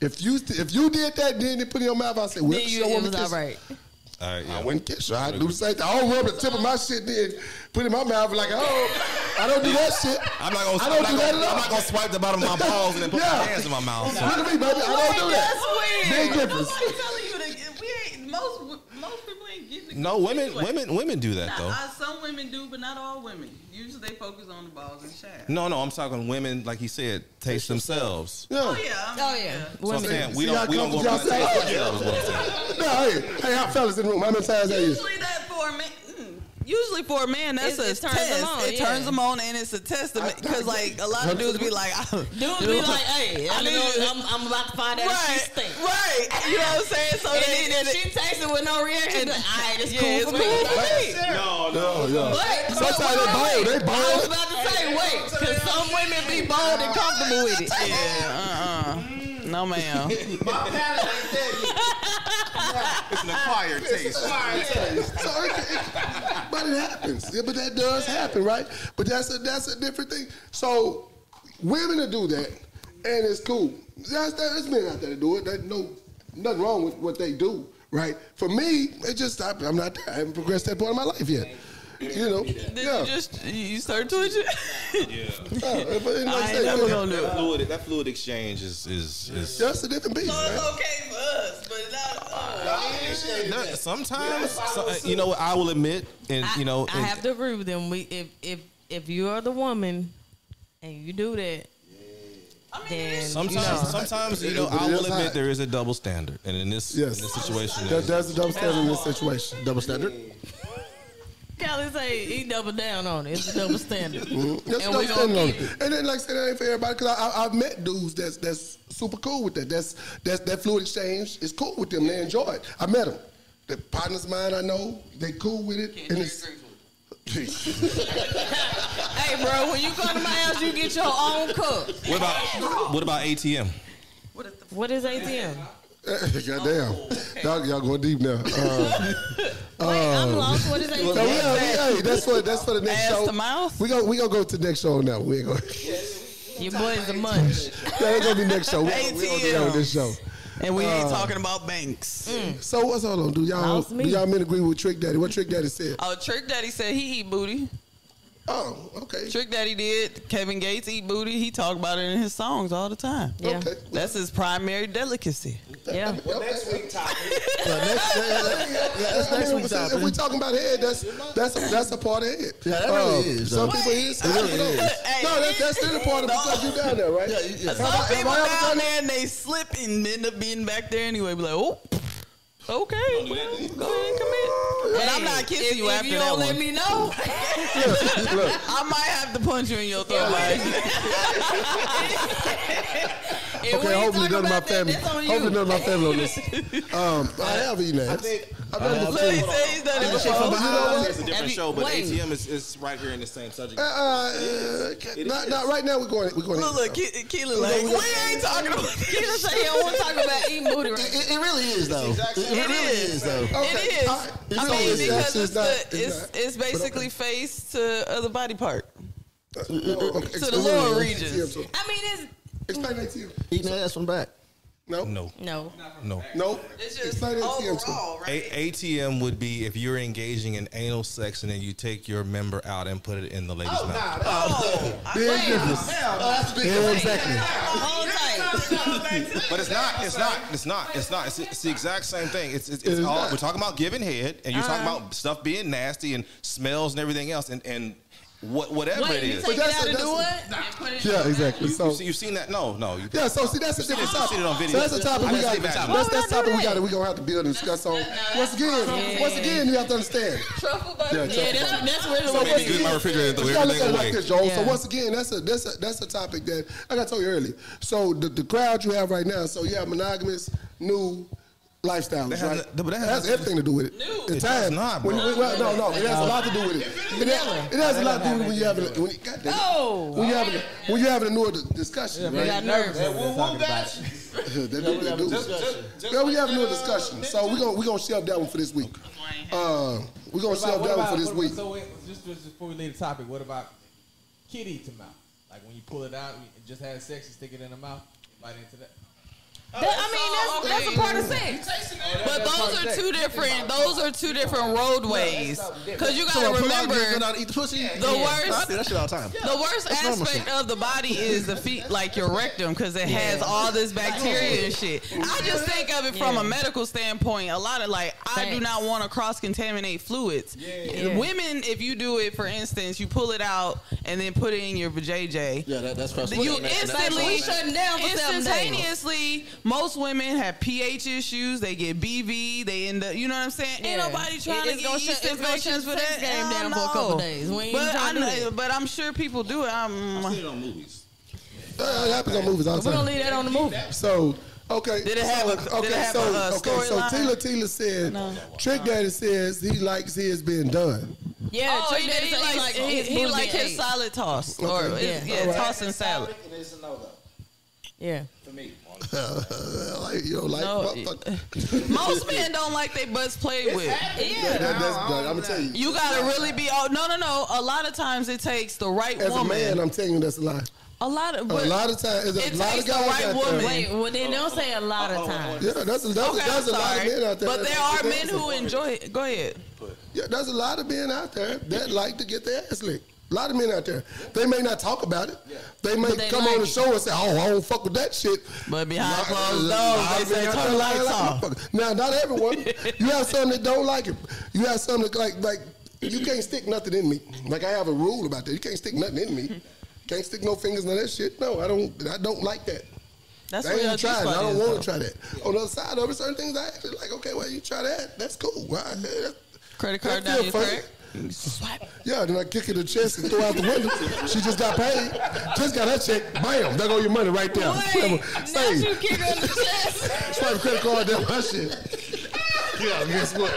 [SPEAKER 2] If you if you did that, then you put it in your mouth. I said, well,
[SPEAKER 4] Then
[SPEAKER 2] she
[SPEAKER 4] you,
[SPEAKER 2] don't
[SPEAKER 4] it
[SPEAKER 2] want me
[SPEAKER 4] was
[SPEAKER 2] to
[SPEAKER 4] all
[SPEAKER 2] kiss you.
[SPEAKER 4] right.
[SPEAKER 5] All right.
[SPEAKER 2] I
[SPEAKER 5] Yeah.
[SPEAKER 2] wouldn't kiss her. I do the same thing. I don't rub the tip of my shit, then put it in my mouth like, oh, I don't do that shit.
[SPEAKER 5] I'm not gonna.
[SPEAKER 2] I don't do
[SPEAKER 5] I'm not
[SPEAKER 2] that at
[SPEAKER 5] gonna, I'm not
[SPEAKER 2] all.
[SPEAKER 5] gonna swipe the bottom of my balls and then put
[SPEAKER 2] Yeah.
[SPEAKER 5] my hands in my mouth. So.
[SPEAKER 2] Look at me, baby. I don't do that. Big difference.
[SPEAKER 8] telling you that we ain't most most people ain't getting. The
[SPEAKER 5] No,
[SPEAKER 8] kiss
[SPEAKER 5] women,
[SPEAKER 8] anyway.
[SPEAKER 5] women, women do that
[SPEAKER 8] Nah,
[SPEAKER 5] though.
[SPEAKER 8] I- some women do, but not all women. Usually they focus on the balls and shaft.
[SPEAKER 5] No, no, I'm talking women. Like you said, taste themselves.
[SPEAKER 2] Yeah.
[SPEAKER 8] Oh yeah. I'm-
[SPEAKER 4] Oh yeah.
[SPEAKER 5] So I'm saying we
[SPEAKER 2] See how
[SPEAKER 5] don't, we don't go
[SPEAKER 2] comfortable
[SPEAKER 5] around
[SPEAKER 2] y'all
[SPEAKER 5] and taste
[SPEAKER 2] say?
[SPEAKER 5] themselves. is what I'm saying.
[SPEAKER 2] No, hey, hey, how fellas in the room? How many times that is?
[SPEAKER 8] Usually that for a man. mm,
[SPEAKER 7] Usually for a man, that's
[SPEAKER 4] It-
[SPEAKER 7] a
[SPEAKER 4] it turns
[SPEAKER 7] test.
[SPEAKER 4] them on,
[SPEAKER 7] it
[SPEAKER 4] yeah.
[SPEAKER 7] turns them on, and it's a testament because, like, a lot of dudes be like,
[SPEAKER 4] Dudes be like, hey, I
[SPEAKER 7] I
[SPEAKER 4] know,
[SPEAKER 7] need-
[SPEAKER 4] I'm, I'm about to find out if she
[SPEAKER 7] right,
[SPEAKER 4] stinks.
[SPEAKER 7] right. You know what I'm saying? So
[SPEAKER 4] And
[SPEAKER 7] they,
[SPEAKER 4] then if she takes it with no reaction. All right, it's
[SPEAKER 7] yeah,
[SPEAKER 4] cool
[SPEAKER 7] it's
[SPEAKER 4] for
[SPEAKER 7] cool
[SPEAKER 4] me.
[SPEAKER 7] for me.
[SPEAKER 2] No, no.
[SPEAKER 7] But
[SPEAKER 2] Sometimes
[SPEAKER 7] but wait,
[SPEAKER 2] they bold.
[SPEAKER 7] wait.
[SPEAKER 2] They bold.
[SPEAKER 7] I was about to say wait, because some women be bold and comfortable with it. Yeah. Uh. uh No, ma'am.
[SPEAKER 9] My palate ain't there yet. It's an acquired taste.
[SPEAKER 2] So it, it, but it happens. Yeah, but that does happen, right? But that's a that's a different thing. So women will do that, and it's cool. That's that, there's men out there that do it. That no nothing wrong with what they do, right? For me, it just I, I'm not there. I haven't progressed that part of my life yet. You know,
[SPEAKER 7] Did
[SPEAKER 2] yeah.
[SPEAKER 7] you just you start twitching?
[SPEAKER 10] Yeah.
[SPEAKER 2] Yeah, but it's like I ain't that- never gonna do
[SPEAKER 10] that
[SPEAKER 2] it.
[SPEAKER 10] fluid, that fluid exchange is is is.
[SPEAKER 2] That's a different beast, man.
[SPEAKER 7] okay for us, but not.
[SPEAKER 5] Not- sometimes,
[SPEAKER 10] Yeah.
[SPEAKER 5] so- uh, you know, what, I will admit, and you know,
[SPEAKER 4] I
[SPEAKER 5] and-
[SPEAKER 4] have to agree with them. We if if if you are the woman and you do that, then
[SPEAKER 5] sometimes, sometimes, you know,
[SPEAKER 2] But
[SPEAKER 5] I
[SPEAKER 2] it
[SPEAKER 5] will
[SPEAKER 2] is
[SPEAKER 5] admit
[SPEAKER 2] hot.
[SPEAKER 5] there is a double standard, and in this,
[SPEAKER 2] Yes.
[SPEAKER 5] in this situation,
[SPEAKER 2] That,
[SPEAKER 5] there's-
[SPEAKER 2] that's a double standard in this situation. Double standard.
[SPEAKER 4] Kelly say he double down on it. It's a double standard.
[SPEAKER 2] That's
[SPEAKER 4] And
[SPEAKER 2] what
[SPEAKER 4] we
[SPEAKER 2] I'm
[SPEAKER 4] gonna
[SPEAKER 2] standing on.
[SPEAKER 4] keep
[SPEAKER 2] it. And then, like I said, that ain't for everybody because I, I, I've met dudes that's that's super cool with that. That's that's that fluid exchange is cool with them. They enjoy it. I met them. The partners of mine I know, they cool with it. and it's,
[SPEAKER 4] Hey, bro, when you come to my house, you get your own cook.
[SPEAKER 5] what about what about ATM?
[SPEAKER 2] Oh,
[SPEAKER 4] What is ATM?
[SPEAKER 2] goddamn,
[SPEAKER 4] Oh,
[SPEAKER 2] y'all, y'all going deep now. Uh,
[SPEAKER 4] I'm
[SPEAKER 2] uh,
[SPEAKER 4] lost. What is
[SPEAKER 2] no,
[SPEAKER 4] ATM?
[SPEAKER 2] we- hey, that's for that's for the next
[SPEAKER 7] Ass
[SPEAKER 2] show.
[SPEAKER 7] to mouth?
[SPEAKER 2] We go we gonna go to the next show now. We ain't gonna
[SPEAKER 4] Your boy's a munch.
[SPEAKER 2] that ain't gonna be next show. We, we gonna be on this show.
[SPEAKER 7] And we ain't
[SPEAKER 2] Uh,
[SPEAKER 7] talking about banks.
[SPEAKER 4] Mm.
[SPEAKER 2] So what's hold on? Do y'all
[SPEAKER 4] Lost me.
[SPEAKER 2] do y'all men agree with Trick Daddy? What Trick Daddy said?
[SPEAKER 7] Oh, Trick Daddy said he eat booty.
[SPEAKER 2] Oh, okay.
[SPEAKER 7] Trick Daddy did. Kevin Gates eat booty. He talk about it in his songs all the time.
[SPEAKER 4] Yeah.
[SPEAKER 2] Okay.
[SPEAKER 7] That's his primary delicacy.
[SPEAKER 4] Yeah.
[SPEAKER 2] Next week topic.
[SPEAKER 9] next- that's next week's
[SPEAKER 2] If
[SPEAKER 9] topic.
[SPEAKER 2] we talking about head, that's that's a, that's a part of head.
[SPEAKER 9] Yeah, that really is,
[SPEAKER 2] Some
[SPEAKER 9] though.
[SPEAKER 2] people is.
[SPEAKER 9] It really
[SPEAKER 2] some people
[SPEAKER 9] is.
[SPEAKER 2] don't. No, that's that's still a part of it because you down there, right? Yeah, yeah.
[SPEAKER 7] Some people down there and they slip and end up being back there anyway. Be like, oh, okay, well, go ahead and come in. But I'm not kissing
[SPEAKER 4] If,
[SPEAKER 7] you
[SPEAKER 4] if
[SPEAKER 7] after
[SPEAKER 4] you
[SPEAKER 7] that
[SPEAKER 4] don't
[SPEAKER 7] one.
[SPEAKER 4] let me know,
[SPEAKER 7] I might have to punch you in your throat. like,
[SPEAKER 4] if we
[SPEAKER 2] Okay,
[SPEAKER 4] ain't
[SPEAKER 2] hopefully
[SPEAKER 4] talking
[SPEAKER 2] none of my
[SPEAKER 4] about that,
[SPEAKER 2] family.
[SPEAKER 4] that's on you.
[SPEAKER 2] Hopefully none of my family on this. Um, I have eaten ass. I
[SPEAKER 7] look, he said he's done it
[SPEAKER 9] from
[SPEAKER 7] before.
[SPEAKER 9] behind.
[SPEAKER 10] It's a
[SPEAKER 4] Have
[SPEAKER 10] different
[SPEAKER 4] you-
[SPEAKER 10] show, but
[SPEAKER 4] wait.
[SPEAKER 10] ATM is, is right here in the same subject.
[SPEAKER 2] Uh, uh,
[SPEAKER 10] It
[SPEAKER 2] not,
[SPEAKER 10] is.
[SPEAKER 2] not right now. We're going. We're going.
[SPEAKER 7] Look,
[SPEAKER 2] to
[SPEAKER 7] look, Ke- Keelan like, we ain't talking about
[SPEAKER 4] Keita say he don't want to talk about eating booty right
[SPEAKER 9] It, it really is though. It, it really
[SPEAKER 7] is.
[SPEAKER 9] is though.
[SPEAKER 7] It is.
[SPEAKER 2] all right. It's
[SPEAKER 7] I
[SPEAKER 2] not-
[SPEAKER 7] mean,
[SPEAKER 2] it's- it's
[SPEAKER 7] because it's,
[SPEAKER 2] not-
[SPEAKER 7] the,
[SPEAKER 2] it's
[SPEAKER 7] it's,
[SPEAKER 2] not.
[SPEAKER 7] it's basically face to other body part.
[SPEAKER 2] to
[SPEAKER 7] the lower regions.
[SPEAKER 4] I mean, it's
[SPEAKER 2] Explain that to you.
[SPEAKER 9] Eating that ass from the back.
[SPEAKER 2] No, no,
[SPEAKER 5] No,
[SPEAKER 4] no.
[SPEAKER 5] no.
[SPEAKER 2] no.
[SPEAKER 7] It's just
[SPEAKER 2] Explain that to him.
[SPEAKER 7] overall, right?
[SPEAKER 5] A- ATM would be if you're engaging in anal sex and then you take your member out and put it in the
[SPEAKER 2] Oh,
[SPEAKER 5] lady's mouth.
[SPEAKER 2] Big difference. Yeah, exactly.
[SPEAKER 4] Hold tight.
[SPEAKER 10] But it's not. It's not. It's not. It's not. It's, it's the exact same thing. It's it's, it's
[SPEAKER 2] is
[SPEAKER 10] all
[SPEAKER 2] not.
[SPEAKER 10] we're talking about giving head, and you're talking about stuff being nasty and smells and everything else, and and what whatever
[SPEAKER 4] Wait,
[SPEAKER 10] it
[SPEAKER 4] you
[SPEAKER 10] is.
[SPEAKER 4] take it
[SPEAKER 2] that's
[SPEAKER 4] out
[SPEAKER 2] a-
[SPEAKER 4] and do
[SPEAKER 2] that's
[SPEAKER 4] what? And put it
[SPEAKER 2] Yeah, exactly.
[SPEAKER 10] You,
[SPEAKER 2] So
[SPEAKER 10] see, you've seen that? No, no. You,
[SPEAKER 2] Yeah, so see, that's a different
[SPEAKER 10] I've
[SPEAKER 2] topic.
[SPEAKER 10] seen it on video.
[SPEAKER 2] So that's a topic
[SPEAKER 10] I've
[SPEAKER 2] we got.
[SPEAKER 10] seen it
[SPEAKER 2] That's
[SPEAKER 10] on video.
[SPEAKER 2] that's
[SPEAKER 4] Why would I do
[SPEAKER 2] topic we
[SPEAKER 4] that?
[SPEAKER 2] got. We gonna have to build and discuss on. Once again,
[SPEAKER 4] Yeah.
[SPEAKER 2] once again, you have to understand.
[SPEAKER 7] Truffle
[SPEAKER 2] Yeah,
[SPEAKER 7] butter.
[SPEAKER 4] Yeah, that's, that's where the
[SPEAKER 2] So
[SPEAKER 4] way
[SPEAKER 2] once
[SPEAKER 10] maybe good,
[SPEAKER 2] again-
[SPEAKER 10] my refrigerator threw
[SPEAKER 2] You gotta look
[SPEAKER 10] everything
[SPEAKER 2] at it like
[SPEAKER 10] away.
[SPEAKER 2] this, Joel. So
[SPEAKER 4] Yeah.
[SPEAKER 2] once again, that's a that's a that's a topic that like I told you earlier. So the, the crowd you have right now, so you have monogamous new lifestyles,
[SPEAKER 5] That has
[SPEAKER 2] right?
[SPEAKER 5] no- but that has
[SPEAKER 2] has everything to do with it. The time,
[SPEAKER 5] It does not,
[SPEAKER 2] When
[SPEAKER 5] bro.
[SPEAKER 2] you, well, no, no, it has a lot to do with it. It has, it has a lot to do with when you have a- when you, God damn it.
[SPEAKER 4] Oh.
[SPEAKER 2] when you have a, when you having a new discussion,
[SPEAKER 4] I
[SPEAKER 2] right?
[SPEAKER 4] got nerves.
[SPEAKER 2] they do, they do. Yeah, we having a discussion, so we're gonna we're gonna shelve that one for this week. Uh, we're gonna
[SPEAKER 11] What
[SPEAKER 2] shelve
[SPEAKER 11] about-
[SPEAKER 2] that one
[SPEAKER 11] what
[SPEAKER 2] for this
[SPEAKER 11] about-
[SPEAKER 2] week.
[SPEAKER 11] So wait, just, just before we leave the topic, what about kitty to mouth? Like when you pull it out, you just had sex, you stick it in the mouth, you bite into that.
[SPEAKER 4] That, I mean, that's, that's a part of sex.
[SPEAKER 7] But those are two different. Those are two different roadways. Because you
[SPEAKER 9] Come
[SPEAKER 7] gotta
[SPEAKER 9] on, pull out, get it
[SPEAKER 7] remember,
[SPEAKER 9] out, eat the pussy.
[SPEAKER 7] the
[SPEAKER 9] I
[SPEAKER 7] worst
[SPEAKER 9] do that shit all the time.
[SPEAKER 7] The worst
[SPEAKER 9] normal
[SPEAKER 7] aspect of the body is the feet, like your rectum, because it has all this bacteria and shit. I just think of it from a
[SPEAKER 4] Yeah.
[SPEAKER 7] medical standpoint. A lot of like, I do
[SPEAKER 4] Thanks.
[SPEAKER 7] not want to cross contaminate fluids.
[SPEAKER 4] Yeah.
[SPEAKER 7] Women, if you do it, for instance, you pull it out and then put it in your vajayjay.
[SPEAKER 9] Yeah, that, that's frustrating.
[SPEAKER 7] You
[SPEAKER 9] That- that- that's
[SPEAKER 7] instantly,
[SPEAKER 9] frustrating.
[SPEAKER 4] shutting down for seven days.
[SPEAKER 7] instantaneously, most women have pH issues. They get BV. They end up, you know what I'm saying? Ain't
[SPEAKER 4] Yeah.
[SPEAKER 7] nobody
[SPEAKER 4] It-
[SPEAKER 7] trying
[SPEAKER 4] it's
[SPEAKER 7] to
[SPEAKER 4] gonna
[SPEAKER 7] get yeast
[SPEAKER 4] shut- it's gonna
[SPEAKER 7] infections for
[SPEAKER 4] shut the
[SPEAKER 7] that.
[SPEAKER 4] sex game
[SPEAKER 7] Hell
[SPEAKER 4] down for a couple
[SPEAKER 7] no.
[SPEAKER 4] days. We ain't
[SPEAKER 7] But
[SPEAKER 4] trying
[SPEAKER 7] I
[SPEAKER 4] to do
[SPEAKER 7] know,
[SPEAKER 4] that.
[SPEAKER 7] but I'm sure people do it. I'm,
[SPEAKER 10] I've seen it on movies.
[SPEAKER 2] Uh, it happens on movies all the
[SPEAKER 4] We're gonna
[SPEAKER 2] time.
[SPEAKER 4] leave that on the movie.
[SPEAKER 2] So okay,
[SPEAKER 7] Did it
[SPEAKER 2] so,
[SPEAKER 7] have a- did it have
[SPEAKER 2] so
[SPEAKER 7] a, uh,
[SPEAKER 2] okay, so
[SPEAKER 7] storyline?
[SPEAKER 2] Tila Tila said Trick Daddy says he likes his being done.
[SPEAKER 4] Yeah,
[SPEAKER 7] Oh,
[SPEAKER 4] Trick
[SPEAKER 7] he,
[SPEAKER 4] Daddy
[SPEAKER 7] he
[SPEAKER 4] say
[SPEAKER 7] likes, he,
[SPEAKER 4] his
[SPEAKER 7] he
[SPEAKER 4] booty
[SPEAKER 7] like
[SPEAKER 4] being
[SPEAKER 7] his
[SPEAKER 4] ate.
[SPEAKER 7] salad toss
[SPEAKER 2] Okay.
[SPEAKER 7] or it's-
[SPEAKER 4] Yeah.
[SPEAKER 7] yeah, toss and salad.
[SPEAKER 11] It is a no though.
[SPEAKER 4] Yeah.
[SPEAKER 2] like you know, like
[SPEAKER 7] No,
[SPEAKER 2] motherfuck-
[SPEAKER 7] Most men don't like their butts played with.
[SPEAKER 2] that,
[SPEAKER 4] Yeah.
[SPEAKER 2] that's, I'm gonna tell you.
[SPEAKER 7] You gotta really be. Oh no no no! A lot of times it takes the right
[SPEAKER 2] As a
[SPEAKER 7] woman.
[SPEAKER 2] man, I'm telling you that's a lie.
[SPEAKER 7] a lot of
[SPEAKER 2] A
[SPEAKER 7] but
[SPEAKER 2] lot of times, there's
[SPEAKER 7] It
[SPEAKER 2] a lot of
[SPEAKER 7] takes the
[SPEAKER 2] guys
[SPEAKER 7] right
[SPEAKER 2] out there.
[SPEAKER 7] woman.
[SPEAKER 4] Wait, well then don't say a lot of times.
[SPEAKER 2] Yeah, that's a, that's, a-
[SPEAKER 7] okay, I'm
[SPEAKER 2] that's a lot of
[SPEAKER 7] sorry.
[SPEAKER 2] men out there.
[SPEAKER 7] But there
[SPEAKER 2] That's-
[SPEAKER 7] are
[SPEAKER 2] that's
[SPEAKER 7] men
[SPEAKER 2] a-
[SPEAKER 7] who enjoy it. Go ahead.
[SPEAKER 2] Yeah, there's a lot of men out there that like to get their ass licked. A lot of men out there. They may not talk about it. They may
[SPEAKER 7] But they
[SPEAKER 2] come
[SPEAKER 7] like
[SPEAKER 2] on the
[SPEAKER 7] it.
[SPEAKER 2] show and say, "Oh, I don't fuck with that shit."
[SPEAKER 7] But behind
[SPEAKER 2] Lot-
[SPEAKER 7] closed
[SPEAKER 2] lot
[SPEAKER 7] doors,
[SPEAKER 2] of
[SPEAKER 7] they
[SPEAKER 2] men
[SPEAKER 7] say,
[SPEAKER 2] out
[SPEAKER 7] "Turn
[SPEAKER 2] there
[SPEAKER 7] the
[SPEAKER 2] like
[SPEAKER 7] lights
[SPEAKER 2] that
[SPEAKER 7] off."
[SPEAKER 2] motherfucker. Now, not everyone. You have some that don't like it. You have some that like like you can't stick nothing in me. Like I have a rule about that. You can't stick nothing in me. Can't stick no fingers none of that shit. No, I don't. I don't like that.
[SPEAKER 7] That's
[SPEAKER 2] I
[SPEAKER 7] what
[SPEAKER 2] ain't
[SPEAKER 7] LG
[SPEAKER 2] tried it. I
[SPEAKER 7] spot
[SPEAKER 2] don't
[SPEAKER 7] is,
[SPEAKER 2] want
[SPEAKER 7] though.
[SPEAKER 2] to try that. On the other side of it, certain things I actually like. Okay, well, you try that. That's cool. Well, I- that-
[SPEAKER 7] Credit
[SPEAKER 2] that
[SPEAKER 7] card
[SPEAKER 2] feel
[SPEAKER 7] down your
[SPEAKER 2] funny.
[SPEAKER 7] crack.
[SPEAKER 2] Yeah, then I kick her in the chest and throw her out the window. she just got paid. Just got her check. Bam, there go your money right there. Wait, Save.
[SPEAKER 7] you kick her in the chest.
[SPEAKER 2] Swipe credit card down my shit. Yeah, guess what?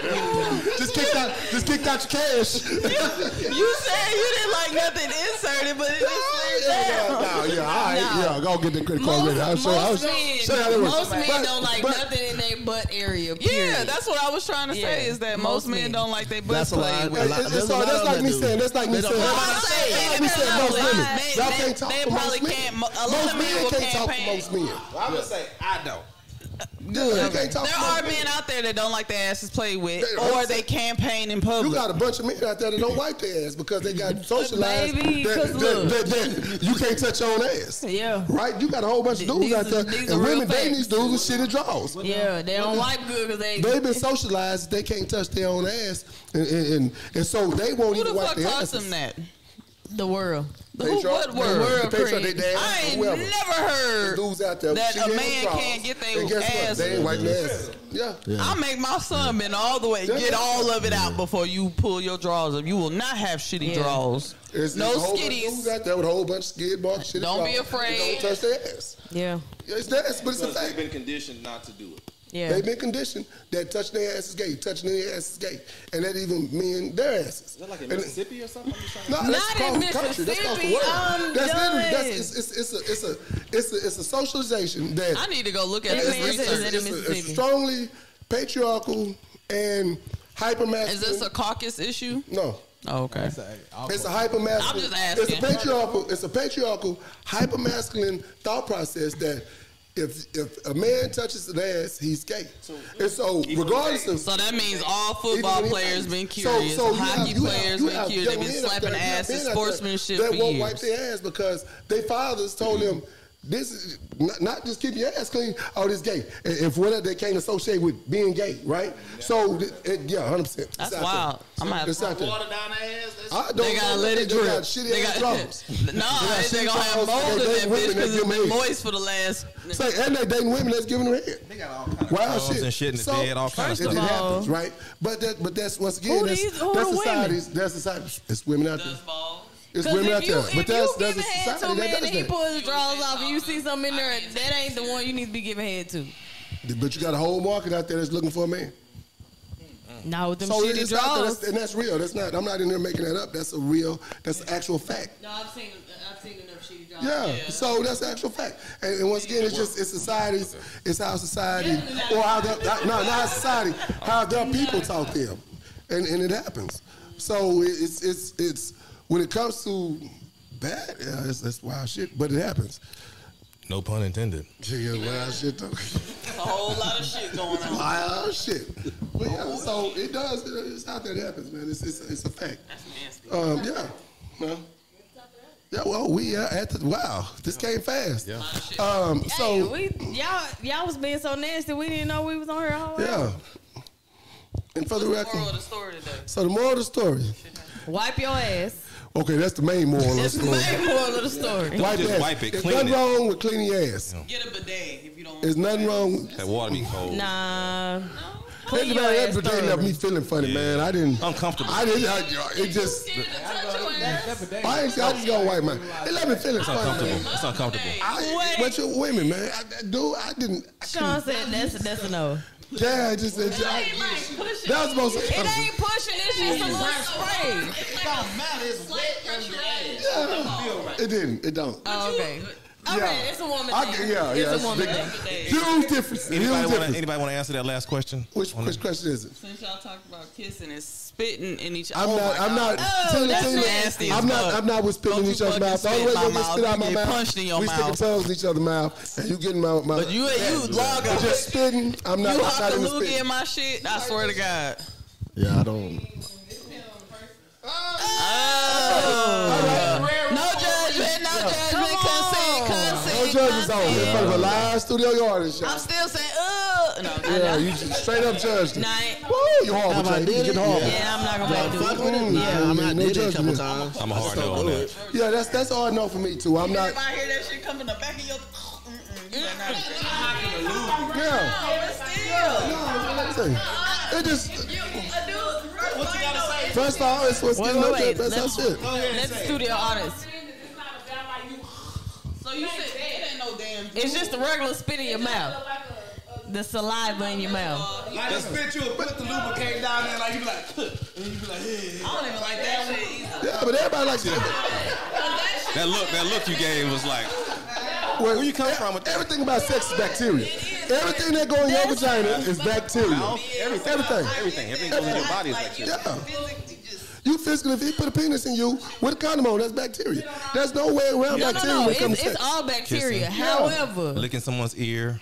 [SPEAKER 2] just kicked out. Just kicked out your cash.
[SPEAKER 7] You said you didn't like nothing inserted, but it just slid down.
[SPEAKER 2] No, yeah, all right, yeah, go get that credit card ready. I'll show you. I'll show
[SPEAKER 4] Most men,
[SPEAKER 2] you how that works.
[SPEAKER 4] most men
[SPEAKER 2] But-
[SPEAKER 4] don't like
[SPEAKER 2] but-
[SPEAKER 4] nothing in their butt area.
[SPEAKER 7] Yeah,
[SPEAKER 4] Period.
[SPEAKER 7] that's what I was trying to say
[SPEAKER 4] Yeah,
[SPEAKER 7] is that most,
[SPEAKER 4] most
[SPEAKER 7] men,
[SPEAKER 4] men.
[SPEAKER 7] don't like their butts
[SPEAKER 9] That's a lie.
[SPEAKER 7] played
[SPEAKER 9] A
[SPEAKER 7] with.
[SPEAKER 9] lot-
[SPEAKER 2] It's-
[SPEAKER 9] there's
[SPEAKER 2] it's
[SPEAKER 9] a
[SPEAKER 2] all-
[SPEAKER 9] lot
[SPEAKER 2] that's
[SPEAKER 9] of
[SPEAKER 2] like
[SPEAKER 9] them
[SPEAKER 2] me
[SPEAKER 9] that do.
[SPEAKER 2] saying- that's like me
[SPEAKER 9] They don't-
[SPEAKER 2] saying-
[SPEAKER 9] Well,
[SPEAKER 7] I'm saying
[SPEAKER 2] That's like
[SPEAKER 7] they
[SPEAKER 2] me saying
[SPEAKER 7] don't
[SPEAKER 2] most
[SPEAKER 7] lie.
[SPEAKER 2] women.
[SPEAKER 7] They-
[SPEAKER 2] Y'all
[SPEAKER 7] they-
[SPEAKER 2] can't talk
[SPEAKER 7] they
[SPEAKER 2] to most
[SPEAKER 7] probably
[SPEAKER 2] men.
[SPEAKER 7] can't- a lot of
[SPEAKER 2] Most
[SPEAKER 7] men will
[SPEAKER 2] can't talk to
[SPEAKER 7] campaign.
[SPEAKER 2] most men.
[SPEAKER 3] I'm gonna say I don't.
[SPEAKER 2] Good. You can't talk
[SPEAKER 7] There
[SPEAKER 2] to
[SPEAKER 7] are
[SPEAKER 2] most men.
[SPEAKER 7] men out there that don't like their asses played with,
[SPEAKER 2] They-
[SPEAKER 7] or they campaign in public.
[SPEAKER 2] You got a bunch of men out there that don't wipe their ass because they got socialized.
[SPEAKER 4] Baby,
[SPEAKER 2] that,
[SPEAKER 4] 'cause
[SPEAKER 2] that-
[SPEAKER 4] look.
[SPEAKER 2] that- that you can't touch your own ass.
[SPEAKER 4] Yeah.
[SPEAKER 2] Right? You got a whole bunch of dudes
[SPEAKER 4] These
[SPEAKER 2] out
[SPEAKER 4] are-
[SPEAKER 2] there.
[SPEAKER 4] these
[SPEAKER 2] and
[SPEAKER 4] are real
[SPEAKER 2] women, they
[SPEAKER 4] facts.
[SPEAKER 2] need dudes with shitty drawers.
[SPEAKER 4] Yeah, they don't wipe good because they.
[SPEAKER 2] They've been socialized. They can't touch their own ass. And, and, and, and so they won't
[SPEAKER 7] Who
[SPEAKER 2] even
[SPEAKER 7] the
[SPEAKER 2] wipe
[SPEAKER 7] fuck
[SPEAKER 2] their
[SPEAKER 7] taught
[SPEAKER 2] ass.
[SPEAKER 7] them that?
[SPEAKER 4] the world.
[SPEAKER 7] Who, what word?
[SPEAKER 2] They taught their
[SPEAKER 7] Creed.
[SPEAKER 2] dad,
[SPEAKER 7] I ain't
[SPEAKER 2] whoever.
[SPEAKER 7] never heard
[SPEAKER 2] Dudes out there with
[SPEAKER 7] that
[SPEAKER 2] shitty
[SPEAKER 7] a
[SPEAKER 2] ass
[SPEAKER 7] man
[SPEAKER 2] drawers.
[SPEAKER 7] can't get their
[SPEAKER 2] And guess what?
[SPEAKER 7] ass
[SPEAKER 2] They ain't wipe their ass. Yeah.
[SPEAKER 7] I make my son bend all the way,
[SPEAKER 2] Yeah.
[SPEAKER 7] get all of it out before you pull your drawers up. You will not have shitty
[SPEAKER 4] Yeah.
[SPEAKER 7] drawers.
[SPEAKER 2] It's
[SPEAKER 7] No
[SPEAKER 2] it's a whole bunch of
[SPEAKER 7] skitties.
[SPEAKER 2] dudes out there with a whole bunch of skid marks, shitty
[SPEAKER 7] Don't be
[SPEAKER 2] drawers.
[SPEAKER 7] afraid.
[SPEAKER 2] They Don't touch their ass.
[SPEAKER 4] Yeah,
[SPEAKER 2] It's that's, but it's a
[SPEAKER 10] Because
[SPEAKER 2] fact.
[SPEAKER 10] they've been conditioned not to do it.
[SPEAKER 4] yeah.
[SPEAKER 2] They've been conditioned that touching their ass is gay, touching their ass is gay, and that even mean their asses.
[SPEAKER 10] Is that like in
[SPEAKER 2] And-
[SPEAKER 10] Mississippi or something? I'm just trying to-
[SPEAKER 2] No,
[SPEAKER 4] Not
[SPEAKER 2] that's across
[SPEAKER 4] in
[SPEAKER 2] the country. That's across the
[SPEAKER 4] Mississippi.
[SPEAKER 2] world.
[SPEAKER 4] I'm
[SPEAKER 2] that's literally
[SPEAKER 4] done.
[SPEAKER 2] that's it's, it's, it's, a it's a it's a it's a socialization that
[SPEAKER 7] I need to go look at
[SPEAKER 4] That
[SPEAKER 7] this
[SPEAKER 2] it's,
[SPEAKER 4] man
[SPEAKER 2] it's,
[SPEAKER 4] says
[SPEAKER 7] research.
[SPEAKER 4] that in
[SPEAKER 2] it's, it's,
[SPEAKER 4] Mississippi.
[SPEAKER 2] strongly patriarchal and hypermasculine.
[SPEAKER 7] Is this a caucus issue?
[SPEAKER 2] no?
[SPEAKER 7] Oh, okay.
[SPEAKER 2] It's a hypermasculine.
[SPEAKER 7] I'm just asking.
[SPEAKER 2] It's a patriarchal. It's a patriarchal hypermasculine thought process that if if a man touches an ass, he's gay. And so, regardless of
[SPEAKER 7] So that means all
[SPEAKER 2] Even
[SPEAKER 7] football
[SPEAKER 2] when
[SPEAKER 7] players
[SPEAKER 2] they-
[SPEAKER 7] been curious,
[SPEAKER 2] So- so you
[SPEAKER 7] hockey
[SPEAKER 2] have- you have-
[SPEAKER 7] players
[SPEAKER 2] you
[SPEAKER 7] been
[SPEAKER 2] have
[SPEAKER 7] curious. They've
[SPEAKER 2] young
[SPEAKER 7] been
[SPEAKER 2] men out
[SPEAKER 7] slapping
[SPEAKER 2] there, young
[SPEAKER 7] asses,
[SPEAKER 2] men out there
[SPEAKER 7] sportsmanship
[SPEAKER 2] that
[SPEAKER 7] for
[SPEAKER 2] won't wipe
[SPEAKER 7] years.
[SPEAKER 2] their ass because their fathers told them this is not, not just keep your ass clean. Oh, this gay. And, and for whatever they can't associate with being gay, right? So th- it, yeah, hundred percent.
[SPEAKER 7] That's wild. I'm gonna have
[SPEAKER 2] it's out there.
[SPEAKER 9] Water down their ass. That's
[SPEAKER 2] I don't
[SPEAKER 7] They gotta
[SPEAKER 2] know.
[SPEAKER 7] let it
[SPEAKER 2] They
[SPEAKER 7] drip.
[SPEAKER 2] got shitty
[SPEAKER 7] They
[SPEAKER 2] ass
[SPEAKER 7] got-
[SPEAKER 2] drums.
[SPEAKER 7] No,
[SPEAKER 2] got
[SPEAKER 7] they
[SPEAKER 2] shit
[SPEAKER 7] gonna
[SPEAKER 2] balls,
[SPEAKER 7] have
[SPEAKER 2] they-
[SPEAKER 7] mold in
[SPEAKER 2] they women
[SPEAKER 7] that
[SPEAKER 2] that
[SPEAKER 7] bitch because it's
[SPEAKER 2] give
[SPEAKER 7] been
[SPEAKER 2] me-
[SPEAKER 7] moist for the last.
[SPEAKER 2] Say, and they dating women that's giving them head.
[SPEAKER 3] They got all kind of
[SPEAKER 2] Wow,
[SPEAKER 5] Drugs
[SPEAKER 2] shit.
[SPEAKER 5] and shit in the bed, all kind of
[SPEAKER 2] it,
[SPEAKER 5] stuff.
[SPEAKER 2] It happens, right? But that, but that's once again,
[SPEAKER 4] Who
[SPEAKER 2] that's,
[SPEAKER 4] these- who
[SPEAKER 2] that's
[SPEAKER 4] are women?
[SPEAKER 2] society's. That's society. It's women out there. It's
[SPEAKER 4] 'Cause
[SPEAKER 2] women
[SPEAKER 4] if
[SPEAKER 2] out
[SPEAKER 4] you,
[SPEAKER 2] there.
[SPEAKER 4] If
[SPEAKER 2] But that's
[SPEAKER 4] you
[SPEAKER 2] that's a
[SPEAKER 4] giving head to a
[SPEAKER 2] society that
[SPEAKER 4] man
[SPEAKER 2] does
[SPEAKER 4] and he
[SPEAKER 2] that.
[SPEAKER 4] pulls his drawers off and you see something in there, that ain't the one you need to be giving head to.
[SPEAKER 2] But you got a whole market out there that's looking for a man.
[SPEAKER 4] Not with them
[SPEAKER 2] So
[SPEAKER 4] shitty
[SPEAKER 2] it's out there,
[SPEAKER 4] drawers.
[SPEAKER 2] that's, and that's real. That's not. I'm not in there making that up. That's a real. That's an actual fact.
[SPEAKER 4] No, I've seen, I've seen enough shitty drawers.
[SPEAKER 2] Yeah. So that's an actual fact. And, and once again, it's just it's society's. It's how society or how the, not, no, not how society how their people talk to them, and and it happens. So it- it's it's it's when it comes to bad, yeah, it's, it's wild shit. But it happens.
[SPEAKER 5] No pun intended.
[SPEAKER 2] Yeah, wild shit. though.
[SPEAKER 7] It's a whole lot of shit going on.
[SPEAKER 2] Wild shit. But yeah, so it does. it- It's out there. It happens, man. It's it's, it's a fact. Um, yeah. No. Yeah, well, we are at the wow. This came fast. Yeah. Um,
[SPEAKER 4] Hey,
[SPEAKER 2] so
[SPEAKER 4] we y'all y'all was being so nasty. We didn't know we was on here. Whole
[SPEAKER 2] yeah. And for the
[SPEAKER 7] Moral of
[SPEAKER 2] record,
[SPEAKER 7] the story today.
[SPEAKER 2] so the moral of the story.
[SPEAKER 4] Wipe your ass.
[SPEAKER 2] Okay, that's the main moral of the
[SPEAKER 4] That's the
[SPEAKER 2] story.
[SPEAKER 4] main moral of the story.
[SPEAKER 2] Wipe
[SPEAKER 10] Just
[SPEAKER 2] ass.
[SPEAKER 10] wipe it,
[SPEAKER 2] There's
[SPEAKER 10] clean
[SPEAKER 2] nothing
[SPEAKER 10] it.
[SPEAKER 2] wrong with cleaning your ass.
[SPEAKER 7] Get a bidet if you don't.
[SPEAKER 2] There's nothing wrong.
[SPEAKER 10] That water be cold.
[SPEAKER 4] Nah. Um, Clean your
[SPEAKER 2] Everybody
[SPEAKER 4] ass
[SPEAKER 2] that day left
[SPEAKER 4] thoroughly.
[SPEAKER 2] me feeling funny, man. I didn't.
[SPEAKER 10] Uncomfortable.
[SPEAKER 2] I didn't. I, it just. I ain't. I just got white man. It left me feeling funny.
[SPEAKER 10] Uncomfortable. It's uncomfortable.
[SPEAKER 2] I,
[SPEAKER 7] Wait.
[SPEAKER 2] but you women, man, I, I- dude, I didn't. I
[SPEAKER 4] Sean said that's that's a no.
[SPEAKER 2] couldn't- yeah, I just said. I,
[SPEAKER 7] pushing.
[SPEAKER 2] that was supposed to.
[SPEAKER 4] It ain't pushing. It's just a little spray.
[SPEAKER 9] don't matter. It's wet under their ass.
[SPEAKER 2] It didn't. It don't.
[SPEAKER 4] Oh, okay. Okay,
[SPEAKER 2] Yeah.
[SPEAKER 4] it's a woman
[SPEAKER 2] I,
[SPEAKER 4] thing.
[SPEAKER 2] yeah, yeah.
[SPEAKER 4] it's a woman
[SPEAKER 2] big-
[SPEAKER 4] thing.
[SPEAKER 2] Huge difference. Huge
[SPEAKER 5] Anybody want
[SPEAKER 2] difference.
[SPEAKER 5] to anybody want to answer that last question?
[SPEAKER 2] which,
[SPEAKER 5] On
[SPEAKER 2] which question is it?
[SPEAKER 7] Since y'all talked about kissing and spitting in each
[SPEAKER 2] I'm
[SPEAKER 7] oh
[SPEAKER 2] not.
[SPEAKER 7] my
[SPEAKER 2] I'm
[SPEAKER 7] God.
[SPEAKER 2] not. tell you the
[SPEAKER 7] that's
[SPEAKER 2] thing,
[SPEAKER 7] nasty
[SPEAKER 2] I'm
[SPEAKER 7] as
[SPEAKER 2] not.
[SPEAKER 7] fuck.
[SPEAKER 2] I'm not with spitting
[SPEAKER 7] Don't
[SPEAKER 2] in
[SPEAKER 7] you
[SPEAKER 2] each other's
[SPEAKER 7] fucking
[SPEAKER 2] mouth. The only way
[SPEAKER 7] spit in
[SPEAKER 2] we
[SPEAKER 7] my
[SPEAKER 2] spit
[SPEAKER 7] mouth.
[SPEAKER 2] out
[SPEAKER 7] You
[SPEAKER 2] my
[SPEAKER 7] get
[SPEAKER 2] mouth.
[SPEAKER 7] punched in your
[SPEAKER 2] we sticking
[SPEAKER 7] mouth.
[SPEAKER 2] tongues in each other's mouth, and you getting my my.
[SPEAKER 7] But you you log
[SPEAKER 2] But
[SPEAKER 7] out.
[SPEAKER 2] just spitting. I'm not.
[SPEAKER 7] You
[SPEAKER 2] I'm
[SPEAKER 7] hop
[SPEAKER 2] not
[SPEAKER 7] the
[SPEAKER 2] in the
[SPEAKER 7] loogie
[SPEAKER 2] spitting.
[SPEAKER 7] in my shit. I swear to God.
[SPEAKER 9] Yeah, I don't.
[SPEAKER 2] judges on in front of a live studio audience. y'all.
[SPEAKER 7] I'm still saying, ugh. No, I-
[SPEAKER 2] Yeah, you just straight up judged them.
[SPEAKER 7] Nah,
[SPEAKER 2] Woo, you horrible,
[SPEAKER 7] Nah, but I
[SPEAKER 2] Jay. You
[SPEAKER 7] did
[SPEAKER 2] get
[SPEAKER 7] it.
[SPEAKER 2] horrible.
[SPEAKER 7] Yeah, I'm not gonna do it. Fuck with it?
[SPEAKER 6] Yeah, I mean, I
[SPEAKER 2] no
[SPEAKER 6] did it a couple
[SPEAKER 2] judgment.
[SPEAKER 6] times.
[SPEAKER 5] I'm a hard no on that.
[SPEAKER 2] Yeah, that's that's hard no for me too. I'm not.
[SPEAKER 8] I hear that shit coming in the back of your. Mm-mm, you better not.
[SPEAKER 2] Yeah.
[SPEAKER 8] But still.
[SPEAKER 2] It just
[SPEAKER 8] What you gotta say?
[SPEAKER 2] first of all, it's what's
[SPEAKER 4] Wait,
[SPEAKER 2] getting
[SPEAKER 4] wait,
[SPEAKER 2] up there.
[SPEAKER 4] wait.
[SPEAKER 2] That's
[SPEAKER 4] Let's-
[SPEAKER 2] our shit.
[SPEAKER 4] Let's studio audience.
[SPEAKER 8] So you said it ain't no damn.
[SPEAKER 4] It's just the regular spit in your mouth. The saliva in your mouth.
[SPEAKER 12] Like I spit you and put the lubricant down there, like you be like, and you be like, hey.
[SPEAKER 8] I don't even like that shit either.
[SPEAKER 2] Yeah, but everybody likes it.
[SPEAKER 10] That look, that look you gave was like,
[SPEAKER 2] Where you come from? Everything about sex is bacteria. Everything that go in your vagina is bacteria.
[SPEAKER 10] everything,
[SPEAKER 2] Everything.
[SPEAKER 10] everything, everything goes in your body is like you.
[SPEAKER 2] Yeah. You physically, if he put a penis in you with a condom on, that's bacteria. There's no way around
[SPEAKER 4] No, no,
[SPEAKER 2] bacteria
[SPEAKER 4] no.
[SPEAKER 2] when it comes
[SPEAKER 4] It's,
[SPEAKER 2] to
[SPEAKER 4] it's
[SPEAKER 2] sex.
[SPEAKER 4] all bacteria.
[SPEAKER 10] Kissing.
[SPEAKER 4] However,
[SPEAKER 10] licking someone's ear.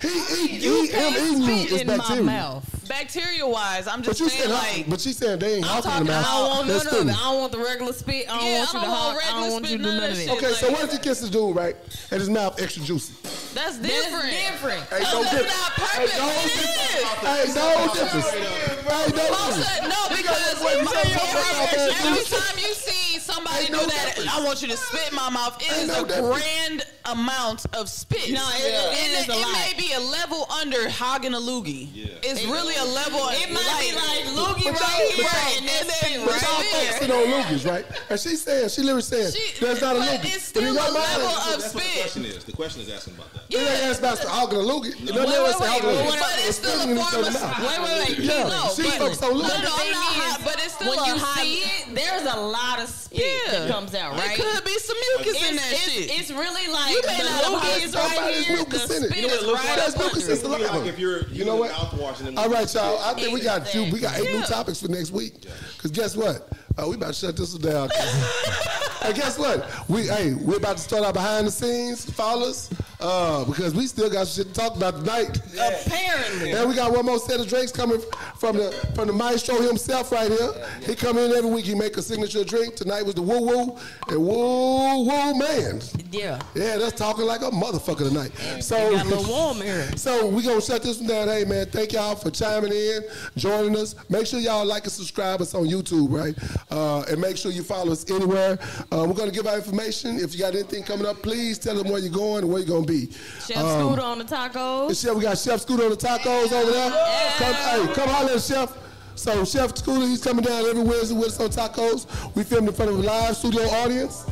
[SPEAKER 2] He, he,
[SPEAKER 4] you
[SPEAKER 2] he, him
[SPEAKER 4] can't
[SPEAKER 2] eating you
[SPEAKER 4] spit
[SPEAKER 2] is
[SPEAKER 4] in my
[SPEAKER 2] bacteria.
[SPEAKER 4] mouth.
[SPEAKER 7] bacteria wise, I'm
[SPEAKER 2] But
[SPEAKER 7] just
[SPEAKER 2] you
[SPEAKER 7] saying
[SPEAKER 2] said,
[SPEAKER 7] like.
[SPEAKER 2] but she said they ain't
[SPEAKER 4] I'm
[SPEAKER 2] hawking in
[SPEAKER 4] talking.
[SPEAKER 2] the
[SPEAKER 4] I don't
[SPEAKER 2] mouth.
[SPEAKER 4] want
[SPEAKER 2] That's
[SPEAKER 4] none of it. I
[SPEAKER 2] food.
[SPEAKER 4] don't want the regular spit. I don't
[SPEAKER 7] Yeah, I
[SPEAKER 4] want you
[SPEAKER 7] don't
[SPEAKER 4] to
[SPEAKER 7] want
[SPEAKER 4] hawk. I don't
[SPEAKER 7] regular
[SPEAKER 4] want you to
[SPEAKER 7] spit,
[SPEAKER 4] do
[SPEAKER 7] none of
[SPEAKER 4] none of
[SPEAKER 7] that
[SPEAKER 4] it.
[SPEAKER 7] shit.
[SPEAKER 2] Okay, so what if you kiss a dude right and his mouth extra juicy?
[SPEAKER 7] That's
[SPEAKER 4] That's
[SPEAKER 7] different.
[SPEAKER 4] different.
[SPEAKER 2] Ain't no
[SPEAKER 7] That's
[SPEAKER 2] difference.
[SPEAKER 7] not
[SPEAKER 2] Ain't
[SPEAKER 7] perfect.
[SPEAKER 2] no
[SPEAKER 7] It is.
[SPEAKER 2] difference. Ain't no difference. Ain't no difference. You
[SPEAKER 7] No,
[SPEAKER 2] gotta
[SPEAKER 7] because
[SPEAKER 2] wait, you
[SPEAKER 7] every,
[SPEAKER 2] gotta wait, you gotta
[SPEAKER 7] every
[SPEAKER 2] wait.
[SPEAKER 7] time you see somebody
[SPEAKER 2] Ain't no
[SPEAKER 7] do that,
[SPEAKER 2] difference.
[SPEAKER 7] I want you to spit in my mouth. It
[SPEAKER 2] Ain't
[SPEAKER 7] is
[SPEAKER 2] no
[SPEAKER 7] a
[SPEAKER 2] difference.
[SPEAKER 7] grand amount of spit.
[SPEAKER 4] No, it- Yeah. it is
[SPEAKER 7] And
[SPEAKER 4] a lot.
[SPEAKER 7] may be a level under hogging a loogie. It's really a level.
[SPEAKER 4] It might be like
[SPEAKER 2] But
[SPEAKER 4] loogie
[SPEAKER 2] y'all-
[SPEAKER 4] right
[SPEAKER 2] but y'all-
[SPEAKER 4] here and then spit
[SPEAKER 2] But y'all
[SPEAKER 4] right
[SPEAKER 2] focusing
[SPEAKER 4] there.
[SPEAKER 2] on loogies, right? And she saying, she literally saying,
[SPEAKER 7] She-
[SPEAKER 2] there's not a
[SPEAKER 7] but
[SPEAKER 2] loogie. But
[SPEAKER 7] it's
[SPEAKER 2] in
[SPEAKER 7] still
[SPEAKER 2] your
[SPEAKER 7] a
[SPEAKER 2] mind,
[SPEAKER 7] level of
[SPEAKER 10] That's what the
[SPEAKER 7] spit.
[SPEAKER 10] question is. The question is asking about that.
[SPEAKER 2] It ain't asked about the hog and the loogie. It doesn't
[SPEAKER 7] Wait,
[SPEAKER 2] ever
[SPEAKER 7] wait,
[SPEAKER 2] say "Oh, hog
[SPEAKER 7] wait,
[SPEAKER 2] and
[SPEAKER 7] but
[SPEAKER 2] the loogie.
[SPEAKER 7] what- it's still a
[SPEAKER 2] spitting in each
[SPEAKER 7] form
[SPEAKER 2] other's
[SPEAKER 7] of-
[SPEAKER 2] mouth.
[SPEAKER 4] Wait, wait, wait.
[SPEAKER 2] Yeah,
[SPEAKER 4] No,
[SPEAKER 2] she
[SPEAKER 4] but-
[SPEAKER 2] focused on
[SPEAKER 4] no,
[SPEAKER 7] No,
[SPEAKER 2] loogies.
[SPEAKER 7] no,
[SPEAKER 4] thing
[SPEAKER 7] I'm not
[SPEAKER 4] is,
[SPEAKER 7] hot, but it's still
[SPEAKER 4] when
[SPEAKER 7] a
[SPEAKER 4] you
[SPEAKER 7] high.
[SPEAKER 4] see it, there's a lot of spit that
[SPEAKER 7] Yeah.
[SPEAKER 4] comes out,
[SPEAKER 7] It
[SPEAKER 4] right?
[SPEAKER 7] could be some mucus
[SPEAKER 4] it's,
[SPEAKER 7] in that
[SPEAKER 4] it's,
[SPEAKER 7] shit.
[SPEAKER 4] it's really like
[SPEAKER 7] You
[SPEAKER 4] the
[SPEAKER 7] may not have
[SPEAKER 4] loogie
[SPEAKER 7] heard
[SPEAKER 4] is
[SPEAKER 2] about
[SPEAKER 4] right
[SPEAKER 2] this
[SPEAKER 4] here, the
[SPEAKER 2] mucus in it.
[SPEAKER 4] spit
[SPEAKER 2] You know
[SPEAKER 4] is right
[SPEAKER 2] That's
[SPEAKER 4] up under
[SPEAKER 2] Lucas'
[SPEAKER 4] it.
[SPEAKER 2] saliva.
[SPEAKER 10] if you're- you
[SPEAKER 2] know
[SPEAKER 10] in the
[SPEAKER 2] what?
[SPEAKER 10] mouthwash and then-
[SPEAKER 2] All right, y'all. I think we got a few. We got eight new
[SPEAKER 7] Yeah.
[SPEAKER 2] topics for next week. Cause guess what? Uh, we about to shut this one down. and guess what? We hey, we're about to start our behind the scenes. Follow us uh, because we still got shit to talk about tonight.
[SPEAKER 4] Apparently.
[SPEAKER 2] And we got one more set of drinks coming from the from the maestro himself right here. He come in every week. He make a signature drink. Tonight was the woo woo and woo woo man.
[SPEAKER 4] Yeah.
[SPEAKER 2] Yeah, that's talking like a motherfucker tonight. So
[SPEAKER 4] Got a little warm here.
[SPEAKER 2] so we gonna shut this one down. Hey man, thank y'all for chiming in, joining us. Make sure y'all like and subscribe us on YouTube, right? Uh, and make sure you follow us anywhere. Uh, we're gonna give our information. If you got anything coming up, please tell them where you're going and where you're gonna be.
[SPEAKER 4] Chef
[SPEAKER 2] Um,
[SPEAKER 4] Scooter on the tacos.
[SPEAKER 2] and Chef, we got Chef Scooter on the tacos over there.
[SPEAKER 4] Yeah.
[SPEAKER 2] Come, hey, come holler at Chef. So Chef Scooter, he's coming down every Wednesday with us on tacos. We filmed in front of a live studio audience.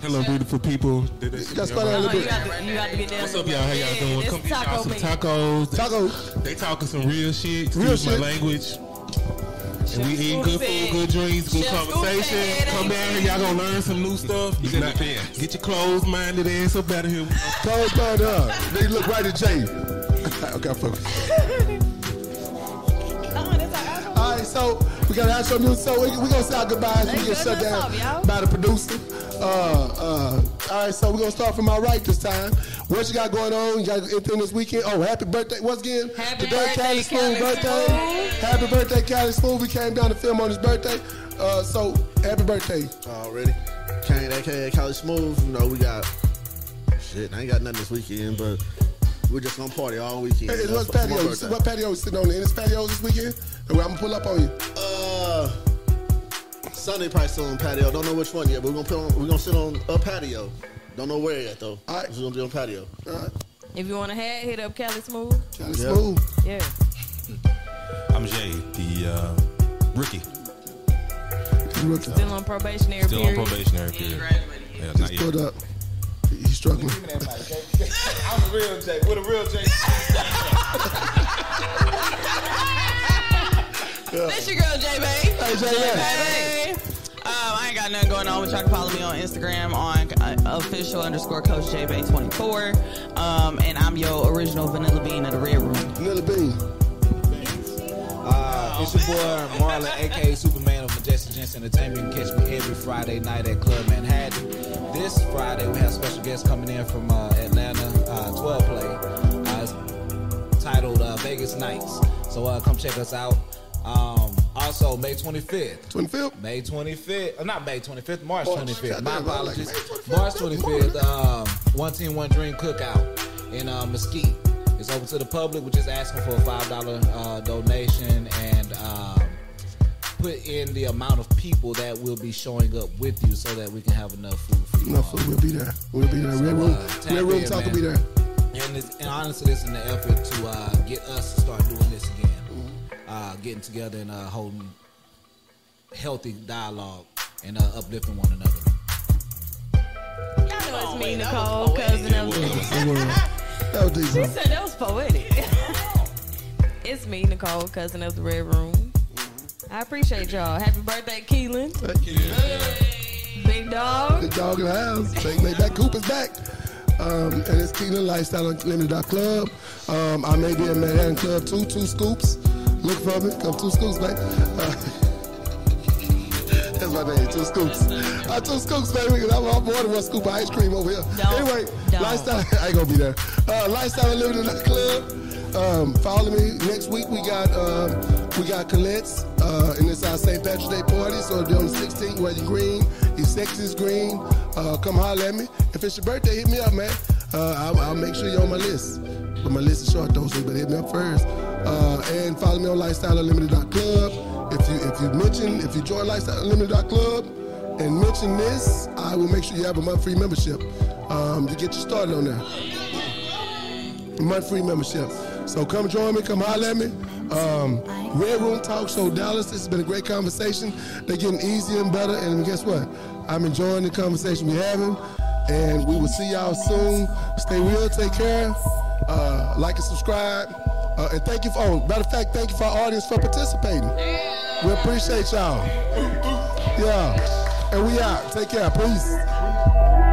[SPEAKER 12] Hello, beautiful people. Did
[SPEAKER 2] You got spot out a
[SPEAKER 4] Oh,
[SPEAKER 2] little
[SPEAKER 4] you
[SPEAKER 2] bit.
[SPEAKER 4] got to, you got to get down.
[SPEAKER 12] What's up, y'all? How y'all
[SPEAKER 4] Yeah,
[SPEAKER 12] doing?
[SPEAKER 4] this
[SPEAKER 12] Come get
[SPEAKER 4] taco
[SPEAKER 12] y'all some
[SPEAKER 4] meat.
[SPEAKER 12] tacos. They,
[SPEAKER 2] Tacos.
[SPEAKER 12] they talking some real shit.
[SPEAKER 2] Real
[SPEAKER 12] Excuse
[SPEAKER 2] shit.
[SPEAKER 12] my language. And we eating good food,
[SPEAKER 4] said-
[SPEAKER 12] good drinks, good
[SPEAKER 4] Chef Scooter
[SPEAKER 12] conversation.
[SPEAKER 4] said it
[SPEAKER 12] Come
[SPEAKER 4] ain't
[SPEAKER 12] down here, y'all gonna learn some new stuff. You
[SPEAKER 5] said depends.
[SPEAKER 12] Get your clothes minded ass up out of here.
[SPEAKER 2] Close down there. They look right at Jay. okay, focus. All right, so we got outro music. So we, we gonna say our goodbyes. We get
[SPEAKER 4] Let's
[SPEAKER 2] shut
[SPEAKER 4] do this
[SPEAKER 2] down
[SPEAKER 4] off, y'all.
[SPEAKER 2] by the producer. Uh, uh, all right, so we're gonna start from my right this time. What you got going on? You got anything this weekend? Oh, happy birthday! Once again,
[SPEAKER 4] Happy
[SPEAKER 2] today
[SPEAKER 4] birthday,
[SPEAKER 2] Cali Spoon
[SPEAKER 4] Cali
[SPEAKER 2] birthday.
[SPEAKER 4] Spoon.
[SPEAKER 2] Happy birthday, Cali Spoon. We came down to film on his birthday. Uh, so happy birthday.
[SPEAKER 6] already. Kane, aka College Smooth, you know, we got shit. I ain't got nothing this weekend, but we're just gonna party all weekend.
[SPEAKER 2] Hey,
[SPEAKER 6] That's
[SPEAKER 2] what's
[SPEAKER 6] my
[SPEAKER 2] patio? You see
[SPEAKER 6] birthday.
[SPEAKER 2] What patio is sitting on? Any patios this weekend? I'm gonna pull up on you.
[SPEAKER 6] Uh, Sunday probably still on patio. Don't know which one yet, but we're gonna put on, we're gonna sit on a patio. Don't know where yet though.
[SPEAKER 2] All right.
[SPEAKER 6] We're just gonna be on patio.
[SPEAKER 2] All right,
[SPEAKER 4] If you want to head, hit up Cali Smooth.
[SPEAKER 2] Cali
[SPEAKER 6] Yeah.
[SPEAKER 2] Smooth.
[SPEAKER 4] Yeah.
[SPEAKER 5] I'm Jay, the uh, rookie,
[SPEAKER 2] Rookie.
[SPEAKER 4] Still on probationary
[SPEAKER 5] still on
[SPEAKER 4] period.
[SPEAKER 5] probationary period. Yeah, not
[SPEAKER 2] Put
[SPEAKER 5] yet.
[SPEAKER 2] up. He's struggling.
[SPEAKER 12] I'm a real Jay. What a real Jay.
[SPEAKER 7] This your girl, J Bay.
[SPEAKER 2] Hey, Jay, yeah.
[SPEAKER 7] Hey, babe. Um, I ain't got nothing going on, but y'all can follow me on Instagram on uh, official underscore coach JBay24. Um, and I'm your original vanilla bean of the red room.
[SPEAKER 2] Vanilla Bean.
[SPEAKER 3] Uh, it's your boy Marlon, aka Superman of Majestic Gents Entertainment. You can catch me every Friday night at Club Manhattan. This Friday we have special guests coming in from uh, Atlanta, uh, 12 Play, uh, it's titled uh, Vegas Nights. So uh, come check us out. Um, also, May 25th.
[SPEAKER 2] 25th.
[SPEAKER 3] May 25th, uh, not May 25th, March
[SPEAKER 2] March.
[SPEAKER 3] 25th.
[SPEAKER 2] Goddamn,
[SPEAKER 3] My
[SPEAKER 2] I was like,
[SPEAKER 3] apologies.
[SPEAKER 2] May 25th,
[SPEAKER 3] March
[SPEAKER 2] that's
[SPEAKER 3] 25th, um, 110 Dream Cookout in uh, Mesquite. It's open to the public. We're just asking for a $5 uh, donation and um, put in the amount of people that will be showing up with you so that we can have enough food for you.
[SPEAKER 2] No, fool, we'll be there. We'll be there. Red Room,
[SPEAKER 3] tap
[SPEAKER 2] Red Room
[SPEAKER 3] in,
[SPEAKER 2] Talk will
[SPEAKER 3] man.
[SPEAKER 2] be there.
[SPEAKER 3] And, it's, and honestly, it's in the effort to uh, get us to start doing this again,
[SPEAKER 2] Mm-hmm.
[SPEAKER 3] uh, getting together and uh, holding healthy dialogue and uh, uplifting one another.
[SPEAKER 4] Y'all know it's me, Nicole, cousin of
[SPEAKER 2] That was
[SPEAKER 4] She
[SPEAKER 2] decent.
[SPEAKER 4] said that was poetic. it's me, Nicole, cousin of the Red Room. I appreciate y'all. Happy birthday, Keelan. Big dog.
[SPEAKER 2] The dog in the house. Take me back. Cooper's back. Um, and it's Keenan Lifestyle Unlimited dot Club. Um, I may be in Manhattan Club too. Two scoops. Look for me. Come two scoops, back. that's my name. Two scoops. Uh, two scoops, baby. 'cause I'm, I'm ordering one scoop of ice cream over here. anyway, Lifestyle. I ain't gonna be there. Uh, Lifestyle Unlimited dot Club. Um, follow me next week. We got um, we got Colette's, uh, and it's our St. Patrick's Day party. So it'll be on the 16th. Wear your green. Your sex is green. Uh, come holler at me. If it's your birthday, hit me up, man. Uh, I'll, I'll make sure you're on my list. But my list is short, though, so you better hit me up first. Uh, and follow me on lifestyleunlimited.club. If you if you mention if you join lifestyleunlimited.club, and mention this, I will make sure you have a month free membership um, to get you started on there. Month free membership. So come join me, come holler at me. Um, Red Room Talk Show Dallas. This has been a great conversation. They're getting easier and better. And guess what? I'm enjoying the conversation we're having. And we will see y'all soon. Stay real, take care. Uh, like and subscribe. Uh, and thank you for, oh, matter of fact, thank you for our audience for participating. We appreciate y'all. Yeah. And we out. Take care. Peace.